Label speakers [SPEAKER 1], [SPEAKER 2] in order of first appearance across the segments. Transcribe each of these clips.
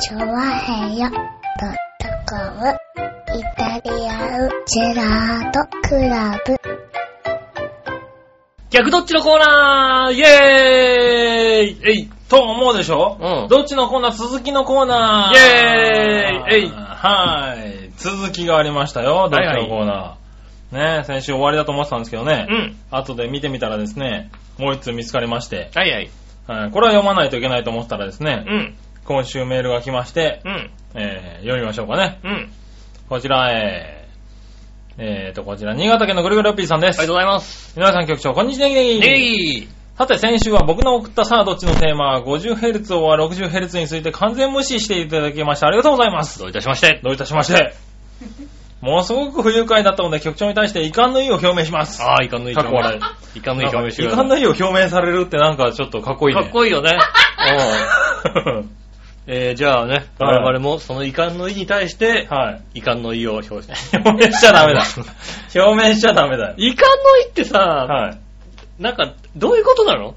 [SPEAKER 1] チョワヘヨドットコムイタリアンジェラートクラブ。
[SPEAKER 2] 逆どっちのコーナーイェーイえいと思うでしょ
[SPEAKER 3] うん
[SPEAKER 2] どっちのコーナー続きのコーナー
[SPEAKER 3] イェーイえい
[SPEAKER 2] はい。続きがありましたよ、どっちのコーナー。ね先週終わりだと思ってたんですけどね。
[SPEAKER 3] うん。
[SPEAKER 2] 後で見てみたらですね、もう一通見つかりまして、
[SPEAKER 3] はいはい。
[SPEAKER 2] はい、これは読まないといけないと思ったらですね
[SPEAKER 3] う、ん。
[SPEAKER 2] 今週メールが来まして、
[SPEAKER 3] うん。
[SPEAKER 2] えー読みましょうかね。
[SPEAKER 3] うん。あり
[SPEAKER 2] こちら、えー、えーと、こちら、新潟県のぐるぐるおっぴーさんで
[SPEAKER 3] がと
[SPEAKER 2] す。
[SPEAKER 3] うございます。
[SPEAKER 2] 皆さん局長、こんにちは。
[SPEAKER 3] イェイ
[SPEAKER 2] さて、先週は僕の送ったさあどっちのテーマ、50Hz は 60Hz について完全無視していただきましてありがとうございます。
[SPEAKER 3] どういたしまして。
[SPEAKER 2] どういたしまして。ものすごく不愉快だったので局長に対して遺憾の意を表明します。
[SPEAKER 3] ああ、イカの意
[SPEAKER 2] かっこ笑
[SPEAKER 3] い。イカの意表明して
[SPEAKER 2] 遺
[SPEAKER 3] く
[SPEAKER 2] 憾
[SPEAKER 3] ださい
[SPEAKER 2] の意を表明されるってなんかちょっとかっこいいね。
[SPEAKER 3] かっこいいよね。
[SPEAKER 2] いい。
[SPEAKER 3] えー、じゃあね、
[SPEAKER 2] はい
[SPEAKER 3] 我々もその遺憾の意に対し て、
[SPEAKER 2] はい。
[SPEAKER 3] 遺憾の意を表して。
[SPEAKER 2] 表明しちゃダメだ。表明しちゃダメだよ。
[SPEAKER 3] 遺憾の意ってさ、
[SPEAKER 2] はい。
[SPEAKER 3] なんか、どういうことなの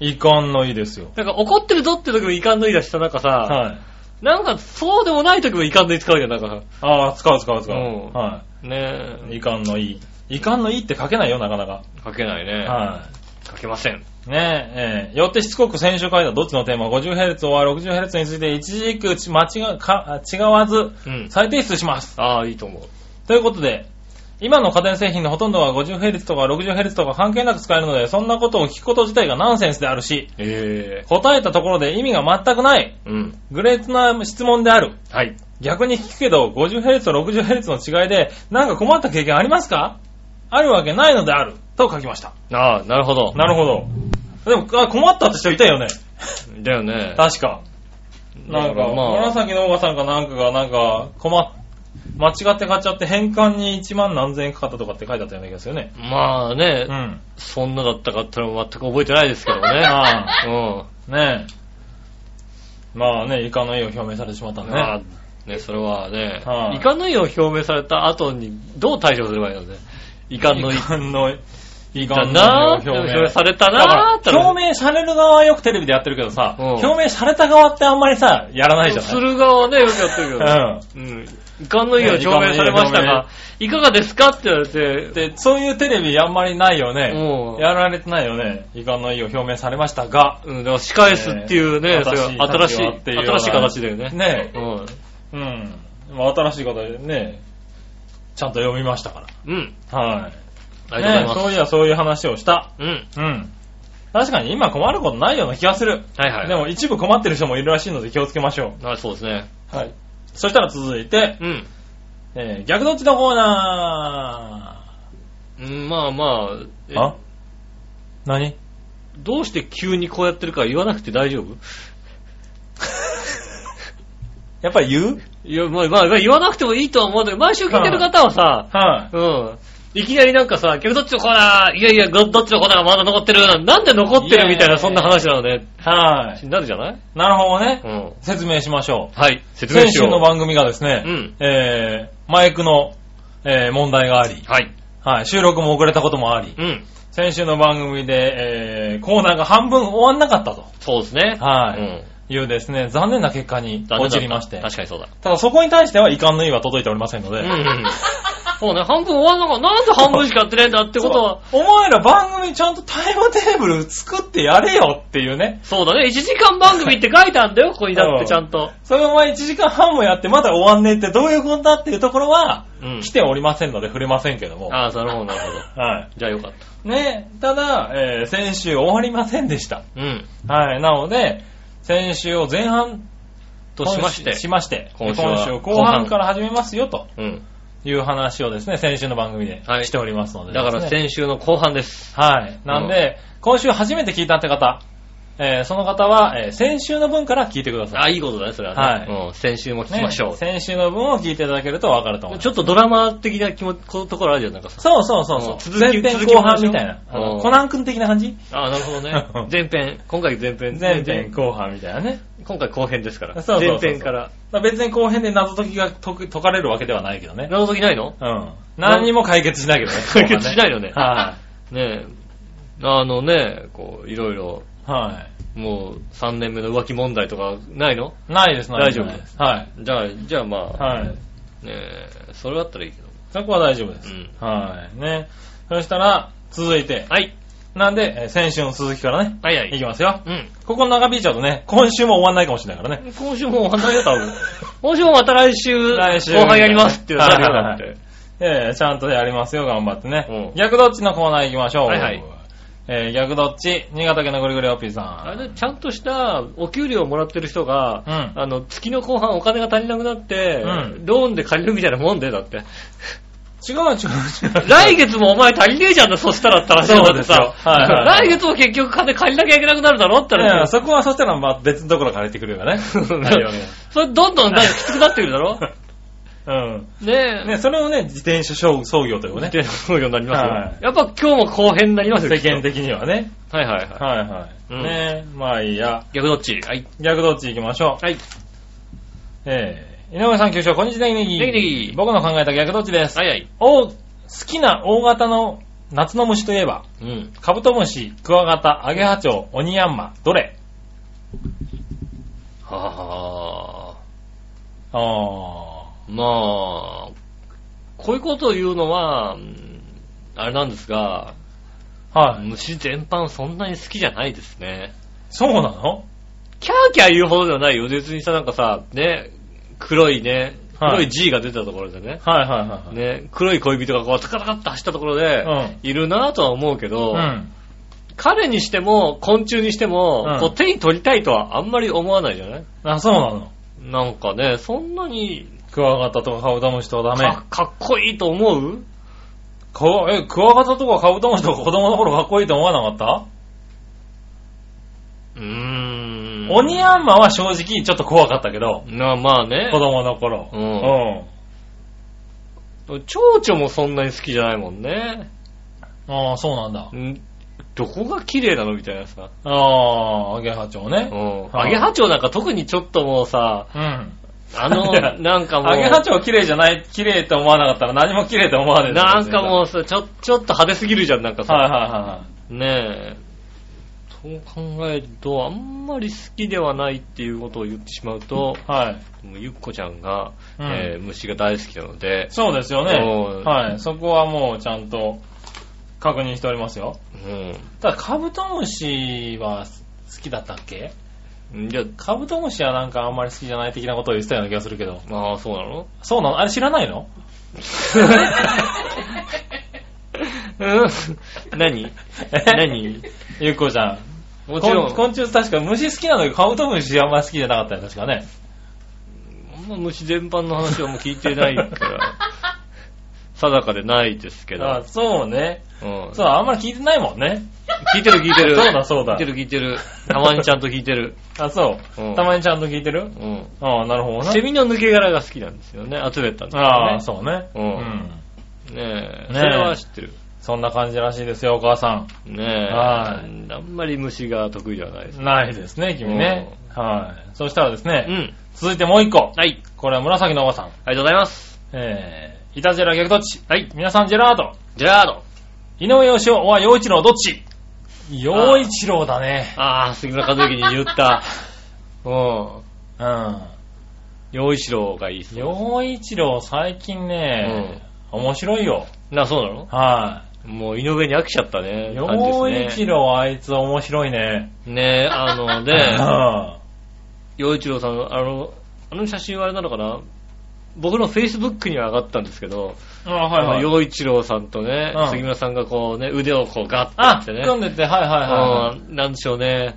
[SPEAKER 2] 遺憾の意ですよ。
[SPEAKER 3] なんか怒ってるぞって時も遺憾の意だしさ、なんかさ、
[SPEAKER 2] はい。
[SPEAKER 3] なんかそうでもない時も遺憾の意使うじゃん、なんか
[SPEAKER 2] ああ、使う使う使う。
[SPEAKER 3] うん
[SPEAKER 2] は
[SPEAKER 3] さ。ね
[SPEAKER 2] い。遺憾の意。遺憾の意って書けないよ、なかなか。
[SPEAKER 3] え。書けないね。
[SPEAKER 2] はい。
[SPEAKER 3] 書けません。
[SPEAKER 2] ねえ、えーよってしつこく先週書いたどっちのテーマ 50Hz は 60Hz について一時くち間違うかあ違わず
[SPEAKER 3] うん。
[SPEAKER 2] 再提出します。
[SPEAKER 3] ああ、いいと思う。
[SPEAKER 2] ということで、今の家電製品のほとんどは 50Hz とか 60Hz とか関係なく使えるので、そんなことを聞くこと自体がナンセンスであるし、
[SPEAKER 3] え
[SPEAKER 2] 答えたところで意味が全くない、
[SPEAKER 3] えうん。
[SPEAKER 2] グレートな質問である。
[SPEAKER 3] はい。
[SPEAKER 2] 逆に聞くけど、50Hz と 60Hz の違いで、なんか困った経験ありますかあるわけないのである。と書きました。
[SPEAKER 3] ああ、なるほど。
[SPEAKER 2] なるほど。でも、あ困ったって人いたよね。
[SPEAKER 3] だよね。
[SPEAKER 2] 確か。なんか、
[SPEAKER 3] まあ
[SPEAKER 2] 紫のおばさんかなんかが、なんか、困っ、間違って買っちゃって返還に1万何千円かかったとかって書いてあったような気がするよね。
[SPEAKER 3] まあね、
[SPEAKER 2] うん。
[SPEAKER 3] そんなだったかってのは全く覚えてないです けどね。
[SPEAKER 2] あ
[SPEAKER 3] うん。
[SPEAKER 2] ねえ。まあね、イカの絵を表明されてしまったね。
[SPEAKER 3] まあ、ね、それはね、
[SPEAKER 2] はい
[SPEAKER 3] 遺憾の意を表明された後にどう対処すればいいのね。遺憾の意。
[SPEAKER 2] 遺憾の、遺
[SPEAKER 3] だ
[SPEAKER 2] 憾の
[SPEAKER 3] な
[SPEAKER 2] 絵を表
[SPEAKER 3] 表明
[SPEAKER 2] 明。
[SPEAKER 3] された
[SPEAKER 2] だ
[SPEAKER 3] な
[SPEAKER 2] から表明される側はよくテレビでやってるけどさ、
[SPEAKER 3] うん
[SPEAKER 2] 表明された側ってあんまりさ、やらないじゃない
[SPEAKER 3] する側はね、よくやってるけどね。
[SPEAKER 2] うん。
[SPEAKER 3] うん。遺憾の意を表明されましたが、いかがですかって言われて、
[SPEAKER 2] で、そういうテレビあんまりないよね。
[SPEAKER 3] うん。
[SPEAKER 2] やられてないよね。遺憾の意を表明されましたが、
[SPEAKER 3] うん、だから仕返すっていうね、
[SPEAKER 2] ね
[SPEAKER 3] それは新し
[SPEAKER 2] 新
[SPEAKER 3] い、
[SPEAKER 2] しい価値はっていうような
[SPEAKER 3] 新しい形だよね。
[SPEAKER 2] ね
[SPEAKER 3] うん。
[SPEAKER 2] うん。まあ、新しい方でね、ちゃんと読みましたか
[SPEAKER 3] うん。
[SPEAKER 2] ら。はい。
[SPEAKER 3] ありがとうご
[SPEAKER 2] ね
[SPEAKER 3] ざい
[SPEAKER 2] そ
[SPEAKER 3] ま
[SPEAKER 2] うい
[SPEAKER 3] す。
[SPEAKER 2] や、そういう話をした。
[SPEAKER 3] うん。
[SPEAKER 2] うん。確かに今困ることないような気がする。
[SPEAKER 3] はいはい。
[SPEAKER 2] でも一部困ってる人もいるらしいので気をつけましょ
[SPEAKER 3] あ、そうですね。
[SPEAKER 2] う。はい。そしたら続いて、
[SPEAKER 3] うん。
[SPEAKER 2] えー逆どっちのコーナ
[SPEAKER 3] うんまあまあ、え
[SPEAKER 2] ー。あ 何
[SPEAKER 3] どうして急にこうやってるか言わなくて大丈夫
[SPEAKER 2] やっぱり言う
[SPEAKER 3] いや、まあ、まあ、言わなくてもいいとは思うんだけど、毎週聞いてる方はさ、
[SPEAKER 2] はい。
[SPEAKER 3] うん。いきなりなんかさ、結局どっちのコーナー、いやいや、どどっちのコーナーがまだ残ってる、なんで残っ
[SPEAKER 2] い
[SPEAKER 3] てるみたい
[SPEAKER 2] やいやいや
[SPEAKER 3] な、そんな話なのね。
[SPEAKER 2] はい。
[SPEAKER 3] なるじゃない
[SPEAKER 2] なるほどね
[SPEAKER 3] う。ん。
[SPEAKER 2] 説明しましょ
[SPEAKER 3] はい、
[SPEAKER 2] う。
[SPEAKER 3] 説明
[SPEAKER 2] 先
[SPEAKER 3] し
[SPEAKER 2] 週
[SPEAKER 3] よう。
[SPEAKER 2] の番組がですね、
[SPEAKER 3] うん
[SPEAKER 2] えーマイクの、えー問題があり、
[SPEAKER 3] はい。
[SPEAKER 2] はい、収録も遅れたこともあり、
[SPEAKER 3] うん。
[SPEAKER 2] 先週の番組で、えー、コーナーが半分終わんなかったと
[SPEAKER 3] そうですね。
[SPEAKER 2] はい
[SPEAKER 3] うん。
[SPEAKER 2] いうですね、残念な結果に
[SPEAKER 3] 残念だった
[SPEAKER 2] 陥りまして。
[SPEAKER 3] 確かにそうだ。
[SPEAKER 2] ただそこに対しては遺憾の意は届いておりませんので。
[SPEAKER 3] うんうん。そうね、半分終わんなかった。なんで半分しかやってねえんだってことは。
[SPEAKER 2] そうお前ら番組ちゃんとタイムテーブル作ってやれよっていうね。
[SPEAKER 3] そうだね、1時間番組って書いたんだよ、ここにだっ
[SPEAKER 2] うん
[SPEAKER 3] てちゃんと。
[SPEAKER 2] それをお前1時間半もやってまだ終わんねえってどういうことだっていうところは、
[SPEAKER 3] うん
[SPEAKER 2] 来ておりませんので触れませんけども。
[SPEAKER 3] ああ、なるほど、なるほど。
[SPEAKER 2] は
[SPEAKER 3] じゃあよかった。
[SPEAKER 2] い。ね、ただ、えー先週終わりませんでした。
[SPEAKER 3] うん。
[SPEAKER 2] はい。なので、先週を前半
[SPEAKER 3] としまして。
[SPEAKER 2] しまして、今
[SPEAKER 3] 今
[SPEAKER 2] 週
[SPEAKER 3] 週は
[SPEAKER 2] 後半から始めますよと
[SPEAKER 3] うん。
[SPEAKER 2] いう話をですね、先週の番組で
[SPEAKER 3] はい
[SPEAKER 2] しておりますので
[SPEAKER 3] だから
[SPEAKER 2] ですね
[SPEAKER 3] 先週の後半です。
[SPEAKER 2] はい。なんで、今週初めて聞いたって方、えーその方は、えー先週の分から聞いてくださ
[SPEAKER 3] あ、いいことだね、それはね。
[SPEAKER 2] は
[SPEAKER 3] うん。先週も
[SPEAKER 2] い。
[SPEAKER 3] 聞きましょう。
[SPEAKER 2] 先週の分を聞いていただけるとわかると思います。
[SPEAKER 3] ちょっとドラマ的な気もこところあるじゃん、なんかさ。。
[SPEAKER 2] そうそうそうそううん前
[SPEAKER 3] 続き
[SPEAKER 2] 編
[SPEAKER 3] 続き
[SPEAKER 2] 後半みたいな。あ
[SPEAKER 3] う
[SPEAKER 2] の
[SPEAKER 3] ん
[SPEAKER 2] コナン君的な感じ。
[SPEAKER 3] ああ、なるほどね 前編。今回前編。
[SPEAKER 2] 前編。後半みたいなね。
[SPEAKER 3] 今回後編ですから。
[SPEAKER 2] そうそうそうそう
[SPEAKER 3] 前編から。
[SPEAKER 2] まあ別に後編で謎解きが解く解かれるわけではないけどね。
[SPEAKER 3] 謎解きないの
[SPEAKER 2] うん。何にも解決し ないけどね。
[SPEAKER 3] 解決しないよね
[SPEAKER 2] 後半ねはい。
[SPEAKER 3] ねえ。あのね、こう、いろいろ
[SPEAKER 2] は
[SPEAKER 3] もう3年目の浮気問題とかないの
[SPEAKER 2] い。ないです、ない
[SPEAKER 3] 大丈夫です。
[SPEAKER 2] はい。
[SPEAKER 3] じゃあ、じゃあまあ、
[SPEAKER 2] はい。
[SPEAKER 3] ねえ、それだったらいいけど。
[SPEAKER 2] そこは大丈夫です。
[SPEAKER 3] うん
[SPEAKER 2] はい。ね。そしたら、続いて。
[SPEAKER 3] はい。
[SPEAKER 2] なんで、えー先週の続きからね、
[SPEAKER 3] はいはい
[SPEAKER 2] き
[SPEAKER 3] い。
[SPEAKER 2] ますよ。
[SPEAKER 3] うん。
[SPEAKER 2] ここ長引いちゃうとね、今週も終わんないかもしれないからね。
[SPEAKER 3] 今週も終わんないよ、多 分。今週もまた来週、
[SPEAKER 2] 来週
[SPEAKER 3] 後半やりますっていうのがあるよだっ
[SPEAKER 2] はい
[SPEAKER 3] て。
[SPEAKER 2] えーちゃんとやりますよ、頑張ってね
[SPEAKER 3] う。ん
[SPEAKER 2] 逆どっちのコーナー行きましょう。
[SPEAKER 3] はいはい
[SPEAKER 2] えー逆どっち、新潟県のぐるぐるおっぴーさ
[SPEAKER 3] あ
[SPEAKER 2] ん。
[SPEAKER 3] れ、ちゃんとしたお給料をもらってる人が、
[SPEAKER 2] うん
[SPEAKER 3] あの、月の後半お金が足りなくなって、
[SPEAKER 2] うん
[SPEAKER 3] ローンで借りるみたいなもんで、だって。
[SPEAKER 2] 違う違う違う。
[SPEAKER 3] 来月もお前足りねえじゃんだ、そしたらって話に
[SPEAKER 2] そ
[SPEAKER 3] なって
[SPEAKER 2] うで
[SPEAKER 3] さ。
[SPEAKER 2] すよはいはいはい
[SPEAKER 3] 来月も結局金借りなきゃいけなくなるだろって
[SPEAKER 2] いやいや
[SPEAKER 3] 話。
[SPEAKER 2] そこはそしたらまあ別のところ借りてくれ ばね。あるよね
[SPEAKER 3] それ、どんどんなんかきつくなってくる だろ
[SPEAKER 2] うん。
[SPEAKER 3] ねえ。
[SPEAKER 2] ね、それをね、自転車商操業と いうね
[SPEAKER 3] っ。てそういうようになりますよ。
[SPEAKER 2] はい
[SPEAKER 3] やっぱ今日も後編になりますよ。
[SPEAKER 2] 世間
[SPEAKER 3] きっ
[SPEAKER 2] 的にはね。
[SPEAKER 3] と。はいはいはい。
[SPEAKER 2] はいはい。
[SPEAKER 3] うん
[SPEAKER 2] ねまあいいや。
[SPEAKER 3] 逆どっちはい。
[SPEAKER 2] 逆どっち行きましょう。
[SPEAKER 3] はい。
[SPEAKER 2] えー、井上さん、局長、こんにちは、ネギネギ。
[SPEAKER 3] ネギネギ
[SPEAKER 2] 僕の考えた逆どっちです。
[SPEAKER 3] はいはい。
[SPEAKER 2] お好きな大型の夏の虫といえば、
[SPEAKER 3] うん。
[SPEAKER 2] カブトムシ、クワガタ、アゲハチョウ、オニヤンマ、どれ
[SPEAKER 3] はあ。
[SPEAKER 2] ああ
[SPEAKER 3] まあ、こういうことを言うのは、うんあれなんですが、
[SPEAKER 2] ー。はい。
[SPEAKER 3] 虫全般そんなに好きじゃないですね。
[SPEAKER 2] そうなの
[SPEAKER 3] キャーキャー言うほどではないよ。別にさ、なんかさ、ね、黒いね、
[SPEAKER 2] はい
[SPEAKER 3] 黒い G が出たところでね、
[SPEAKER 2] はいはいはいはい。
[SPEAKER 3] ね、黒い恋人がこう、タカタカって走ったところで、
[SPEAKER 2] うん
[SPEAKER 3] いるなぁとは思うけど、
[SPEAKER 2] うん。
[SPEAKER 3] 彼にしても、昆虫にしても、
[SPEAKER 2] うん
[SPEAKER 3] こう手に取りたいとはあんまり思わないじゃない
[SPEAKER 2] あ、そうなの。
[SPEAKER 3] なんかね、そんなに
[SPEAKER 2] クワガタとかカブトムシとかダメ
[SPEAKER 3] か。かっこいいと思う
[SPEAKER 2] かわえ、クワガタとかカブトムシとか子供の頃かっこいいと思わなかっ
[SPEAKER 3] うーん
[SPEAKER 2] た、。オニヤンマは正直ちょっと怖かったけど、
[SPEAKER 3] なまあね
[SPEAKER 2] 子、供の頃。
[SPEAKER 3] うん
[SPEAKER 2] うん。
[SPEAKER 3] 蝶々もそんなに好きじゃないもんね。
[SPEAKER 2] ああ、そうなんだ。
[SPEAKER 3] んどこが綺麗なのみたいなさ。
[SPEAKER 2] ああ、アゲハチョウ
[SPEAKER 3] う
[SPEAKER 2] ね。
[SPEAKER 3] ん。
[SPEAKER 2] はい
[SPEAKER 3] アゲハチョウなんか特にちょっともうさ、
[SPEAKER 2] うん。
[SPEAKER 3] あの
[SPEAKER 2] いや、
[SPEAKER 3] なんかもう、
[SPEAKER 2] アゲハチョウ綺麗じゃない、綺麗と思わなかったら何も綺麗と思わないです
[SPEAKER 3] なんかも
[SPEAKER 2] う。
[SPEAKER 3] うさ、ちょ、ちょっと派手すぎるじゃん、なんかさ。
[SPEAKER 2] はいはいはいはい。
[SPEAKER 3] ねえ。そう考えると、あんまり好きではないっていうことを言ってしまうと、
[SPEAKER 2] はい。
[SPEAKER 3] もうゆっこちゃんが、
[SPEAKER 2] うん
[SPEAKER 3] えー虫が大好きなので、
[SPEAKER 2] そうですよね
[SPEAKER 3] お。ー
[SPEAKER 2] はい。そこはもうちゃんと確認しておりますよ。
[SPEAKER 3] う
[SPEAKER 2] ただ、カブトムシは好きだったっけ
[SPEAKER 3] ん。じゃ
[SPEAKER 2] カブトムシはなんかあんまり好きじゃない的なことを言ってたような気がするけど。
[SPEAKER 3] あ、ああ、そうな の
[SPEAKER 2] そうなのあれ知らないの
[SPEAKER 3] うん。 何
[SPEAKER 2] え
[SPEAKER 3] 何
[SPEAKER 2] ゆっこちゃん。
[SPEAKER 3] もちろ
[SPEAKER 2] こ
[SPEAKER 3] ん、
[SPEAKER 2] 昆虫確か虫好きなのにカブトムシあんまり好きじゃなかったよ、確かね。
[SPEAKER 3] あんま虫全般の話はもう聞いてない から、定かでないですけ
[SPEAKER 2] あ
[SPEAKER 3] ど、
[SPEAKER 2] そうね。
[SPEAKER 3] うん、
[SPEAKER 2] そう、あんまり聞いてないもんね。
[SPEAKER 3] 聞いてる聞いてる。
[SPEAKER 2] そうだそうだ
[SPEAKER 3] 聞いてる聞いてる。たまにちゃんと聞いてる。
[SPEAKER 2] あ、そう。
[SPEAKER 3] うん
[SPEAKER 2] たまにちゃんと聞いてる
[SPEAKER 3] うん。
[SPEAKER 2] ああ、なるほどな
[SPEAKER 3] セ。ミの抜け殻が好きなんですよね。集めたんですよね。
[SPEAKER 2] ああ、そうね。
[SPEAKER 3] うんねえ。
[SPEAKER 2] ねえ
[SPEAKER 3] それは知ってる。
[SPEAKER 2] そんな感じらしいですよ、お母さ
[SPEAKER 3] ねえ。
[SPEAKER 2] は
[SPEAKER 3] あんまり虫が得意ではないです。
[SPEAKER 2] ん。ないですね、君ね。はい。そしたらですね、
[SPEAKER 3] うん。
[SPEAKER 2] 続いてもう一個。
[SPEAKER 3] はい。
[SPEAKER 2] これは紫のおばさん。
[SPEAKER 3] ありがとうございます。
[SPEAKER 2] えー、イタジェラ逆どっち
[SPEAKER 3] はい。
[SPEAKER 2] 皆さん、ジェラード。
[SPEAKER 3] ジェラード。
[SPEAKER 2] 井上義雄は陽一郎どっち陽一郎だね。
[SPEAKER 3] ああ、杉村和之に言 った。うん。
[SPEAKER 2] うん。
[SPEAKER 3] 洋一郎がいいですね。
[SPEAKER 2] 陽一郎最近ね、面白いよ。
[SPEAKER 3] な、そうなの
[SPEAKER 2] は
[SPEAKER 3] もう井上に飽きちゃったね。
[SPEAKER 2] い。
[SPEAKER 3] 感じです
[SPEAKER 2] 陽
[SPEAKER 3] ね
[SPEAKER 2] 一郎あいつ面白いね。
[SPEAKER 3] ねえ、あの
[SPEAKER 2] う
[SPEAKER 3] ね、
[SPEAKER 2] ん
[SPEAKER 3] 洋一郎さん、あの、あの写真はあれなのかな僕の Facebook には上がったんですけど、
[SPEAKER 2] あ、はいはい。
[SPEAKER 3] 洋一郎さんとね、
[SPEAKER 2] うん
[SPEAKER 3] 杉村さんがこうね、腕をこうガッ
[SPEAKER 2] あ、
[SPEAKER 3] てやって
[SPEAKER 2] 組ん
[SPEAKER 3] ね、
[SPEAKER 2] でて、はいはいはい。
[SPEAKER 3] うんなんでしょうね、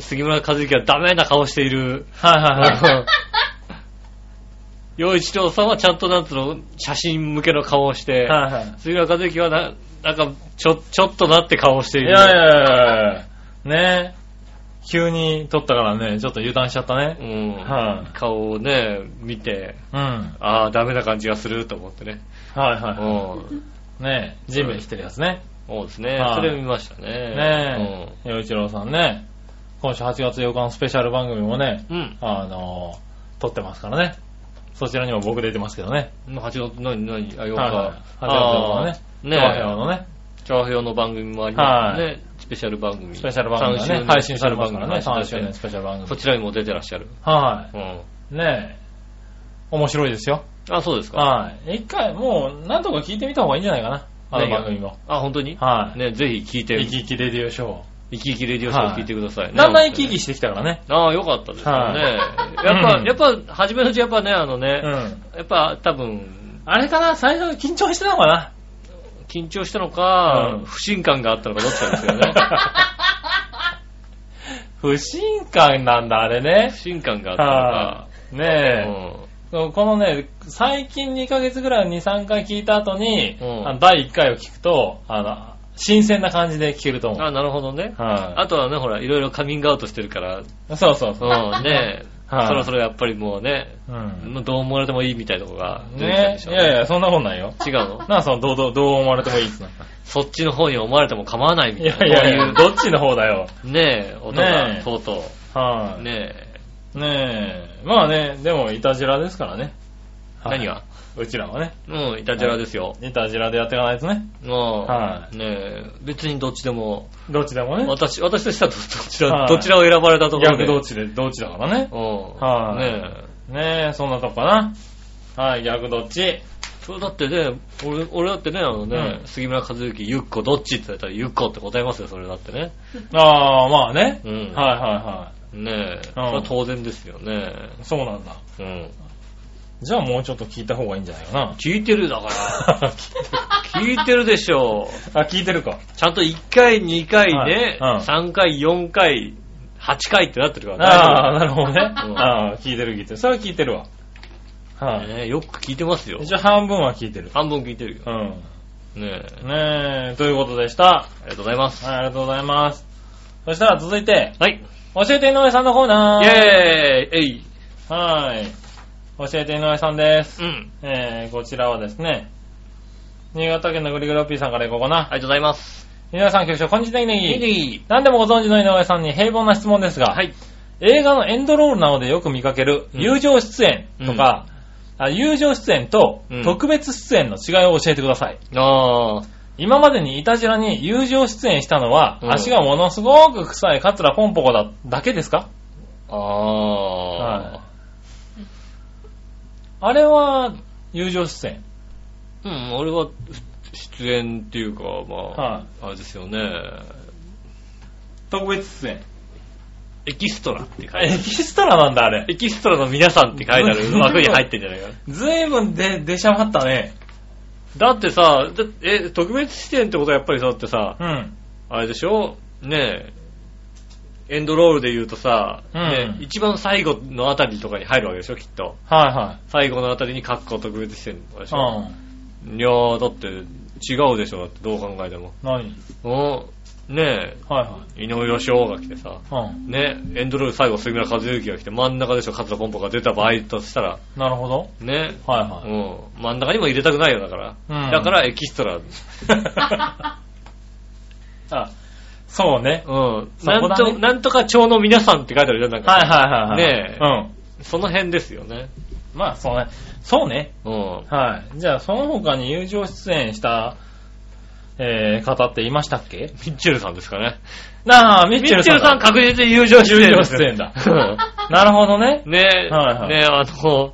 [SPEAKER 3] 杉村和之はダメな顔している。
[SPEAKER 2] はいはいはい。
[SPEAKER 3] 洋一郎さんはちゃんとなんつうの、写真向けの顔をして、
[SPEAKER 2] はいはい
[SPEAKER 3] 杉村和之はな、なんか、ちょ、ちょっとなって顔をしてい
[SPEAKER 2] い
[SPEAKER 3] る。
[SPEAKER 2] やいやいやいやね急に撮ったからね、ちょっと油断しちゃったね。
[SPEAKER 3] うん
[SPEAKER 2] はい
[SPEAKER 3] 顔をね、見て、
[SPEAKER 2] うん。は
[SPEAKER 3] ああ、ダメな感じがすると思ってね。
[SPEAKER 2] いは
[SPEAKER 3] うん。
[SPEAKER 2] い。ねえ、ジムしてるやつね。
[SPEAKER 3] そうですね
[SPEAKER 2] は。い
[SPEAKER 3] それを見ましたね。
[SPEAKER 2] ねえ、洋一郎さんね、今週8月8日のスペシャル番組もね、
[SPEAKER 3] うん。うん。
[SPEAKER 2] あのー、撮ってますからね。そちらにも僕出てますけどね。
[SPEAKER 3] まあ8月、何、何、あ、4日。
[SPEAKER 2] はいはい8月8日
[SPEAKER 3] あ
[SPEAKER 2] の
[SPEAKER 3] あ
[SPEAKER 2] ね、
[SPEAKER 3] ね
[SPEAKER 2] 和平和のね。
[SPEAKER 3] チャーヘヨの番組もありますね。スペシャル番組。
[SPEAKER 2] スペシャル番組が
[SPEAKER 3] 3周
[SPEAKER 2] ね、
[SPEAKER 3] 年
[SPEAKER 2] 配信されますからね、
[SPEAKER 3] スペシャ
[SPEAKER 2] 3
[SPEAKER 3] ル番組
[SPEAKER 2] 周年スペシャル番
[SPEAKER 3] そ
[SPEAKER 2] 組。
[SPEAKER 3] ちらにも出てらっしゃる。
[SPEAKER 2] は
[SPEAKER 3] うん。
[SPEAKER 2] い。ねえ。面白いですよ。
[SPEAKER 3] あ、そうですか。
[SPEAKER 2] はい。一回、もう、何とか聞いてみた方がいいんじゃないかな。あの番組も。
[SPEAKER 3] あ、本当に
[SPEAKER 2] はい。
[SPEAKER 3] ね、ぜひ聞いて、
[SPEAKER 2] 生き生きレディオショ
[SPEAKER 3] 生き生きレディオショーを聞いてくださいね。
[SPEAKER 2] ー。だんだん生き生きしてきたからね。
[SPEAKER 3] ああ、よかったですよね。
[SPEAKER 2] は
[SPEAKER 3] やっぱ、やっぱ、初めのうちやっぱね、あのね、
[SPEAKER 2] うん。
[SPEAKER 3] やっぱ多分、
[SPEAKER 2] あれかな最初緊張してたのかな
[SPEAKER 3] 緊張したの
[SPEAKER 2] う
[SPEAKER 3] か、
[SPEAKER 2] ん
[SPEAKER 3] 不信感があったのかどっちかですよね。
[SPEAKER 2] 不信感なんだ、あれね
[SPEAKER 3] 不。信感があ
[SPEAKER 2] は
[SPEAKER 3] っ
[SPEAKER 2] い。
[SPEAKER 3] た
[SPEAKER 2] ねえ。
[SPEAKER 3] のか。
[SPEAKER 2] そうこのね、最近2ヶ月ぐらい2、3回聞いた後に、
[SPEAKER 3] うん
[SPEAKER 2] あの第1回を聞くと、あの、新鮮な感じで聞けると
[SPEAKER 3] うん。
[SPEAKER 2] 思う。
[SPEAKER 3] あなるほどね。
[SPEAKER 2] は
[SPEAKER 3] あとはね、ほら、いろいろカミングアウトしてるから、
[SPEAKER 2] い。そうそうそう。
[SPEAKER 3] うん、ね
[SPEAKER 2] はい
[SPEAKER 3] そろそろやっぱりもうね、
[SPEAKER 2] うん。
[SPEAKER 3] もうどう思われてもいいみたいなとこが出てきたん
[SPEAKER 2] ね
[SPEAKER 3] でし
[SPEAKER 2] い
[SPEAKER 3] ょう
[SPEAKER 2] やいや、そんなことないよ。
[SPEAKER 3] 違うの
[SPEAKER 2] なあ、その、どう、どう、どう思われてもいいっすな。
[SPEAKER 3] そっちの方に思われても構わないみ
[SPEAKER 2] い
[SPEAKER 3] たいな。
[SPEAKER 2] やいやいや、
[SPEAKER 3] こ
[SPEAKER 2] どっちの方だよ。
[SPEAKER 3] ういう、ねえ、音が
[SPEAKER 2] ね、え
[SPEAKER 3] とうと
[SPEAKER 2] は
[SPEAKER 3] う。
[SPEAKER 2] い。
[SPEAKER 3] ね
[SPEAKER 2] ねえ。まあね、でも、いたじらですからね。
[SPEAKER 3] え、
[SPEAKER 2] はい
[SPEAKER 3] 何が
[SPEAKER 2] うちらはね、
[SPEAKER 3] うん、いたじらですよ。
[SPEAKER 2] いたじらでやっていかないとね。
[SPEAKER 3] もう、
[SPEAKER 2] は
[SPEAKER 3] ねえ、別にどっちでも、
[SPEAKER 2] どっちでもね。
[SPEAKER 3] 私、私としてはどどちら、
[SPEAKER 2] はい
[SPEAKER 3] どちらを選ばれたところで。
[SPEAKER 2] 逆どっちで、どっちだからね。
[SPEAKER 3] うん。
[SPEAKER 2] はい
[SPEAKER 3] ねえ。
[SPEAKER 2] ねえ、そんなとこかな。はい、逆どっち。
[SPEAKER 3] それだってね、俺、俺だってね、あのね、
[SPEAKER 2] うん
[SPEAKER 3] 杉村和幸、ゆっこどっちって言ったら、ゆっこって答えますよ、それだってね。
[SPEAKER 2] ああ、まあね。
[SPEAKER 3] う
[SPEAKER 2] はいは
[SPEAKER 3] ん。
[SPEAKER 2] いは
[SPEAKER 3] ねえ、それは当然ですよね。
[SPEAKER 2] い。そうなんだ。
[SPEAKER 3] うん。
[SPEAKER 2] じゃあもうちょっと聞いた方がいいんじゃないか
[SPEAKER 3] 聞いてるだか ら。
[SPEAKER 2] な。
[SPEAKER 3] 聞いてるでしょう。
[SPEAKER 2] あ、聞いてるか。
[SPEAKER 3] ちゃんと1回、2回ね、
[SPEAKER 2] はいうん
[SPEAKER 3] 3回、4回、8回ってなってるから
[SPEAKER 2] ああ、
[SPEAKER 3] 大
[SPEAKER 2] なるほどね。
[SPEAKER 3] うん
[SPEAKER 2] ああ、聞いてる聞いてる。それは聞いてるわ。
[SPEAKER 3] 丈夫
[SPEAKER 2] はい。
[SPEAKER 3] ねえよく聞いてますよ。
[SPEAKER 2] 一応半分は聞いてる。
[SPEAKER 3] 半分聞いてるよ。
[SPEAKER 2] うん。
[SPEAKER 3] ねえ。
[SPEAKER 2] ねえ、ということでした。
[SPEAKER 3] ありがとうございます。
[SPEAKER 2] はい、ありがとうございます。そしたら続いて、
[SPEAKER 3] はい。
[SPEAKER 2] 教えて井上さんのコーナ
[SPEAKER 3] イェー
[SPEAKER 2] ー。
[SPEAKER 3] イえい。
[SPEAKER 2] はい。教えて井上さんです。
[SPEAKER 3] うん。
[SPEAKER 2] えー、こちらはですね、新潟県のぐりぐりおっぴーさんからいこうかな。
[SPEAKER 3] ありがとうございます。
[SPEAKER 2] 井上さん、局長、こんにちは、ネギ
[SPEAKER 3] い
[SPEAKER 2] ネ
[SPEAKER 3] い
[SPEAKER 2] ギ。
[SPEAKER 3] ね
[SPEAKER 2] 何でもご存知の井上さんに平凡な質問ですが、
[SPEAKER 3] はい。
[SPEAKER 2] 映画のエンドロールなどでよく見かける
[SPEAKER 3] うん
[SPEAKER 2] 友情出演とか、あ友情出演と
[SPEAKER 3] うん
[SPEAKER 2] 特別出演の違いを教えてください。
[SPEAKER 3] あー。
[SPEAKER 2] 今までにいたじらに友情出演したのは、
[SPEAKER 3] うん
[SPEAKER 2] 足がものすごく臭い桂ポンポコだだけですか
[SPEAKER 3] あー。
[SPEAKER 2] はいあれは友情出演。
[SPEAKER 3] うん、俺は出演っていうか、まあ、
[SPEAKER 2] はい
[SPEAKER 3] あれですよね。
[SPEAKER 2] 特別出演。
[SPEAKER 3] エキストラって書い てあ
[SPEAKER 2] エ
[SPEAKER 3] る。
[SPEAKER 2] キストラなんだ、あれ。
[SPEAKER 3] エキストラの皆さんって書いてあ る枠に入ってんじゃないかな。
[SPEAKER 2] ずいぶんで出しゃばったね。
[SPEAKER 3] だってさ、だえ、特別出演ってことはやっぱりそうだってさ、
[SPEAKER 2] うん。
[SPEAKER 3] あれでしょねえ、エンドロールで言うとさ、
[SPEAKER 2] うん
[SPEAKER 3] ねえ一番最後のあたりとかに入るわけでしょ、きっと。
[SPEAKER 2] はいはい。
[SPEAKER 3] 最後のあたりに格好特別出演とかでし
[SPEAKER 2] う
[SPEAKER 3] ょ。
[SPEAKER 2] ん。
[SPEAKER 3] いやー、だって違うでしょ、だってどう考えても。
[SPEAKER 2] 何
[SPEAKER 3] うん、ね
[SPEAKER 2] はいはい。
[SPEAKER 3] え、井上義雄が来てさ、
[SPEAKER 2] うん。
[SPEAKER 3] ねえ、エンドロール最後杉村和之が来て真ん中でしょ、桂ポンポが出た場合としたら、
[SPEAKER 2] なるほど。
[SPEAKER 3] ね
[SPEAKER 2] はいうはい。
[SPEAKER 3] ん、真ん中にも入れたくないよ、だから。
[SPEAKER 2] うん
[SPEAKER 3] だからエキストラ。
[SPEAKER 2] あ、そうね。
[SPEAKER 3] うん。
[SPEAKER 2] そ
[SPEAKER 3] な
[SPEAKER 2] こ
[SPEAKER 3] ん
[SPEAKER 2] だね
[SPEAKER 3] と、なんとか町の皆さんって書いてあるじゃん、なんか。
[SPEAKER 2] はいはいはいはい。
[SPEAKER 3] ねえ
[SPEAKER 2] うん。
[SPEAKER 3] その辺ですよね。
[SPEAKER 2] まあ、そうね。そうね。
[SPEAKER 3] うん。
[SPEAKER 2] はい。じゃあ、その他に友情出演した、えー、方っていましたっけ
[SPEAKER 3] ミッチェルさんですかね。
[SPEAKER 2] なあ、ミッ
[SPEAKER 3] ミッ
[SPEAKER 2] チェ
[SPEAKER 3] チェ
[SPEAKER 2] ル
[SPEAKER 3] ル
[SPEAKER 2] さ
[SPEAKER 3] さ
[SPEAKER 2] ん
[SPEAKER 3] ん
[SPEAKER 2] だ。
[SPEAKER 3] 確実に優勝出演
[SPEAKER 2] 友
[SPEAKER 3] で
[SPEAKER 2] 情
[SPEAKER 3] す
[SPEAKER 2] 出
[SPEAKER 3] ね。
[SPEAKER 2] 演だ。 なるほどね。
[SPEAKER 3] ねえ、
[SPEAKER 2] はいはい
[SPEAKER 3] ねえ、あの、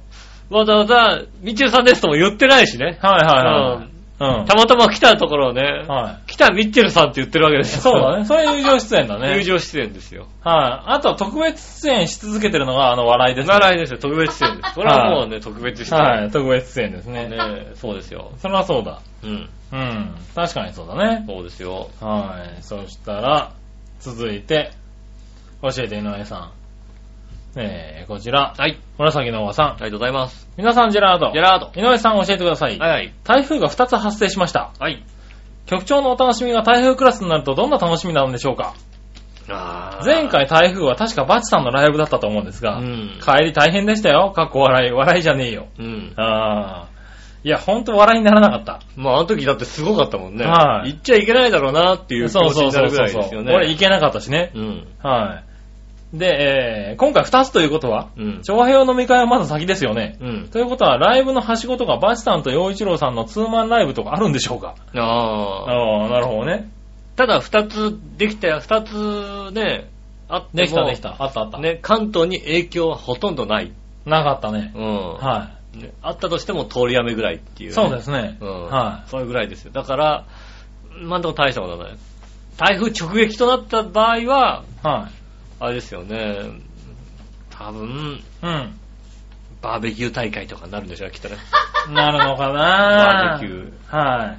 [SPEAKER 3] わざわざ、ミッチェルさんですとも言ってないしね。
[SPEAKER 2] はいはいはい。うん。
[SPEAKER 3] たまたま来たところをね、
[SPEAKER 2] はい。
[SPEAKER 3] 来たミッチェルさんって言ってるわけですよ。
[SPEAKER 2] そうだね。それ友情出演だね。
[SPEAKER 3] 友情出演ですよ。
[SPEAKER 2] はい。あとは特別出演し続けてるのが、あの、笑いですね。
[SPEAKER 3] 習いですよ、特別出演です。これはもうね、特別出演。
[SPEAKER 2] はい。特別出演ですね。
[SPEAKER 3] ねえ、そうですよ。
[SPEAKER 2] それはそうだ。
[SPEAKER 3] うん。
[SPEAKER 2] うん。確かにそうだね。
[SPEAKER 3] そうですよ。
[SPEAKER 2] はい。そしたら、続いて、教えて井上さん。えー、こちら、
[SPEAKER 3] はい。
[SPEAKER 2] 紫のおばさん。
[SPEAKER 3] ありがとうございます。
[SPEAKER 2] 皆さん、ジェラード
[SPEAKER 3] ジェ。ラード。
[SPEAKER 2] 井上さん、教えてください。
[SPEAKER 3] はいはい。
[SPEAKER 2] 台風が2つ発生しました。
[SPEAKER 3] はい。
[SPEAKER 2] 局長のお楽しみが台風クラスになるとどんな楽しみなんでしょうか
[SPEAKER 3] あー
[SPEAKER 2] 前、回台風は確かバチさんのライブだったと思うんですが、
[SPEAKER 3] うん
[SPEAKER 2] 帰り大変でしたよ。かっこ笑い。笑いじゃねえよ。
[SPEAKER 3] うん。
[SPEAKER 2] あー。いや、ほんと笑いにならなかった。
[SPEAKER 3] まあ、あの時だってすごかったもんね。
[SPEAKER 2] はい
[SPEAKER 3] 行っちゃいけないだろうなっていう気
[SPEAKER 2] そう
[SPEAKER 3] 持ち
[SPEAKER 2] そう
[SPEAKER 3] にな
[SPEAKER 2] そう
[SPEAKER 3] るぐ
[SPEAKER 2] そ
[SPEAKER 3] ら
[SPEAKER 2] う
[SPEAKER 3] い
[SPEAKER 2] そう。
[SPEAKER 3] ですよね。
[SPEAKER 2] 俺行けなかったしね。
[SPEAKER 3] うん。
[SPEAKER 2] はい。で、えー今回2つということは、
[SPEAKER 3] うん。
[SPEAKER 2] 長平の飲み会はまだ先ですよね。
[SPEAKER 3] うん。
[SPEAKER 2] ということは、ライブのはしごとか、バチさんと陽一郎さんのツーマンライブとかあるんでしょうか
[SPEAKER 3] ああ。
[SPEAKER 2] ああ、なるほどね。
[SPEAKER 3] ただ二つできたよ、二つね、あっても
[SPEAKER 2] できたできた。あったあった。
[SPEAKER 3] ね、関東に影響はほとんどない。
[SPEAKER 2] なかったね
[SPEAKER 3] う。ん。
[SPEAKER 2] は
[SPEAKER 3] ねあったとしても通り雨ぐらいっていう、
[SPEAKER 2] い。そうで。すね。
[SPEAKER 3] うん。
[SPEAKER 2] は
[SPEAKER 3] それぐらいですよ。だから、今んとこ大したことはない。台風直撃となった場合は、
[SPEAKER 2] い。は
[SPEAKER 3] あれですよね、多分、
[SPEAKER 2] い。うん。
[SPEAKER 3] バーベキュー大会とかになるんでしょうね、きっとね。
[SPEAKER 2] なるのかな
[SPEAKER 3] バーベキュ
[SPEAKER 2] ー。はい。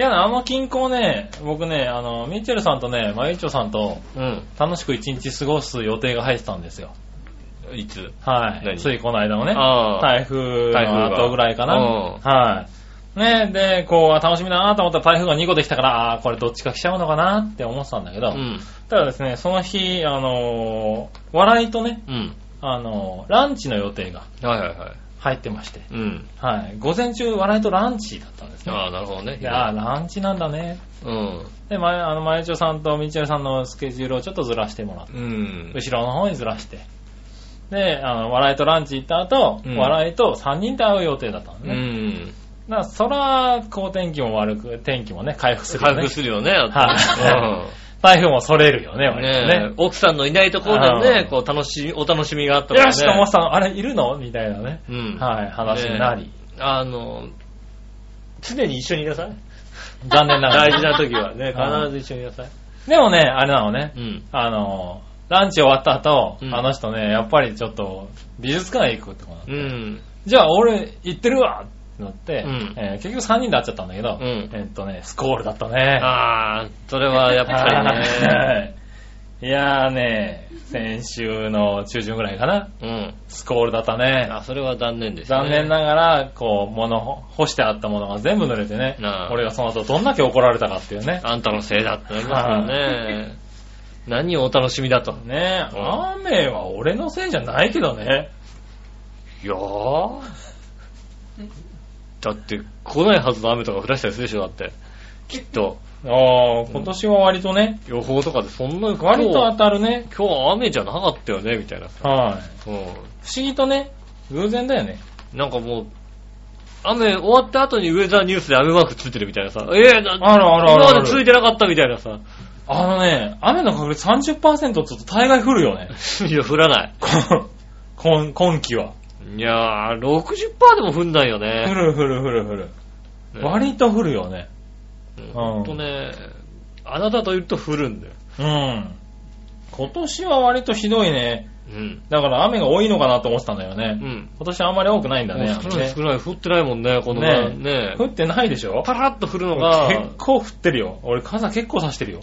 [SPEAKER 2] 違うな、あの近郊ね、僕ね、あの、ミッチェルさんとね、マユッチョさんと
[SPEAKER 3] うん。
[SPEAKER 2] 楽しく一日過ごす予定が入ってたんですよ。
[SPEAKER 3] いつ
[SPEAKER 2] は
[SPEAKER 3] 何
[SPEAKER 2] い。ついこの間もね、
[SPEAKER 3] ああ
[SPEAKER 2] 台風
[SPEAKER 3] 台風
[SPEAKER 2] の
[SPEAKER 3] が
[SPEAKER 2] 後ぐらいかな。
[SPEAKER 3] うん
[SPEAKER 2] はい。ね、で、こう、楽しみだなと思ったら台風が2個できたから、あーこれどっちか来ちゃうのかなって思ってたんだけど、
[SPEAKER 3] うん。
[SPEAKER 2] ただですね、その日、あのー笑いとね、
[SPEAKER 3] うん。
[SPEAKER 2] あのーランチの予定が
[SPEAKER 3] はいはいはい。
[SPEAKER 2] 入ってまして、
[SPEAKER 3] うん。
[SPEAKER 2] はい。午前中、笑いとランチだったんですね。
[SPEAKER 3] ああ、なるほどね。
[SPEAKER 2] でああ、ランチなんだね。
[SPEAKER 3] うん。
[SPEAKER 2] で、前、あの、前長さんとみちおさんのスケジュールをちょっとずらしてもらって、
[SPEAKER 3] うん。
[SPEAKER 2] 後ろの方にずらして。で、あの、笑いとランチ行った後、
[SPEAKER 3] うん
[SPEAKER 2] 笑いと3人で会う予定だったの
[SPEAKER 3] う
[SPEAKER 2] ね。
[SPEAKER 3] ん。
[SPEAKER 2] だから、そら、こう天気も悪く、天気もね、回復する
[SPEAKER 3] 回
[SPEAKER 2] よね
[SPEAKER 3] 復。するよね。。
[SPEAKER 2] はい台風もそれるよね、
[SPEAKER 3] うん
[SPEAKER 2] 割と
[SPEAKER 3] ねえ
[SPEAKER 2] ね。
[SPEAKER 3] 奥さんのいないところで
[SPEAKER 2] う
[SPEAKER 3] ね、
[SPEAKER 2] ん
[SPEAKER 3] こう、楽しみ、お楽しみがあった
[SPEAKER 2] よしと思っ
[SPEAKER 3] ね
[SPEAKER 2] て。たの、あれ、いるのみたいなね。
[SPEAKER 3] うん。
[SPEAKER 2] はい、話になり。
[SPEAKER 3] あの、常に一緒にいなさい。
[SPEAKER 2] 残念ながら。
[SPEAKER 3] 大事な 時はね、
[SPEAKER 2] うん
[SPEAKER 3] 必ず一緒にいなさい。
[SPEAKER 2] でもね、あれなのね
[SPEAKER 3] う。ん。
[SPEAKER 2] あの、ランチ終わった後、
[SPEAKER 3] うん
[SPEAKER 2] あの人ね、やっぱりちょっと、美術館へ行くってことなの
[SPEAKER 3] うん。
[SPEAKER 2] じゃあ俺行ってるわってなって、
[SPEAKER 3] うん
[SPEAKER 2] えー結局3人で会っちゃったんだけど、
[SPEAKER 3] うん
[SPEAKER 2] えーっとね、スコールだったね。
[SPEAKER 3] ああ、それはやっぱりね。
[SPEAKER 2] はいいやーね、先週の中旬ぐらいかな、
[SPEAKER 3] うん。
[SPEAKER 2] スコールだったね。
[SPEAKER 3] あ、それは残念ですね。
[SPEAKER 2] 残念ながら、こう、物、干してあったものが全部濡れてね
[SPEAKER 3] なあ、
[SPEAKER 2] 俺がその後どんだけ怒られたかっていうね。
[SPEAKER 3] あんたのせいだってなりますよ ね。何をお楽しみだと。
[SPEAKER 2] ねえ、
[SPEAKER 3] うん
[SPEAKER 2] 雨は俺のせいじゃないけどね。
[SPEAKER 3] いやー。だって、来ないはずの雨とか降らしたりするでしょ、だって。きっと、
[SPEAKER 2] ああ、今年は割とね、
[SPEAKER 3] 予報とかでそんなに
[SPEAKER 2] 割と当
[SPEAKER 3] 今日
[SPEAKER 2] たるね。
[SPEAKER 3] 今日雨じゃなかったよね、みたいな。
[SPEAKER 2] はい。
[SPEAKER 3] う
[SPEAKER 2] 不思議とね、偶然だよね。
[SPEAKER 3] ん。なんかもう、雨終わった後にウェザーニュースで雨マークついてるみたいなさ。ええな、
[SPEAKER 2] あるあるある
[SPEAKER 3] 今
[SPEAKER 2] あ
[SPEAKER 3] ま
[SPEAKER 2] る
[SPEAKER 3] でついてなかったみたいなさ。
[SPEAKER 2] あのね、雨の確率30%ちょっと大概降るよ ね。
[SPEAKER 3] いや、降らない。
[SPEAKER 2] こ今今季は。
[SPEAKER 3] いやー、60%でも降んないよ
[SPEAKER 2] 降
[SPEAKER 3] ね。
[SPEAKER 2] る降る降る降る。
[SPEAKER 3] ね
[SPEAKER 2] 割と降るよね。
[SPEAKER 3] うん
[SPEAKER 2] ん
[SPEAKER 3] ほんとね、あなたといると降るんだよ。
[SPEAKER 2] うん。今年は割とひどいね。
[SPEAKER 3] うん。
[SPEAKER 2] だから雨が多いのかなと思ってたんだよ
[SPEAKER 3] う
[SPEAKER 2] ね。
[SPEAKER 3] ん。
[SPEAKER 2] 今年はあんまり多くないんだね。
[SPEAKER 3] もう少
[SPEAKER 2] 雨
[SPEAKER 3] ない
[SPEAKER 2] ね
[SPEAKER 3] 少ない、降ってないもんね、この
[SPEAKER 2] ね
[SPEAKER 3] ね。ね
[SPEAKER 2] 降ってないでしょ
[SPEAKER 3] パラッと降るのが、い
[SPEAKER 2] 結構降ってるよ。俺傘結構差してるよ。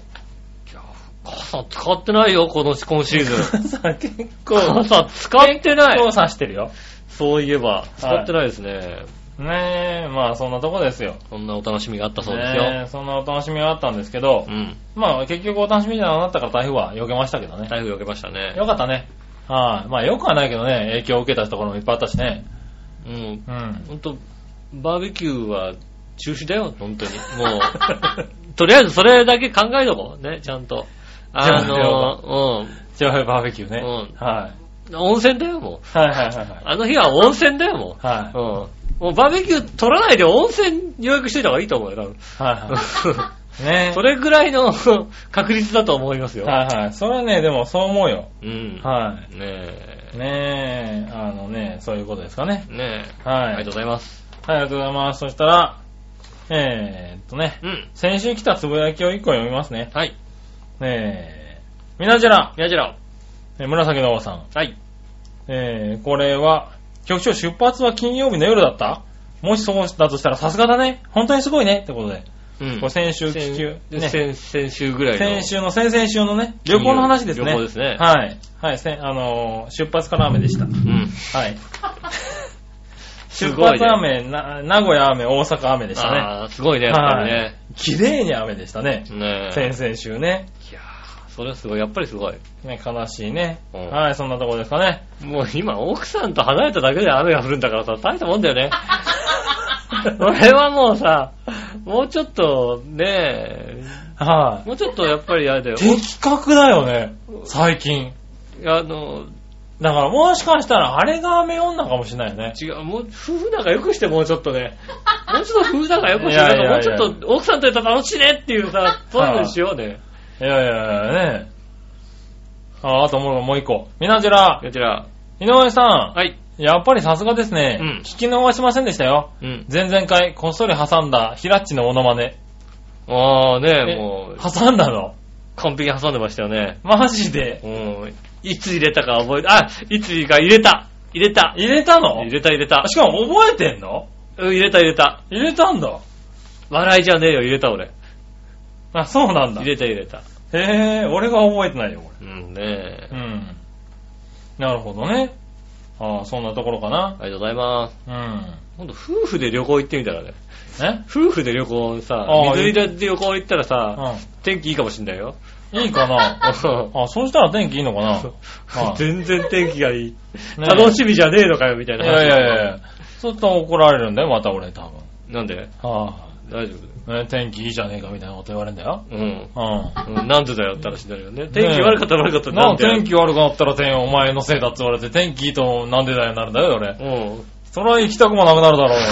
[SPEAKER 3] や傘使ってないよ、この今シーズン。
[SPEAKER 2] 傘 結構、
[SPEAKER 3] 傘使ってな
[SPEAKER 2] 結構
[SPEAKER 3] い
[SPEAKER 2] 差してるよ。
[SPEAKER 3] そういえば、使ってないですね。
[SPEAKER 2] ねえ、まあそんなとこですよ。
[SPEAKER 3] そんなお楽しみがあったそうですよ。
[SPEAKER 2] ねえそんなお楽しみはあったんですけど、
[SPEAKER 3] うん。
[SPEAKER 2] まあ結局お楽しみじゃなかったから台風は避けましたけどね。
[SPEAKER 3] 台風避けましたね。
[SPEAKER 2] よかったね。はい、まあよくはないけどね、影響を受けたところもいっぱいあったしね。
[SPEAKER 3] うん。
[SPEAKER 2] うん。
[SPEAKER 3] ほんと、バーベキューは中止だよ、本当に。も う、とりあえずそれだけ考えとこう。ね、ちゃんと。あ
[SPEAKER 2] じゃあ
[SPEAKER 3] の、
[SPEAKER 2] ジョイバーベキューね。
[SPEAKER 3] うん
[SPEAKER 2] はい、
[SPEAKER 3] うん。温泉だよ、もう。
[SPEAKER 2] はいはいはいはい。
[SPEAKER 3] あの日は温泉だよ、もう。
[SPEAKER 2] はい。
[SPEAKER 3] うん。もうバーベキュー取らないで温泉予約しといた方がいいと思うよ、多分。
[SPEAKER 2] はいは い。ね
[SPEAKER 3] それぐらいの確率だと思いますよ。
[SPEAKER 2] はいはい。それはね、でもそう思うよ。
[SPEAKER 3] うん。
[SPEAKER 2] は
[SPEAKER 3] ねえ
[SPEAKER 2] い。。ねえ、あのね、そういうことですかね。
[SPEAKER 3] ねえ。
[SPEAKER 2] はい。
[SPEAKER 3] ありがとうございます。
[SPEAKER 2] はい、ありがとうございます。そしたら、えー、っとね、
[SPEAKER 3] うん。
[SPEAKER 2] 先週来たつぶやきを一個読みますね。
[SPEAKER 3] はい。
[SPEAKER 2] えー、みなじら、
[SPEAKER 3] 宮寺。
[SPEAKER 2] えー紫の王さん。
[SPEAKER 3] はい。
[SPEAKER 2] えー、これは、局長出発は金曜日の夜だったもしそうだとしたらさすがだね。本当にすごいね。ってことで。
[SPEAKER 3] うん
[SPEAKER 2] これ先週聞
[SPEAKER 3] 先
[SPEAKER 2] き、ね、
[SPEAKER 3] 先先週ぐらいの。
[SPEAKER 2] 先週の、先々週のね、旅行の話ですね。
[SPEAKER 3] 旅行ですね
[SPEAKER 2] はい。はい、せんあのー出発から雨でした。
[SPEAKER 3] うん。
[SPEAKER 2] はい。
[SPEAKER 3] す
[SPEAKER 2] 出
[SPEAKER 3] ごいね
[SPEAKER 2] 発雨、な名古屋雨、大阪雨でしたね。
[SPEAKER 3] ああ、すごいね、やっぱりね。
[SPEAKER 2] 綺麗に雨でしたね。
[SPEAKER 3] ねえ。
[SPEAKER 2] 先々週ね。
[SPEAKER 3] いやーそれはすごい、やっぱりすごい。
[SPEAKER 2] ね、悲しいね。
[SPEAKER 3] うん
[SPEAKER 2] はい、そんなとこですかね。
[SPEAKER 3] もう今、奥さんと離れただけで雨が降るんだからさ、大したもんだ よね。俺はもうさ、もうちょっと、ねえ、
[SPEAKER 2] は
[SPEAKER 3] もうちょっとやっぱりあれだよ
[SPEAKER 2] い。。的確だよね、最近。
[SPEAKER 3] あの、
[SPEAKER 2] だからもしかしたらあれが雨女かもしれないよね。
[SPEAKER 3] 違う、もう、夫婦仲良くしてもうちょっとね。もうちょっと夫婦仲良くして、なん
[SPEAKER 2] いやいやい
[SPEAKER 3] か
[SPEAKER 2] や
[SPEAKER 3] もうちょっと奥さんとやったら楽しいねっていうさ、そういうのにしようね。
[SPEAKER 2] いやいやいやね。あ、あともうもう一個。みなじら、
[SPEAKER 3] こちら。
[SPEAKER 2] 井上さん、
[SPEAKER 3] はい。
[SPEAKER 2] やっぱりさすがですね。
[SPEAKER 3] うん
[SPEAKER 2] 聞き逃しませんでしたよ。
[SPEAKER 3] うん。
[SPEAKER 2] 前々回、こっそり挟んだ、ヒラッチのモノマネ。
[SPEAKER 3] ああね、
[SPEAKER 2] え
[SPEAKER 3] もう、
[SPEAKER 2] 挟んだの
[SPEAKER 3] 完璧に挟んでましたよね。
[SPEAKER 2] マジで。
[SPEAKER 3] うん。いつ入れたか覚えて、あ、いつか入れた入れた
[SPEAKER 2] 入れたの
[SPEAKER 3] 入れた入れた。
[SPEAKER 2] しかも覚えてんの
[SPEAKER 3] うん、入れた入れた。
[SPEAKER 2] 入れたんだ。
[SPEAKER 3] 笑いじゃねえよ、入れた俺。
[SPEAKER 2] あ、そうなんだ。
[SPEAKER 3] 入
[SPEAKER 2] へ
[SPEAKER 3] れた入れた。
[SPEAKER 2] え、俺が覚えてないよ、こ
[SPEAKER 3] うんねえ
[SPEAKER 2] れ。うん。なるほどね。ああ、そんなところかな。
[SPEAKER 3] ありがとうございます。
[SPEAKER 2] うん。
[SPEAKER 3] 今度夫婦で旅行行ってみたらね。
[SPEAKER 2] ね
[SPEAKER 3] 夫婦で旅行さ
[SPEAKER 2] あー、
[SPEAKER 3] 水色で旅行行ったらさ、
[SPEAKER 2] う
[SPEAKER 3] 天気いいかもしんないよ。
[SPEAKER 2] ん。いいかな あ、そうしたら天気いいのかなはい
[SPEAKER 3] 全然天気がいい。
[SPEAKER 2] ね
[SPEAKER 3] 楽しみじゃねえのかよ、みたい
[SPEAKER 2] い
[SPEAKER 3] な
[SPEAKER 2] やいやいやいや。そうすると怒られるんだよ、また俺多分。
[SPEAKER 3] なんで
[SPEAKER 2] は
[SPEAKER 3] 大丈
[SPEAKER 2] あ、ね天気いいじゃねえかみたいなこと言われるんだよ。
[SPEAKER 3] 夫うん。
[SPEAKER 2] うん。
[SPEAKER 3] うんなんでだよって話になるよね。天気悪かったら悪かったら
[SPEAKER 2] な
[SPEAKER 3] なん
[SPEAKER 2] あ
[SPEAKER 3] で
[SPEAKER 2] 天気悪くなったら天お前のせいだって言われて、天気いいとなんでだよなるんだよ、俺。
[SPEAKER 3] うん。
[SPEAKER 2] それは行きたくもなくなるだ ろうよ。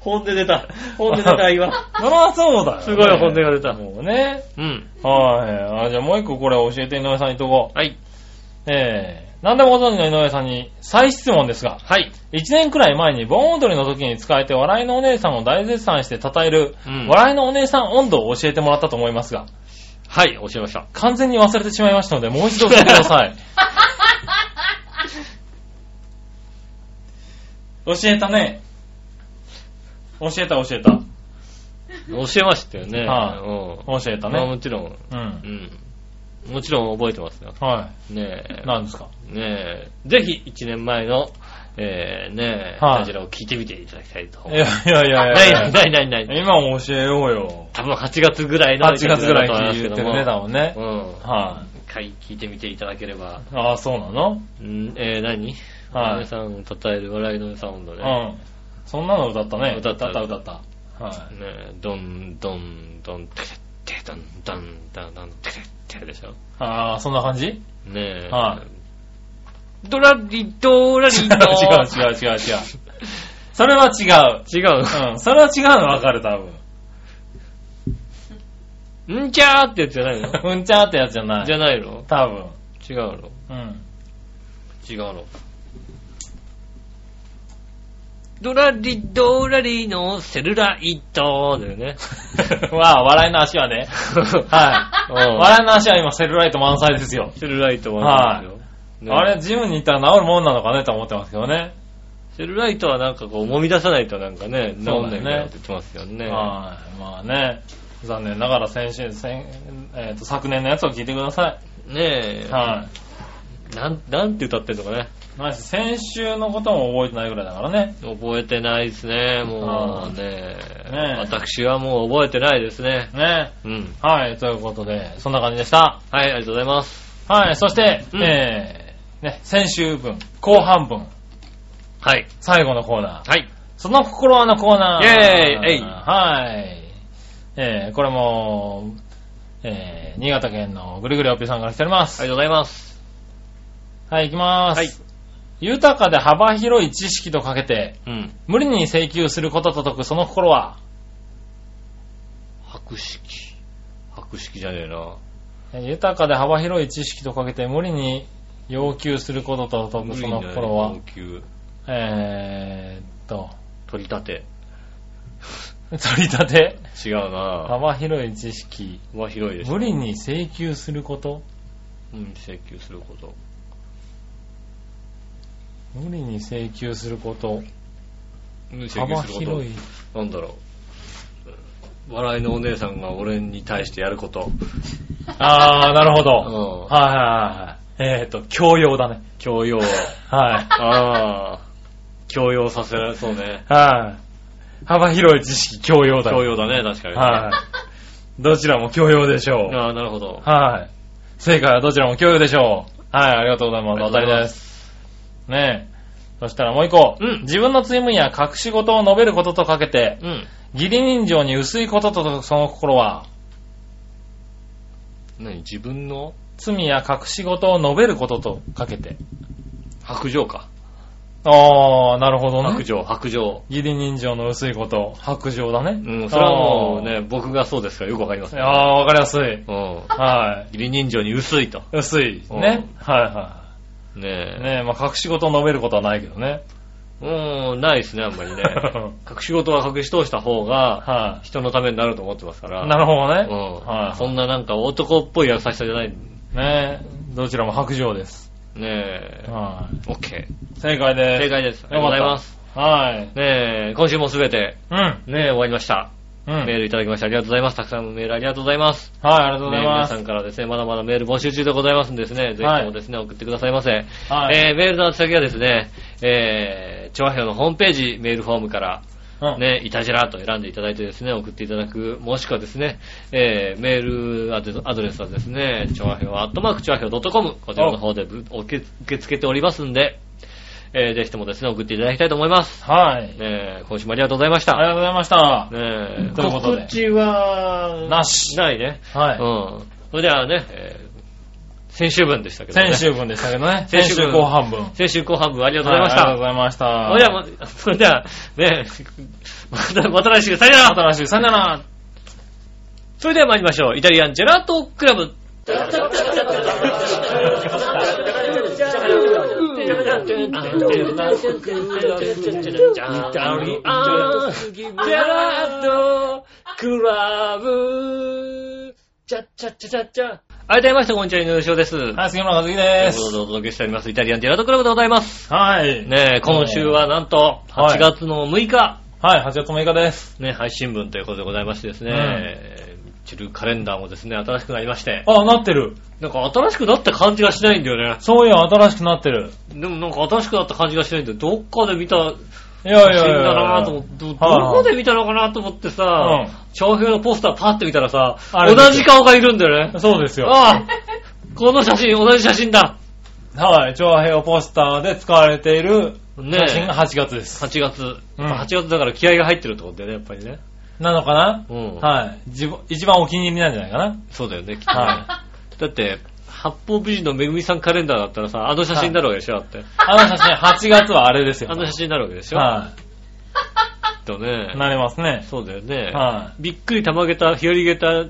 [SPEAKER 3] 本音出た。本音出た、今。
[SPEAKER 2] そりゃそうだよ、
[SPEAKER 3] すごい本音が出た。
[SPEAKER 2] もうね。
[SPEAKER 3] うん。
[SPEAKER 2] はい。あ、じゃあもう一個これ教えて井上さんにとこう。
[SPEAKER 3] はい。
[SPEAKER 2] ええ何でもご存知の井上さんに再質問ですが、
[SPEAKER 3] はい。
[SPEAKER 2] 1年くらい前に盆踊りの時に使えて笑いのお姉さんを大絶賛して称える、
[SPEAKER 3] うん
[SPEAKER 2] 笑いのお姉さん温度を教えてもらったと思いますが、
[SPEAKER 3] はい、教えました。
[SPEAKER 2] 完全に忘れてしまいましたので、もう一度教えてくださ い。教えたね。教えた教えた。
[SPEAKER 3] 教えましたよね。
[SPEAKER 2] はい
[SPEAKER 3] うん。
[SPEAKER 2] 教えた
[SPEAKER 3] まあ
[SPEAKER 2] ね。
[SPEAKER 3] もちろん。
[SPEAKER 2] うん
[SPEAKER 3] う。ん。もちろん覚えてますよ。
[SPEAKER 2] は
[SPEAKER 3] ねえ
[SPEAKER 2] い。。何ですか
[SPEAKER 3] ねえ。ぜひ、1年前の、えー、ねえ、
[SPEAKER 2] はい
[SPEAKER 3] こちらを聞いてみていただきたいと
[SPEAKER 2] い
[SPEAKER 3] 思い
[SPEAKER 2] や
[SPEAKER 3] ます。
[SPEAKER 2] いやいやいやいや
[SPEAKER 3] ないないないないない。
[SPEAKER 2] 今も教えようよ。
[SPEAKER 3] 多分8月ぐらいの。
[SPEAKER 2] 8月ぐらいに言ってるね、
[SPEAKER 3] だ
[SPEAKER 2] だもんね
[SPEAKER 3] う。ん。
[SPEAKER 2] は
[SPEAKER 3] 一回聞いてみていただければ。
[SPEAKER 2] い。ああ、そうなの
[SPEAKER 3] うん、えー、何
[SPEAKER 2] はい
[SPEAKER 3] 皆さんを称える笑いのサウンド
[SPEAKER 2] う
[SPEAKER 3] ね。
[SPEAKER 2] ん。そんなの歌ったね。
[SPEAKER 3] 歌った
[SPEAKER 2] 歌った、歌った。は
[SPEAKER 3] ねえ、どんどんどん、てれって、どんどんどんどん、てれってでしょ。
[SPEAKER 2] い。ああ、そんな感じ
[SPEAKER 3] ねえ。
[SPEAKER 2] は
[SPEAKER 3] ドラリドラリ
[SPEAKER 2] 違う違う
[SPEAKER 3] ド
[SPEAKER 2] 違う違う違う。それは違う。
[SPEAKER 3] 違う。
[SPEAKER 2] うん、それは違うの分かる、多
[SPEAKER 3] うんちゃーってやつじゃないの
[SPEAKER 2] 分。うんちゃーってやつじゃない。
[SPEAKER 3] じゃないの
[SPEAKER 2] 多分。
[SPEAKER 3] 違うの
[SPEAKER 2] うん。
[SPEAKER 3] 違うのドラリドラリのセルライトだよね。
[SPEAKER 2] わあ、笑いの足は ね。はい。笑いの足は今、セルライト満載ですよ。
[SPEAKER 3] い。セルライトはなんですよ、
[SPEAKER 2] あ
[SPEAKER 3] ね
[SPEAKER 2] れ、ジムに行ったら治るもんなのかねと思ってますけどね。
[SPEAKER 3] セルライトはなんかこう、揉み出さないとなんかね、治んないみたいなこと言ってますよね。
[SPEAKER 2] はい。まあね。残念ながら先週、先えーと昨年のやつを聞いてくださ
[SPEAKER 3] ね
[SPEAKER 2] い。
[SPEAKER 3] え、
[SPEAKER 2] は
[SPEAKER 3] なん、なんて歌ってんのかね。
[SPEAKER 2] い。まあ、先週のことも覚えてないぐらいだからね。
[SPEAKER 3] 覚えてないですね、も
[SPEAKER 2] はいう
[SPEAKER 3] ねえ。
[SPEAKER 2] ねえ
[SPEAKER 3] 私はもう覚えてないですね。
[SPEAKER 2] ね。
[SPEAKER 3] うん。
[SPEAKER 2] はい。ということで、そんな感じでした。
[SPEAKER 3] はい、ありがとうございます。
[SPEAKER 2] はい、そして、
[SPEAKER 3] うん
[SPEAKER 2] えー、ね、先週分、後半分、
[SPEAKER 3] はい。
[SPEAKER 2] 最後のコーナー。
[SPEAKER 3] はい。
[SPEAKER 2] その心はのコーナー。
[SPEAKER 3] イェーイえい
[SPEAKER 2] はい。えー、これも、えー、新潟県のぐるぐるおっぴーさんから来ておりま
[SPEAKER 3] あ
[SPEAKER 2] す。
[SPEAKER 3] りがとうございます。
[SPEAKER 2] はい、行きます。
[SPEAKER 3] はい。
[SPEAKER 2] 豊かで幅広い知識とかけて、
[SPEAKER 3] うん。
[SPEAKER 2] 無理に請求することと解くその心は、
[SPEAKER 3] 白式。白式じゃねえな。
[SPEAKER 2] えー豊かで幅広い知識とかけて、無理に要求することと解くその心は
[SPEAKER 3] 無理、な要求
[SPEAKER 2] えーっと、
[SPEAKER 3] 取り立て。
[SPEAKER 2] 取り立て
[SPEAKER 3] 違うな
[SPEAKER 2] 幅広い知識。
[SPEAKER 3] 幅広いです。
[SPEAKER 2] 無理に請求すること
[SPEAKER 3] うん、請求すること。
[SPEAKER 2] 無理に請求すること。
[SPEAKER 3] うん、請求
[SPEAKER 2] 幅
[SPEAKER 3] すること
[SPEAKER 2] 広い。。
[SPEAKER 3] なんだろう。笑いのお姉さんが俺に対してやること。
[SPEAKER 2] あー、なるほど。
[SPEAKER 3] うん
[SPEAKER 2] はいはいはいはい。えーっと、教養だね。
[SPEAKER 3] 教 養。
[SPEAKER 2] はい。
[SPEAKER 3] ああ。教養させられそうね。
[SPEAKER 2] はい。幅広い知識、教養だね。
[SPEAKER 3] 教養だね、確かに。
[SPEAKER 2] はい。どちらも教養でしょう。
[SPEAKER 3] ああ、なるほど。
[SPEAKER 2] はい。正解はどちらも教養でしょう。はい、ありがとうございます。当
[SPEAKER 3] あり
[SPEAKER 2] た
[SPEAKER 3] がとう
[SPEAKER 2] り
[SPEAKER 3] ござい
[SPEAKER 2] で。
[SPEAKER 3] ます
[SPEAKER 2] ねえ。そしたらもう一個。
[SPEAKER 3] うん
[SPEAKER 2] 自分の罪務や隠し事を述べることとかけて、
[SPEAKER 3] うん。
[SPEAKER 2] 義理人情に薄いこととその心は、
[SPEAKER 3] 何自分の
[SPEAKER 2] 罪や隠し事を述べることとかけて。
[SPEAKER 3] 白状か。
[SPEAKER 2] ああ、なるほど
[SPEAKER 3] 白
[SPEAKER 2] ね。
[SPEAKER 3] 状、白状。
[SPEAKER 2] 義理人情の薄いこと。白状だね。
[SPEAKER 3] うん、それはもうね、僕がそうですからよくわかりま
[SPEAKER 2] あ
[SPEAKER 3] す
[SPEAKER 2] ー。
[SPEAKER 3] ね。
[SPEAKER 2] ああ、わかりやすい。
[SPEAKER 3] うん。
[SPEAKER 2] は
[SPEAKER 3] 義理人情に薄いと。
[SPEAKER 2] い。薄い。
[SPEAKER 3] うん
[SPEAKER 2] ね。はいは
[SPEAKER 3] ね
[SPEAKER 2] い。
[SPEAKER 3] え。
[SPEAKER 2] ねまあ隠し事を述べることはないけどね。。
[SPEAKER 3] うん、ないですね、あんまりね 隠し事は隠し通した方が、
[SPEAKER 2] は
[SPEAKER 3] 人のためになると思ってますか
[SPEAKER 2] い。
[SPEAKER 3] ら。
[SPEAKER 2] なるほどね。
[SPEAKER 3] うん、
[SPEAKER 2] はい
[SPEAKER 3] そんななんか男っぽい優しさじゃない。ね
[SPEAKER 2] ねどちらも白状です。
[SPEAKER 3] え。
[SPEAKER 2] は
[SPEAKER 3] オッケ
[SPEAKER 2] い。正解
[SPEAKER 3] ー。
[SPEAKER 2] です。
[SPEAKER 3] 正解です。ありがとう
[SPEAKER 2] よ
[SPEAKER 3] ご
[SPEAKER 2] かっ
[SPEAKER 3] ざい
[SPEAKER 2] た
[SPEAKER 3] ます。
[SPEAKER 2] はい。
[SPEAKER 3] ねえ、今週もすべて、
[SPEAKER 2] うん。うん。
[SPEAKER 3] ねえ、終わりました。
[SPEAKER 2] はい、あ
[SPEAKER 3] メー
[SPEAKER 2] り
[SPEAKER 3] ルいただきましてありがとうございます。たくさんのメールありがとうございます。
[SPEAKER 2] がとうござ
[SPEAKER 3] ね
[SPEAKER 2] い
[SPEAKER 3] 皆
[SPEAKER 2] ま
[SPEAKER 3] さ
[SPEAKER 2] す。
[SPEAKER 3] んからですね、まだまだメール募集中でございますんですね、ぜひともですね、送ってくださいませ。
[SPEAKER 2] はい
[SPEAKER 3] えーメールの宛先はですね、えー、調和表のホームページ、メールフォームから、
[SPEAKER 2] うん
[SPEAKER 3] ね、いたじらと選んでいただいてですね、送っていただく、もしくはですね、えー、メールアドアドレスはですね、調和表、アットマーク調和表 .com、こちらの方でぶ受け受け付けておりますんで、えー、ぜひともですね、送っていただきたいと思います。
[SPEAKER 2] はい。あり
[SPEAKER 3] ね、今週もありがとうございまし
[SPEAKER 2] が
[SPEAKER 3] た。
[SPEAKER 2] とうございました。
[SPEAKER 3] ね、
[SPEAKER 2] ということで
[SPEAKER 3] 告知は、
[SPEAKER 2] なし
[SPEAKER 3] ないね。
[SPEAKER 2] はい。
[SPEAKER 3] うん。それではね、えー先週分でしたけどね。
[SPEAKER 2] 先。週分でしたけどね。
[SPEAKER 3] 先
[SPEAKER 2] 先
[SPEAKER 3] 週
[SPEAKER 2] 週
[SPEAKER 3] 分
[SPEAKER 2] 後半分。
[SPEAKER 3] 先週後半分ありがとうござ
[SPEAKER 2] は
[SPEAKER 3] いま
[SPEAKER 2] いあ
[SPEAKER 3] し
[SPEAKER 2] りが
[SPEAKER 3] た。
[SPEAKER 2] とうございました。
[SPEAKER 3] それでは、まそれでは、ね、 また、また来週、さよな
[SPEAKER 2] また
[SPEAKER 3] ら
[SPEAKER 2] 来週、さよなら。
[SPEAKER 3] それでは参りましょう。イタリアンジェラートクラブ。改めまして、こんにちは、井上翔です。
[SPEAKER 2] はい、杉村和樹
[SPEAKER 3] とい
[SPEAKER 2] で
[SPEAKER 3] うこと
[SPEAKER 2] す。
[SPEAKER 3] でお届けしております。イタリアンジェラートクラブでございます。
[SPEAKER 2] はい。
[SPEAKER 3] ねえ、今週はなんと、
[SPEAKER 2] はい
[SPEAKER 3] 8月の6日、
[SPEAKER 2] はい、8月6日です。
[SPEAKER 3] ね、配信分ということでございましてですね、
[SPEAKER 2] うん
[SPEAKER 3] えーミッチルカレンダーもですね、新しくなりまして、
[SPEAKER 2] あ、なってる。
[SPEAKER 3] なんか新しくなった感じがしないんだよ
[SPEAKER 2] そういや、新しくなってる。
[SPEAKER 3] ね。でもなんか新しくなった感じがしないんだよ。どっかで見た
[SPEAKER 2] いやいや
[SPEAKER 3] 写
[SPEAKER 2] いや
[SPEAKER 3] 真
[SPEAKER 2] いや。
[SPEAKER 3] だなぁと思って、どど
[SPEAKER 2] はいはい
[SPEAKER 3] こで見たのかなと思ってさ
[SPEAKER 2] うん、
[SPEAKER 3] 長編のポスターパッて見たらさ、
[SPEAKER 2] あれ
[SPEAKER 3] 同じ顔がいるんだよね。
[SPEAKER 2] そうですよ。
[SPEAKER 3] ああ、この写真、同じ写真だ。
[SPEAKER 2] はい、調和平和ポスターで使われている
[SPEAKER 3] ね
[SPEAKER 2] 写真
[SPEAKER 3] え
[SPEAKER 2] が。8月です。
[SPEAKER 3] 8月。
[SPEAKER 2] うん
[SPEAKER 3] 8月だから気合が入ってるってことだよね、やっぱりね。
[SPEAKER 2] なのかな
[SPEAKER 3] うん。
[SPEAKER 2] はい。自分一番お気に入りなんじゃないか
[SPEAKER 3] そうだよね、きっと
[SPEAKER 2] な。
[SPEAKER 3] ね
[SPEAKER 2] はい。
[SPEAKER 3] だって、八方美人のめぐみさんカレンダーだったらさ、あの写真になるわけでしょ、だって。
[SPEAKER 2] あの写真、8月はあれですよ。
[SPEAKER 3] あの写真になるわけでしょ。
[SPEAKER 2] は
[SPEAKER 3] きっと
[SPEAKER 2] い。
[SPEAKER 3] ね。
[SPEAKER 2] なりますね。
[SPEAKER 3] そうだよね。
[SPEAKER 2] は
[SPEAKER 3] びっくりたまげた、日和げた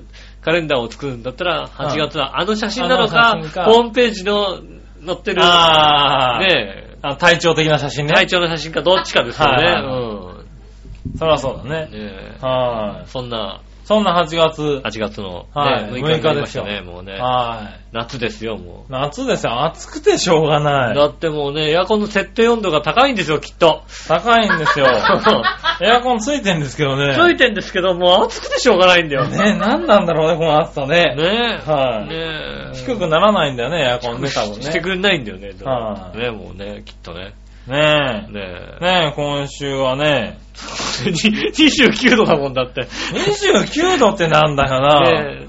[SPEAKER 3] カレンダーを作るんだったら、8月はあの写真なの
[SPEAKER 2] あ
[SPEAKER 3] か
[SPEAKER 2] の写真、か
[SPEAKER 3] ホームページの載ってる、
[SPEAKER 2] あー
[SPEAKER 3] ね
[SPEAKER 2] あの体調的な写真
[SPEAKER 3] え、
[SPEAKER 2] ね。
[SPEAKER 3] 体調の写真かどっちかですよ
[SPEAKER 2] はいはいは
[SPEAKER 3] ね。
[SPEAKER 2] そりゃそうだ
[SPEAKER 3] うん。
[SPEAKER 2] ね。
[SPEAKER 3] ねえ。
[SPEAKER 2] はい。
[SPEAKER 3] そんな
[SPEAKER 2] そんな8月。
[SPEAKER 3] 8月の、ね
[SPEAKER 2] はい
[SPEAKER 3] 6日になりました
[SPEAKER 2] 6
[SPEAKER 3] ね、
[SPEAKER 2] 日
[SPEAKER 3] もうね。
[SPEAKER 2] は
[SPEAKER 3] 夏ですよ、も
[SPEAKER 2] い。夏ですよ。暑くてしょうが
[SPEAKER 3] う。
[SPEAKER 2] な
[SPEAKER 3] だ
[SPEAKER 2] い。
[SPEAKER 3] ってもうね、エアコンの設定温度が高いんですよ、きっと。
[SPEAKER 2] 高いんです よ。エアコンついてんですけどね。
[SPEAKER 3] ついてんですけど、もう暑くてしょうがないんだよ。
[SPEAKER 2] ね、なんなんだろうね、この暑さね。
[SPEAKER 3] ねえ。
[SPEAKER 2] はい
[SPEAKER 3] ねえ。
[SPEAKER 2] 低くならないんだよね、エアコンね、多分
[SPEAKER 3] して
[SPEAKER 2] ね。
[SPEAKER 3] くれないんだよね。
[SPEAKER 2] はい
[SPEAKER 3] ねえ、もうね、きっとね。
[SPEAKER 2] ね
[SPEAKER 3] ね
[SPEAKER 2] え。ねえ、今週はね、
[SPEAKER 3] え。29度だもんだって。ね
[SPEAKER 2] 29度ってなんだよな。
[SPEAKER 3] え。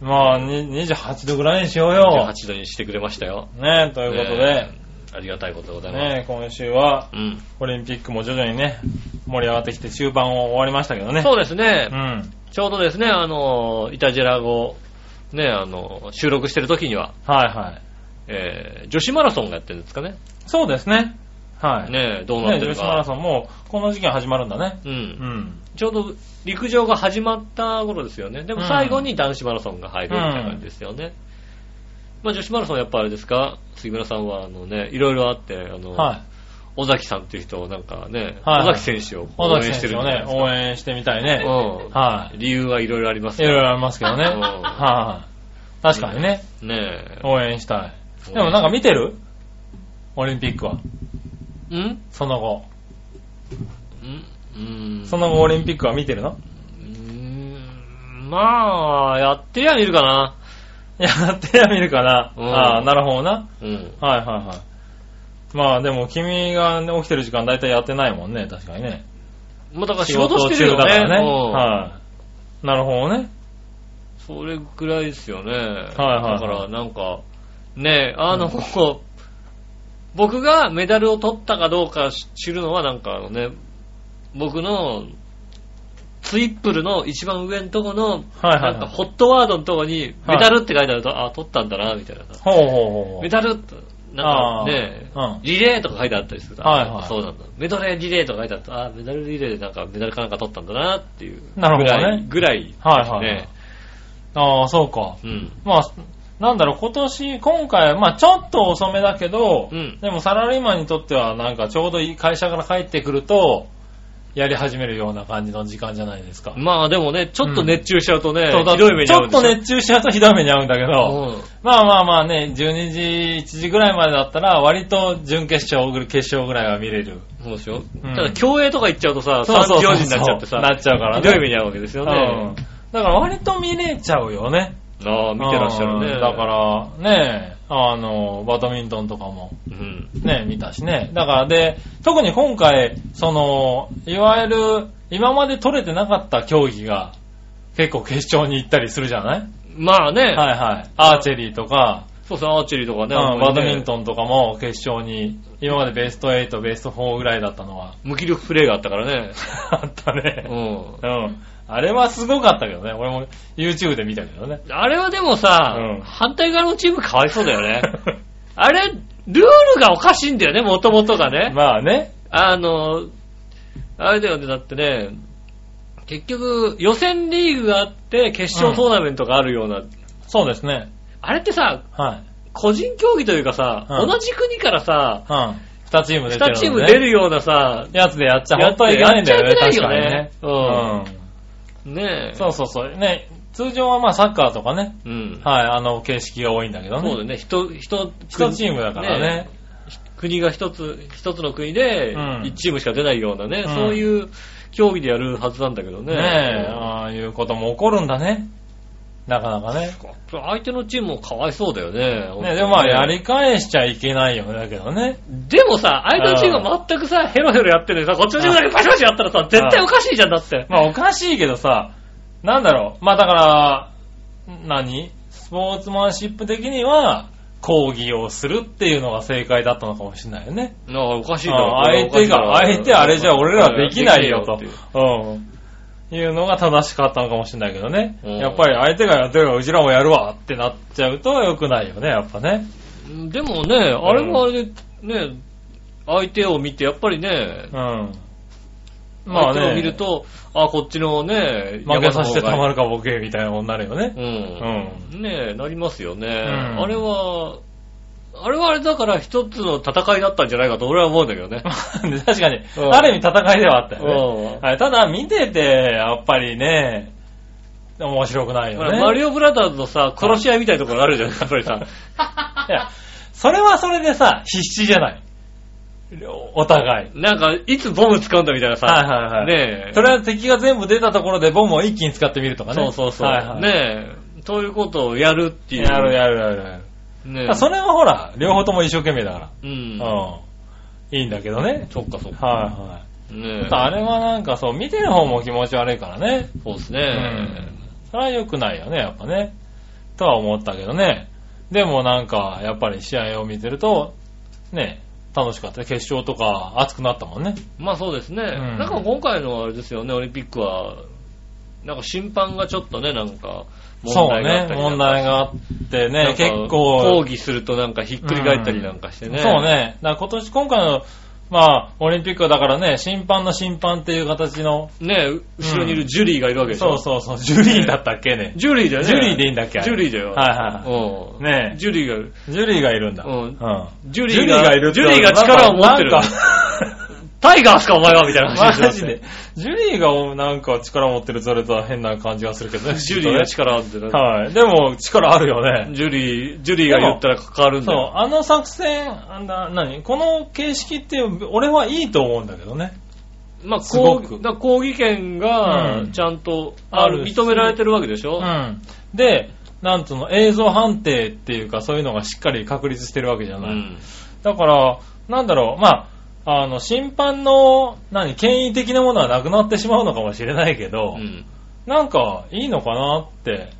[SPEAKER 2] まあ、に28度ぐらいにしようよ。
[SPEAKER 3] 28度にしてくれましたよ。
[SPEAKER 2] ねえ、ということで
[SPEAKER 3] ね、え。ありがたいことでございます。
[SPEAKER 2] ねえ、今週は、
[SPEAKER 3] うん。
[SPEAKER 2] オリンピックも徐々にね、盛り上がってきて中盤を終わりましたけどね。
[SPEAKER 3] そうですね
[SPEAKER 2] う。ん。
[SPEAKER 3] ちょうどですね、あの、イタジェラを、ねえ、あの、収録してる時には、
[SPEAKER 2] はいはい。
[SPEAKER 3] えー女子マラソンがやってるんですかね。
[SPEAKER 2] そうですね。はい。ね
[SPEAKER 3] ねえ、どうなって
[SPEAKER 2] 女
[SPEAKER 3] る
[SPEAKER 2] 子マラ
[SPEAKER 3] か。
[SPEAKER 2] ソンもこの時期が始まるんだね。
[SPEAKER 3] う。
[SPEAKER 2] うんん。
[SPEAKER 3] ちょうど陸上が始まった頃ですよね。でも最後に男子マラソンが入るみたいな感じですよね。まあ女子マラソンやっぱあれですか杉村さんはあのね、いろいろあって、あの、
[SPEAKER 2] はい。
[SPEAKER 3] 尾崎さんっていう人をなんかね、
[SPEAKER 2] はい
[SPEAKER 3] 尾崎選手を応
[SPEAKER 2] 尾
[SPEAKER 3] 援
[SPEAKER 2] 崎
[SPEAKER 3] して
[SPEAKER 2] 選
[SPEAKER 3] る
[SPEAKER 2] 手
[SPEAKER 3] ん
[SPEAKER 2] をね、応援してみたいね。
[SPEAKER 3] うん。
[SPEAKER 2] は
[SPEAKER 3] 理由はいろいろあります
[SPEAKER 2] い。い
[SPEAKER 3] ね。
[SPEAKER 2] ろいろありますけどね。
[SPEAKER 3] う
[SPEAKER 2] は
[SPEAKER 3] ん
[SPEAKER 2] い、確かにね、
[SPEAKER 3] ねえ。
[SPEAKER 2] 応援したい。でもなんか見てるオリンピックは。
[SPEAKER 3] うん
[SPEAKER 2] その後。
[SPEAKER 3] うんうん
[SPEAKER 2] その後オリンピックは見てるの
[SPEAKER 3] うんまあ、やってりゃ見るかな。
[SPEAKER 2] いや、手は見るから。
[SPEAKER 3] うん
[SPEAKER 2] ああ、なるほどな。
[SPEAKER 3] うん。
[SPEAKER 2] はいはいはい。まあでも君がね起きてる時間大体やってないもんね、確かにね。
[SPEAKER 3] まあだから仕事してる
[SPEAKER 2] 仕
[SPEAKER 3] よ
[SPEAKER 2] 事中だか
[SPEAKER 3] ね。
[SPEAKER 2] らね。
[SPEAKER 3] うん
[SPEAKER 2] はい。なるほどね。
[SPEAKER 3] それくらいですよね。はい
[SPEAKER 2] はいはい
[SPEAKER 3] だからなんか、ねえ、あの、僕がメダルを取ったかどうか知るのはなんかあのね、僕のスイップルの一番上のとこの、
[SPEAKER 2] はいはいはい
[SPEAKER 3] なんかホットワードのとこに、
[SPEAKER 2] はい
[SPEAKER 3] メダルって書いてあると、あ、取ったんだな、みたいなさ。
[SPEAKER 2] ほうほうほうほう
[SPEAKER 3] メ。ダルって、なんか
[SPEAKER 2] あー
[SPEAKER 3] ね
[SPEAKER 2] う、ん
[SPEAKER 3] リレーとか書いてあったりすると、
[SPEAKER 2] はいはい
[SPEAKER 3] あそうなんだ。メドレーリレーとか書いてあると、あ、メダルリレーでなんかメダルかなんか取ったんだなっていう。
[SPEAKER 2] なるほどね
[SPEAKER 3] ぐらい。ぐら
[SPEAKER 2] はい
[SPEAKER 3] です
[SPEAKER 2] はいはい
[SPEAKER 3] ね。
[SPEAKER 2] ああ、そうか。
[SPEAKER 3] うん。
[SPEAKER 2] まあ、なんだろう、今年、今回、まあちょっと遅めだけど、
[SPEAKER 3] うん
[SPEAKER 2] でもサラリーマンにとってはなんかちょうどいい会社から帰ってくると、やり始めるような感じの時間じゃないですか。
[SPEAKER 3] まあでもね、ちょっと熱中しちゃうとね、
[SPEAKER 2] そうだ
[SPEAKER 3] ひどい目に
[SPEAKER 2] ち
[SPEAKER 3] 遭
[SPEAKER 2] ょ
[SPEAKER 3] う
[SPEAKER 2] っ
[SPEAKER 3] んで
[SPEAKER 2] と
[SPEAKER 3] し
[SPEAKER 2] 熱中しちゃうとひどい目に遭うんだけど、
[SPEAKER 3] ょ。
[SPEAKER 2] まあまあまあね、12時、1時ぐらいまでだったら、割と準決勝ぐらい、決勝ぐらいは見れる。
[SPEAKER 3] うん。そうでしょ。
[SPEAKER 2] うん
[SPEAKER 3] ただ、競泳とか行っちゃうとさ、
[SPEAKER 2] そうそうそう
[SPEAKER 3] 3時4時になっちゃってさ、
[SPEAKER 2] なっちゃうからね
[SPEAKER 3] ひどい目に遭うわけですよ
[SPEAKER 2] うん
[SPEAKER 3] ね。
[SPEAKER 2] だから割と見れちゃうよね。
[SPEAKER 3] ああ、見てらっしゃるね
[SPEAKER 2] う。んだから、ね、あの、バドミントンとかも
[SPEAKER 3] うん。
[SPEAKER 2] ね、見たしね。だからで、特に今回、その、いわゆる、今まで取れてなかった競技が、結構決勝に行ったりするじゃない
[SPEAKER 3] まあね、
[SPEAKER 2] はいはい。アーチェリーとか、
[SPEAKER 3] そうそう、アーチェリーとかね、
[SPEAKER 2] うんバドミン
[SPEAKER 3] ン。
[SPEAKER 2] トンとかも決勝に、今までベスト8、ベスト4ぐらいだったのは、
[SPEAKER 3] 無気力プレイがあったからね。
[SPEAKER 2] あった
[SPEAKER 3] う
[SPEAKER 2] ね。
[SPEAKER 3] ん。
[SPEAKER 2] うん。あれはすごかったけどね。俺も YouTube で見たけどね。
[SPEAKER 3] あれはでもさ、
[SPEAKER 2] うん
[SPEAKER 3] 反対側のチームかわいそうだよね。あれ、ルールがおかしいんだよね、もともとがね。
[SPEAKER 2] まあね。
[SPEAKER 3] あの、あれだよね、だってね、結局、予選リーグがあって、決勝トーナメントがあるような、
[SPEAKER 2] そうですね。
[SPEAKER 3] あれってさ、
[SPEAKER 2] はい。
[SPEAKER 3] 個人競技というかさ、
[SPEAKER 2] うん
[SPEAKER 3] 同じ国からさ、
[SPEAKER 2] うん。二チーム出てる、
[SPEAKER 3] 2
[SPEAKER 2] ね。
[SPEAKER 3] チーム出るようなさ、
[SPEAKER 2] やつでやっちゃ本当はいけないんだよね、
[SPEAKER 3] やっ
[SPEAKER 2] 確
[SPEAKER 3] ちゃ
[SPEAKER 2] かに
[SPEAKER 3] い
[SPEAKER 2] ね。
[SPEAKER 3] けないよね
[SPEAKER 2] うん
[SPEAKER 3] ねえ。
[SPEAKER 2] そうそうそう。ね、通常はまあサッカーとかね、
[SPEAKER 3] うん。
[SPEAKER 2] はい、あの形式が多いんだけどね。
[SPEAKER 3] そうだよね、人、人、
[SPEAKER 2] 一チームだからね。
[SPEAKER 3] え国が一つ、一つの国で、
[SPEAKER 2] うん
[SPEAKER 3] 一チームしか出ないようなね、
[SPEAKER 2] うん
[SPEAKER 3] そういう競技でやるはずなんだけどね。
[SPEAKER 2] ねえ、ああいうことも起こるんだね。なかなかね。
[SPEAKER 3] 相手のチームもかわいそうだよね。
[SPEAKER 2] ね、でもまあやり返しちゃいけないよね、だけどね。
[SPEAKER 3] でもさ、相手のチームが全くさ、ヘロヘロやってるのにさ、こっちのチームだけパシパシやったらさ、絶対おかしいじゃんだって。
[SPEAKER 2] まあおかしいけどさ、なんだろう。まあだから、何スポーツマンシップ的には、抗議をするっていうのが正解だったのかもしれないよね。
[SPEAKER 3] なあ、おかしいだろ
[SPEAKER 2] あ相手が、相手あれじゃ俺らはできないよと。うん。いうのが正しかったのかもしれないけどね。
[SPEAKER 3] うん
[SPEAKER 2] やっぱり相手がやってるからうちらもやるわってなっちゃうと良くないよね、やっぱね。
[SPEAKER 3] でもね、あれもあれで、ね、相手を見て、やっぱりね
[SPEAKER 2] う、ん。ま
[SPEAKER 3] 相
[SPEAKER 2] あ
[SPEAKER 3] 手を
[SPEAKER 2] ね、
[SPEAKER 3] 見ると、あ、こっちのね、
[SPEAKER 2] 負けさせてたま
[SPEAKER 3] る。
[SPEAKER 2] るかボケみたいなもんになるよね
[SPEAKER 3] う。
[SPEAKER 2] うん。
[SPEAKER 3] ん。ねえ、なりますよね。
[SPEAKER 2] ん
[SPEAKER 3] あれは、あれはあれだから一つの戦いだったんじゃないかと俺は思うんだけどね。
[SPEAKER 2] 確かに
[SPEAKER 3] う、ん
[SPEAKER 2] ある意味戦いではあったよね。
[SPEAKER 3] うん
[SPEAKER 2] はい、ただ見てて、やっぱりね、面白くないよ
[SPEAKER 3] ほら
[SPEAKER 2] ね。
[SPEAKER 3] マリオブラザーズのさ、殺し合いみたいなところあるじゃん、やっぱりさ。
[SPEAKER 2] いや、それはそれでさ、必死じゃない。お互い。
[SPEAKER 3] なんか、いつボム使うんだみたいなさ。
[SPEAKER 2] はいはいはい
[SPEAKER 3] ねえ。
[SPEAKER 2] とりあえず敵が全部出たところでボムを一気に使ってみるとかね。
[SPEAKER 3] そうそうそう。
[SPEAKER 2] はいはい、
[SPEAKER 3] ねえ。そういうことをやるっていう。
[SPEAKER 2] やるやるやるやる。だか
[SPEAKER 3] ねえ。
[SPEAKER 2] らそれはほら、両方とも一生懸命だか
[SPEAKER 3] う
[SPEAKER 2] ら。
[SPEAKER 3] ん。
[SPEAKER 2] うん。いいんだけどね。
[SPEAKER 3] そっかそっか。
[SPEAKER 2] はいはい。
[SPEAKER 3] ねえ。
[SPEAKER 2] あれはなんかそう、見てる方も気持ち悪いからね。
[SPEAKER 3] そうです
[SPEAKER 2] う
[SPEAKER 3] ね
[SPEAKER 2] ん。。それは良くないよね、やっぱね。とは思ったけどね。でもなんか、やっぱり試合を見てると、ね、楽しかった。決勝とか熱くなったもんね。
[SPEAKER 3] まあそうですね。
[SPEAKER 2] ん
[SPEAKER 3] なんか今回のあれですよね、オリンピックは、なんか審判がちょっとね、なんか、
[SPEAKER 2] そ
[SPEAKER 3] 問
[SPEAKER 2] う
[SPEAKER 3] 題
[SPEAKER 2] ね
[SPEAKER 3] があっ、たり
[SPEAKER 2] 問題があって
[SPEAKER 3] なん
[SPEAKER 2] ね、
[SPEAKER 3] か
[SPEAKER 2] 結構。
[SPEAKER 3] 抗議するとなんかひっくり返ったりなんかしてね。
[SPEAKER 2] そう。ね。だから今年、今回の、まあ、オリンピックはだからね、審判の審判っていう形の、
[SPEAKER 3] ねえ、後ろにいるジュリーがいるわけでしょ。
[SPEAKER 2] そうそうそう、ジュリーだったっけね。
[SPEAKER 3] ジュリーだよね。
[SPEAKER 2] ジュリーでいいんだっけあれ
[SPEAKER 3] ジュリーだ
[SPEAKER 2] は
[SPEAKER 3] よ。
[SPEAKER 2] いはい
[SPEAKER 3] うん。
[SPEAKER 2] ねえ
[SPEAKER 3] ジュリーが、
[SPEAKER 2] ジュリーがいるんだ。
[SPEAKER 3] うんジ
[SPEAKER 2] ジ
[SPEAKER 3] ュ
[SPEAKER 2] ュ
[SPEAKER 3] リ
[SPEAKER 2] リ
[SPEAKER 3] ー
[SPEAKER 2] ー
[SPEAKER 3] が
[SPEAKER 2] がいるって
[SPEAKER 3] ジュリーが力を持ってる。
[SPEAKER 2] なん か
[SPEAKER 3] タイガースかお前はみたいな話
[SPEAKER 2] マ
[SPEAKER 3] をし
[SPEAKER 2] ジ
[SPEAKER 3] て
[SPEAKER 2] で。ジュリーがなんか力持ってるそれとは変な感じがするけどね。
[SPEAKER 3] ジュリーが力あってな
[SPEAKER 2] はい。でも、力あるよね。
[SPEAKER 3] ジュリー、ジュリーが言ったら変わるん
[SPEAKER 2] そ
[SPEAKER 3] だ
[SPEAKER 2] う
[SPEAKER 3] よ。、
[SPEAKER 2] あの作戦、あんな、何この形式って、俺はいいと思うんだけどね。
[SPEAKER 3] まあ、
[SPEAKER 2] すご
[SPEAKER 3] 抗
[SPEAKER 2] く
[SPEAKER 3] 議、だから抗議権が
[SPEAKER 2] う、ん
[SPEAKER 3] ちゃんと、
[SPEAKER 2] あ
[SPEAKER 3] あ
[SPEAKER 2] る
[SPEAKER 3] る、
[SPEAKER 2] し
[SPEAKER 3] 認められてるわけでしょ
[SPEAKER 2] うん。で、なんつうの、映像判定っていうか、そういうのがしっかり確立してるわけじゃ
[SPEAKER 3] う
[SPEAKER 2] ない。
[SPEAKER 3] ん。
[SPEAKER 2] だから、なんだろう、まあ、あの、審判の、何、権威的なものはなくなってしまうのかもしれないけど、
[SPEAKER 3] うん
[SPEAKER 2] なんか、いいのかなって。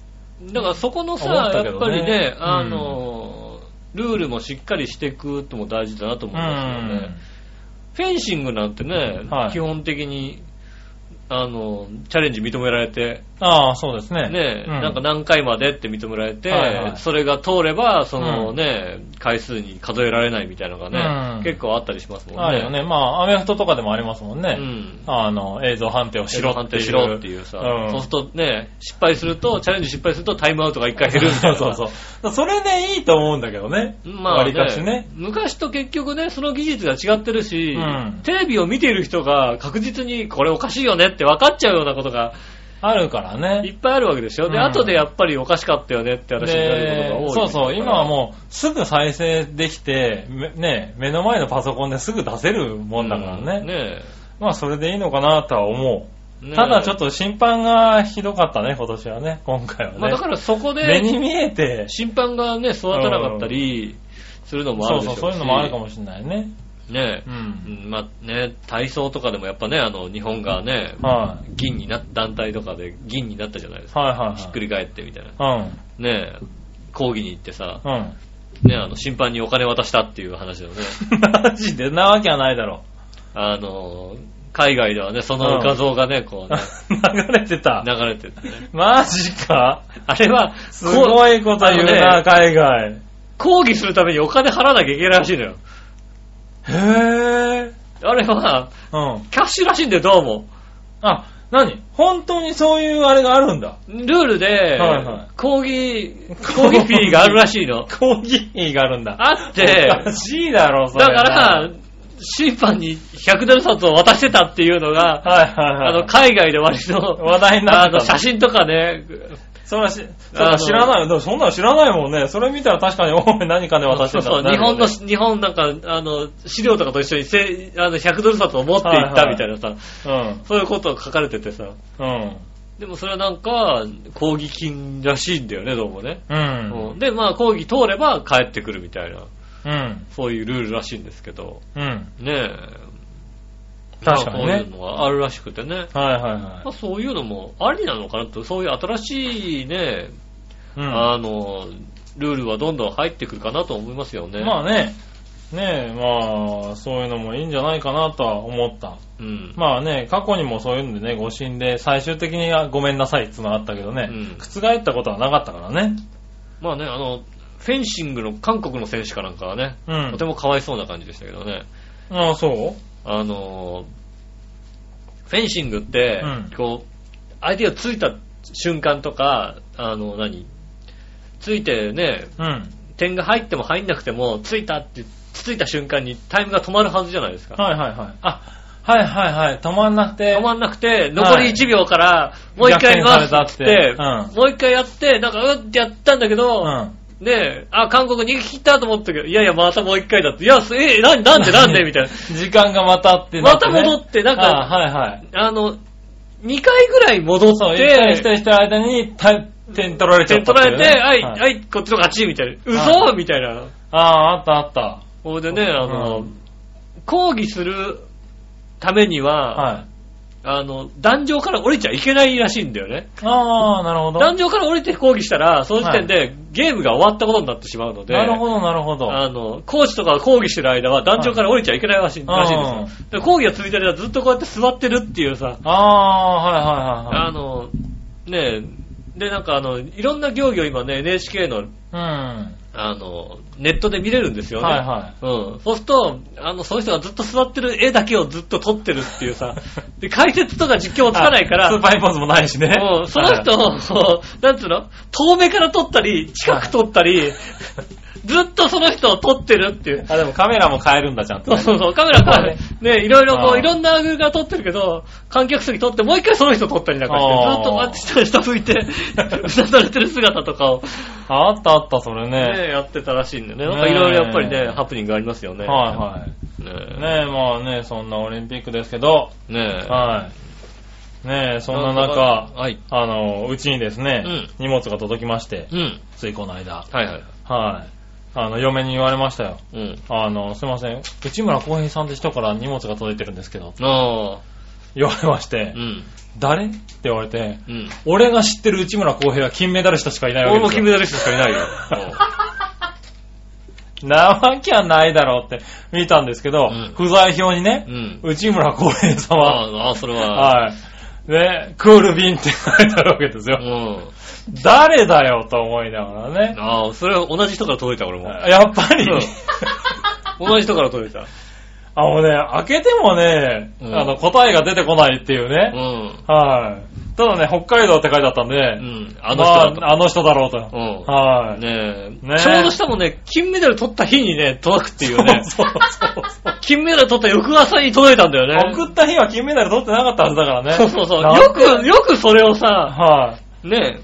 [SPEAKER 3] だからそこのさ、
[SPEAKER 2] 思ったけ
[SPEAKER 3] やっぱ
[SPEAKER 2] どね
[SPEAKER 3] りね、
[SPEAKER 2] うん
[SPEAKER 3] あの、ルールもしっかりしていくっても大事だなと思いますよね。フェンシングなんてね、
[SPEAKER 2] はい
[SPEAKER 3] 基本的に、あの、チャレンジ認められて、
[SPEAKER 2] ああ、そうですね。
[SPEAKER 3] ね、
[SPEAKER 2] うん
[SPEAKER 3] なんか何回までって認められて、
[SPEAKER 2] はいはい
[SPEAKER 3] それが通れば、その
[SPEAKER 2] うん
[SPEAKER 3] ね、回数に数えられないみたいなのがね、
[SPEAKER 2] うん
[SPEAKER 3] 結構あったりしますもんね。
[SPEAKER 2] あるよね。まあ、アメフトとかでもありますもんね。
[SPEAKER 3] うん。
[SPEAKER 2] あの、映像判定をしろ
[SPEAKER 3] 判
[SPEAKER 2] ってい
[SPEAKER 3] 定
[SPEAKER 2] う。
[SPEAKER 3] しろっていうさ、
[SPEAKER 2] うん
[SPEAKER 3] そうするとね、失敗すると、チャレンジ失敗するとタイムアウトが一回減るみたい
[SPEAKER 2] そう
[SPEAKER 3] な。
[SPEAKER 2] そうそう。だからそれでいいと思うんだけどね。
[SPEAKER 3] まあ、
[SPEAKER 2] 割かしね。
[SPEAKER 3] 昔と結局ね、その技術が違ってるし、
[SPEAKER 2] うん
[SPEAKER 3] テレビを見ている人が確実にこれおかしいよねって分かっちゃうようなことが
[SPEAKER 2] あるから
[SPEAKER 3] い
[SPEAKER 2] ね。
[SPEAKER 3] っぱいあるわけでしょ。で、
[SPEAKER 2] うん
[SPEAKER 3] 後でやっぱりおかしかったよねって話になる
[SPEAKER 2] で
[SPEAKER 3] ことが多い。
[SPEAKER 2] そうそう、今はもうすぐ再生できて、めね、目の前のパソコンですぐ出せるもんだからね。
[SPEAKER 3] うんね
[SPEAKER 2] まあそれでいいのかなとは思
[SPEAKER 3] え
[SPEAKER 2] う。ただちょっ
[SPEAKER 3] と、
[SPEAKER 2] と審判がひどかったね、今年はね、今回はね。
[SPEAKER 3] まあだからそこ
[SPEAKER 2] 目に
[SPEAKER 3] で、
[SPEAKER 2] 見えて、
[SPEAKER 3] 審判がね、育たなかったりするのもあ
[SPEAKER 2] そ
[SPEAKER 3] る
[SPEAKER 2] う
[SPEAKER 3] でし
[SPEAKER 2] そ
[SPEAKER 3] ょ
[SPEAKER 2] う、そ
[SPEAKER 3] し
[SPEAKER 2] ういうのもあるかもしれないね。
[SPEAKER 3] ねえ
[SPEAKER 2] う。
[SPEAKER 3] うんんまあね、体操とかでもやっぱね、あの、日本がね、
[SPEAKER 2] はい、
[SPEAKER 3] 銀になっ、団体とかで銀になったじゃないですか。
[SPEAKER 2] はいはいはい。
[SPEAKER 3] ひっくり返ってみたいな。
[SPEAKER 2] うん。
[SPEAKER 3] ねえ、抗議に行ってさ、
[SPEAKER 2] うん。
[SPEAKER 3] ねえ、あの、審判にお金渡したっていう話だよね。
[SPEAKER 2] マジでなわけはないだろ
[SPEAKER 3] あの、海外ではね、その画像がね、こうね、
[SPEAKER 2] う。 流れてた。
[SPEAKER 3] 流れててね。
[SPEAKER 2] マジか
[SPEAKER 3] あれは、
[SPEAKER 2] すごいこと言うな、
[SPEAKER 3] あのね
[SPEAKER 2] 海外。
[SPEAKER 3] 抗議するためにお金払わなきゃいけないらしいのよ。
[SPEAKER 2] へぇ
[SPEAKER 3] あれは、
[SPEAKER 2] ー。うん。
[SPEAKER 3] キャッシュらしいんだよ、どうも。
[SPEAKER 2] あ、何本当にそういうあれがあるんだ。
[SPEAKER 3] ルールで
[SPEAKER 2] はいはい、
[SPEAKER 3] 抗議、 抗議フィーがあるらしいの。
[SPEAKER 2] 抗議費があるんだ。
[SPEAKER 3] あ って、
[SPEAKER 2] おかしいだろ、それ
[SPEAKER 3] だか
[SPEAKER 2] は。
[SPEAKER 3] ら、審判に100ドル札を渡してたっていうのが、
[SPEAKER 2] はいはいは
[SPEAKER 3] あ
[SPEAKER 2] い。
[SPEAKER 3] の、海外で割と、
[SPEAKER 2] 話題になっ
[SPEAKER 3] あ
[SPEAKER 2] て
[SPEAKER 3] の、
[SPEAKER 2] た
[SPEAKER 3] 写真とかね、
[SPEAKER 2] それはし、そ
[SPEAKER 3] あの
[SPEAKER 2] う知らない。でもそんなの知らないもんね。それ見たら確かに、おい、何かで渡して
[SPEAKER 3] そ
[SPEAKER 2] た
[SPEAKER 3] うそう、日本の、日本なんか、あの、資料とかと一緒にせ、あの、100ドル札を持っていったみたいなさ、
[SPEAKER 2] の、
[SPEAKER 3] そういうことが書かれててさ、
[SPEAKER 2] うん。
[SPEAKER 3] でもそれはなんか、抗議金らしいんだよね、どうもね。
[SPEAKER 2] うん。
[SPEAKER 3] うんで、まあ、抗議通れば帰ってくるみたいな、
[SPEAKER 2] うん。
[SPEAKER 3] そういうルールらしいんですけど、
[SPEAKER 2] うん。
[SPEAKER 3] ねえ。
[SPEAKER 2] 確かにね
[SPEAKER 3] まあこういうのがあるらしくてね。
[SPEAKER 2] はいはいは
[SPEAKER 3] まあ、そういうのもありなのかなと、そういう新しいね、
[SPEAKER 2] い。うん。
[SPEAKER 3] あの、ルールはどんどん入ってくるかなと思いますよね。
[SPEAKER 2] まあね、ねえ、まあ、そういうのもいいんじゃないかなとは思った。
[SPEAKER 3] うん。
[SPEAKER 2] まあね、過去にもそういうんでね、誤審で最終的にごめんなさいっていうのはあったけどね、
[SPEAKER 3] うん
[SPEAKER 2] 覆ったことはなかったからね。
[SPEAKER 3] まあね、あの、フェンシングの韓国の選手かなんかはね、
[SPEAKER 2] うん
[SPEAKER 3] とてもかわいそうな感じでしたけどね。
[SPEAKER 2] ああ、そう
[SPEAKER 3] あのー、フェンシングって、
[SPEAKER 2] うん
[SPEAKER 3] こう、相手がついた瞬間とか、あの、何ついてね、
[SPEAKER 2] うん。
[SPEAKER 3] 点が入っても入んなくても、ついたって、ついた瞬間にタイムが止まるはずじゃないですか。
[SPEAKER 2] はいはいはい。あ、はいはいはい。止まんなくて。
[SPEAKER 3] 止まんなくて、
[SPEAKER 2] い
[SPEAKER 3] 残り1秒から、もう一回やりますっつって
[SPEAKER 2] 逆転されたってう
[SPEAKER 3] もう一回やって、なんか、うってやったんだけど、ねえ、あ、韓国逃げ切ったと思ったけど、いやいや、またもう一回だって、いや、すえ、なんなんでなんでみたいな。
[SPEAKER 2] うん。時間がまたってな
[SPEAKER 3] ま
[SPEAKER 2] って
[SPEAKER 3] た
[SPEAKER 2] ね、
[SPEAKER 3] 戻って、なん
[SPEAKER 2] あ
[SPEAKER 3] か、
[SPEAKER 2] はいはい。
[SPEAKER 3] あの、2回ぐらい戻
[SPEAKER 2] そう、
[SPEAKER 3] っ
[SPEAKER 2] 一回一
[SPEAKER 3] て、
[SPEAKER 2] 回してる間に、た点取られちゃ
[SPEAKER 3] 点
[SPEAKER 2] った
[SPEAKER 3] 取
[SPEAKER 2] ってい
[SPEAKER 3] ら
[SPEAKER 2] う
[SPEAKER 3] れ
[SPEAKER 2] ね、
[SPEAKER 3] て、はい、
[SPEAKER 2] は。
[SPEAKER 3] はいい、こっちの勝ちみたいな。
[SPEAKER 2] は
[SPEAKER 3] 嘘みたいな。
[SPEAKER 2] ああ、あったあった。
[SPEAKER 3] ほいでね、あ
[SPEAKER 2] う
[SPEAKER 3] の
[SPEAKER 2] ん、
[SPEAKER 3] 抗議するためには、
[SPEAKER 2] はい。
[SPEAKER 3] あの、壇上から降りちゃいけないらしいんだよね。
[SPEAKER 2] ああ、なるほど。
[SPEAKER 3] 壇上から降りて抗議したら、その時点でゲームが終わったことになってしまうので、
[SPEAKER 2] なるほど、なるほど。
[SPEAKER 3] あの、コーチとかが抗議してる間は団長から降りちゃいけないらしい,、
[SPEAKER 2] はい
[SPEAKER 3] らしいんですよ。で抗議が続いてる間ずっとこうやって座ってるっていうさ、
[SPEAKER 2] ああ、はいはいはいはい。
[SPEAKER 3] あの、ねえ、で、なんかあの、いろんな競技を今ね、NHK の、
[SPEAKER 2] うん。
[SPEAKER 3] あの、ネットで見れるんですよね。
[SPEAKER 2] はいは
[SPEAKER 3] うん。そうすると、あの、その人がずっと座ってる絵だけをずっと撮ってるっていうさ、で、解説とか実況もつかないから、
[SPEAKER 2] あスーパーインポーズもないしね。
[SPEAKER 3] うん、その人を、こうなんつうの遠目から撮ったり、近く撮ったり、ずっとその人を撮ってるっていう。
[SPEAKER 2] あ、でもカメラも変えるんだ、ちゃんと
[SPEAKER 3] そう
[SPEAKER 2] ね。
[SPEAKER 3] そうそう、カメラから、ね、いろいろこ
[SPEAKER 2] あ
[SPEAKER 3] う、
[SPEAKER 2] ー
[SPEAKER 3] いろんなアングルから撮ってるけど、観客席撮って、もう一回その人撮ったりなんかして、
[SPEAKER 2] あー
[SPEAKER 3] ずっと待ってた人吹 いて、うなされてる姿とかを、
[SPEAKER 2] ああったあった、それね。
[SPEAKER 3] ね、やってたらしいんでね。なんかいろいろやっぱりね、ハプニングがありますよね。
[SPEAKER 2] はいはい。
[SPEAKER 3] い。ね
[SPEAKER 2] ねえ、まあね、そんなオリンピックですけど、
[SPEAKER 3] え。ねえ。
[SPEAKER 2] はい。ねえ、そんな
[SPEAKER 3] なんと
[SPEAKER 2] 中
[SPEAKER 3] か、はい。
[SPEAKER 2] あの、うちにですね、
[SPEAKER 3] うん
[SPEAKER 2] 荷物が届きまして、
[SPEAKER 3] うん。
[SPEAKER 2] ついこの間。
[SPEAKER 3] はいはい。
[SPEAKER 2] はい。あの、嫁に言われましたよ。
[SPEAKER 3] うん。
[SPEAKER 2] あの、すいません、内村航平さんって人から荷物が届いてるんですけど、
[SPEAKER 3] ああ。
[SPEAKER 2] 言われまして、
[SPEAKER 3] うん。
[SPEAKER 2] 誰って言われて、
[SPEAKER 3] うん。
[SPEAKER 2] 俺が知ってる内村航平は金メダリストしかいないわ
[SPEAKER 3] 俺
[SPEAKER 2] けで
[SPEAKER 3] も
[SPEAKER 2] すよ。
[SPEAKER 3] 金メダリスト しかいないよ。
[SPEAKER 2] なわけはないだろうって見たんですけど、
[SPEAKER 3] うん
[SPEAKER 2] 不在表にね
[SPEAKER 3] う、ん。
[SPEAKER 2] 内村航平さん
[SPEAKER 3] あ
[SPEAKER 2] は、
[SPEAKER 3] あああ、それは、
[SPEAKER 2] はい、ね、クール便って書いてあるわけです
[SPEAKER 3] う
[SPEAKER 2] よ。
[SPEAKER 3] ん。
[SPEAKER 2] 誰だよと思いながらね。
[SPEAKER 3] ああ、それは同じ人から届いた、俺も。
[SPEAKER 2] やっぱり、
[SPEAKER 3] うん同じ人から届いた。
[SPEAKER 2] あのね、開けてもね、
[SPEAKER 3] うん
[SPEAKER 2] あの、答えが出てこないっていう
[SPEAKER 3] う
[SPEAKER 2] ね。
[SPEAKER 3] ん。
[SPEAKER 2] はい。ただね、北海道って書いてあったんで、
[SPEAKER 3] うん。あの人だった。
[SPEAKER 2] まあ、あの人だろうと。
[SPEAKER 3] うん。
[SPEAKER 2] はい。
[SPEAKER 3] ねえ
[SPEAKER 2] ねえ
[SPEAKER 3] ちょうどしたもんね、金メダル取った日にね、届くっていうね。
[SPEAKER 2] そうそうそう
[SPEAKER 3] 金メダル取った翌朝に届いたんだよね。
[SPEAKER 2] 送った日は金メダル取ってなかったはずだからね。
[SPEAKER 3] そうそうそう。
[SPEAKER 2] なん
[SPEAKER 3] よく、よくそれをさ、
[SPEAKER 2] は
[SPEAKER 3] ね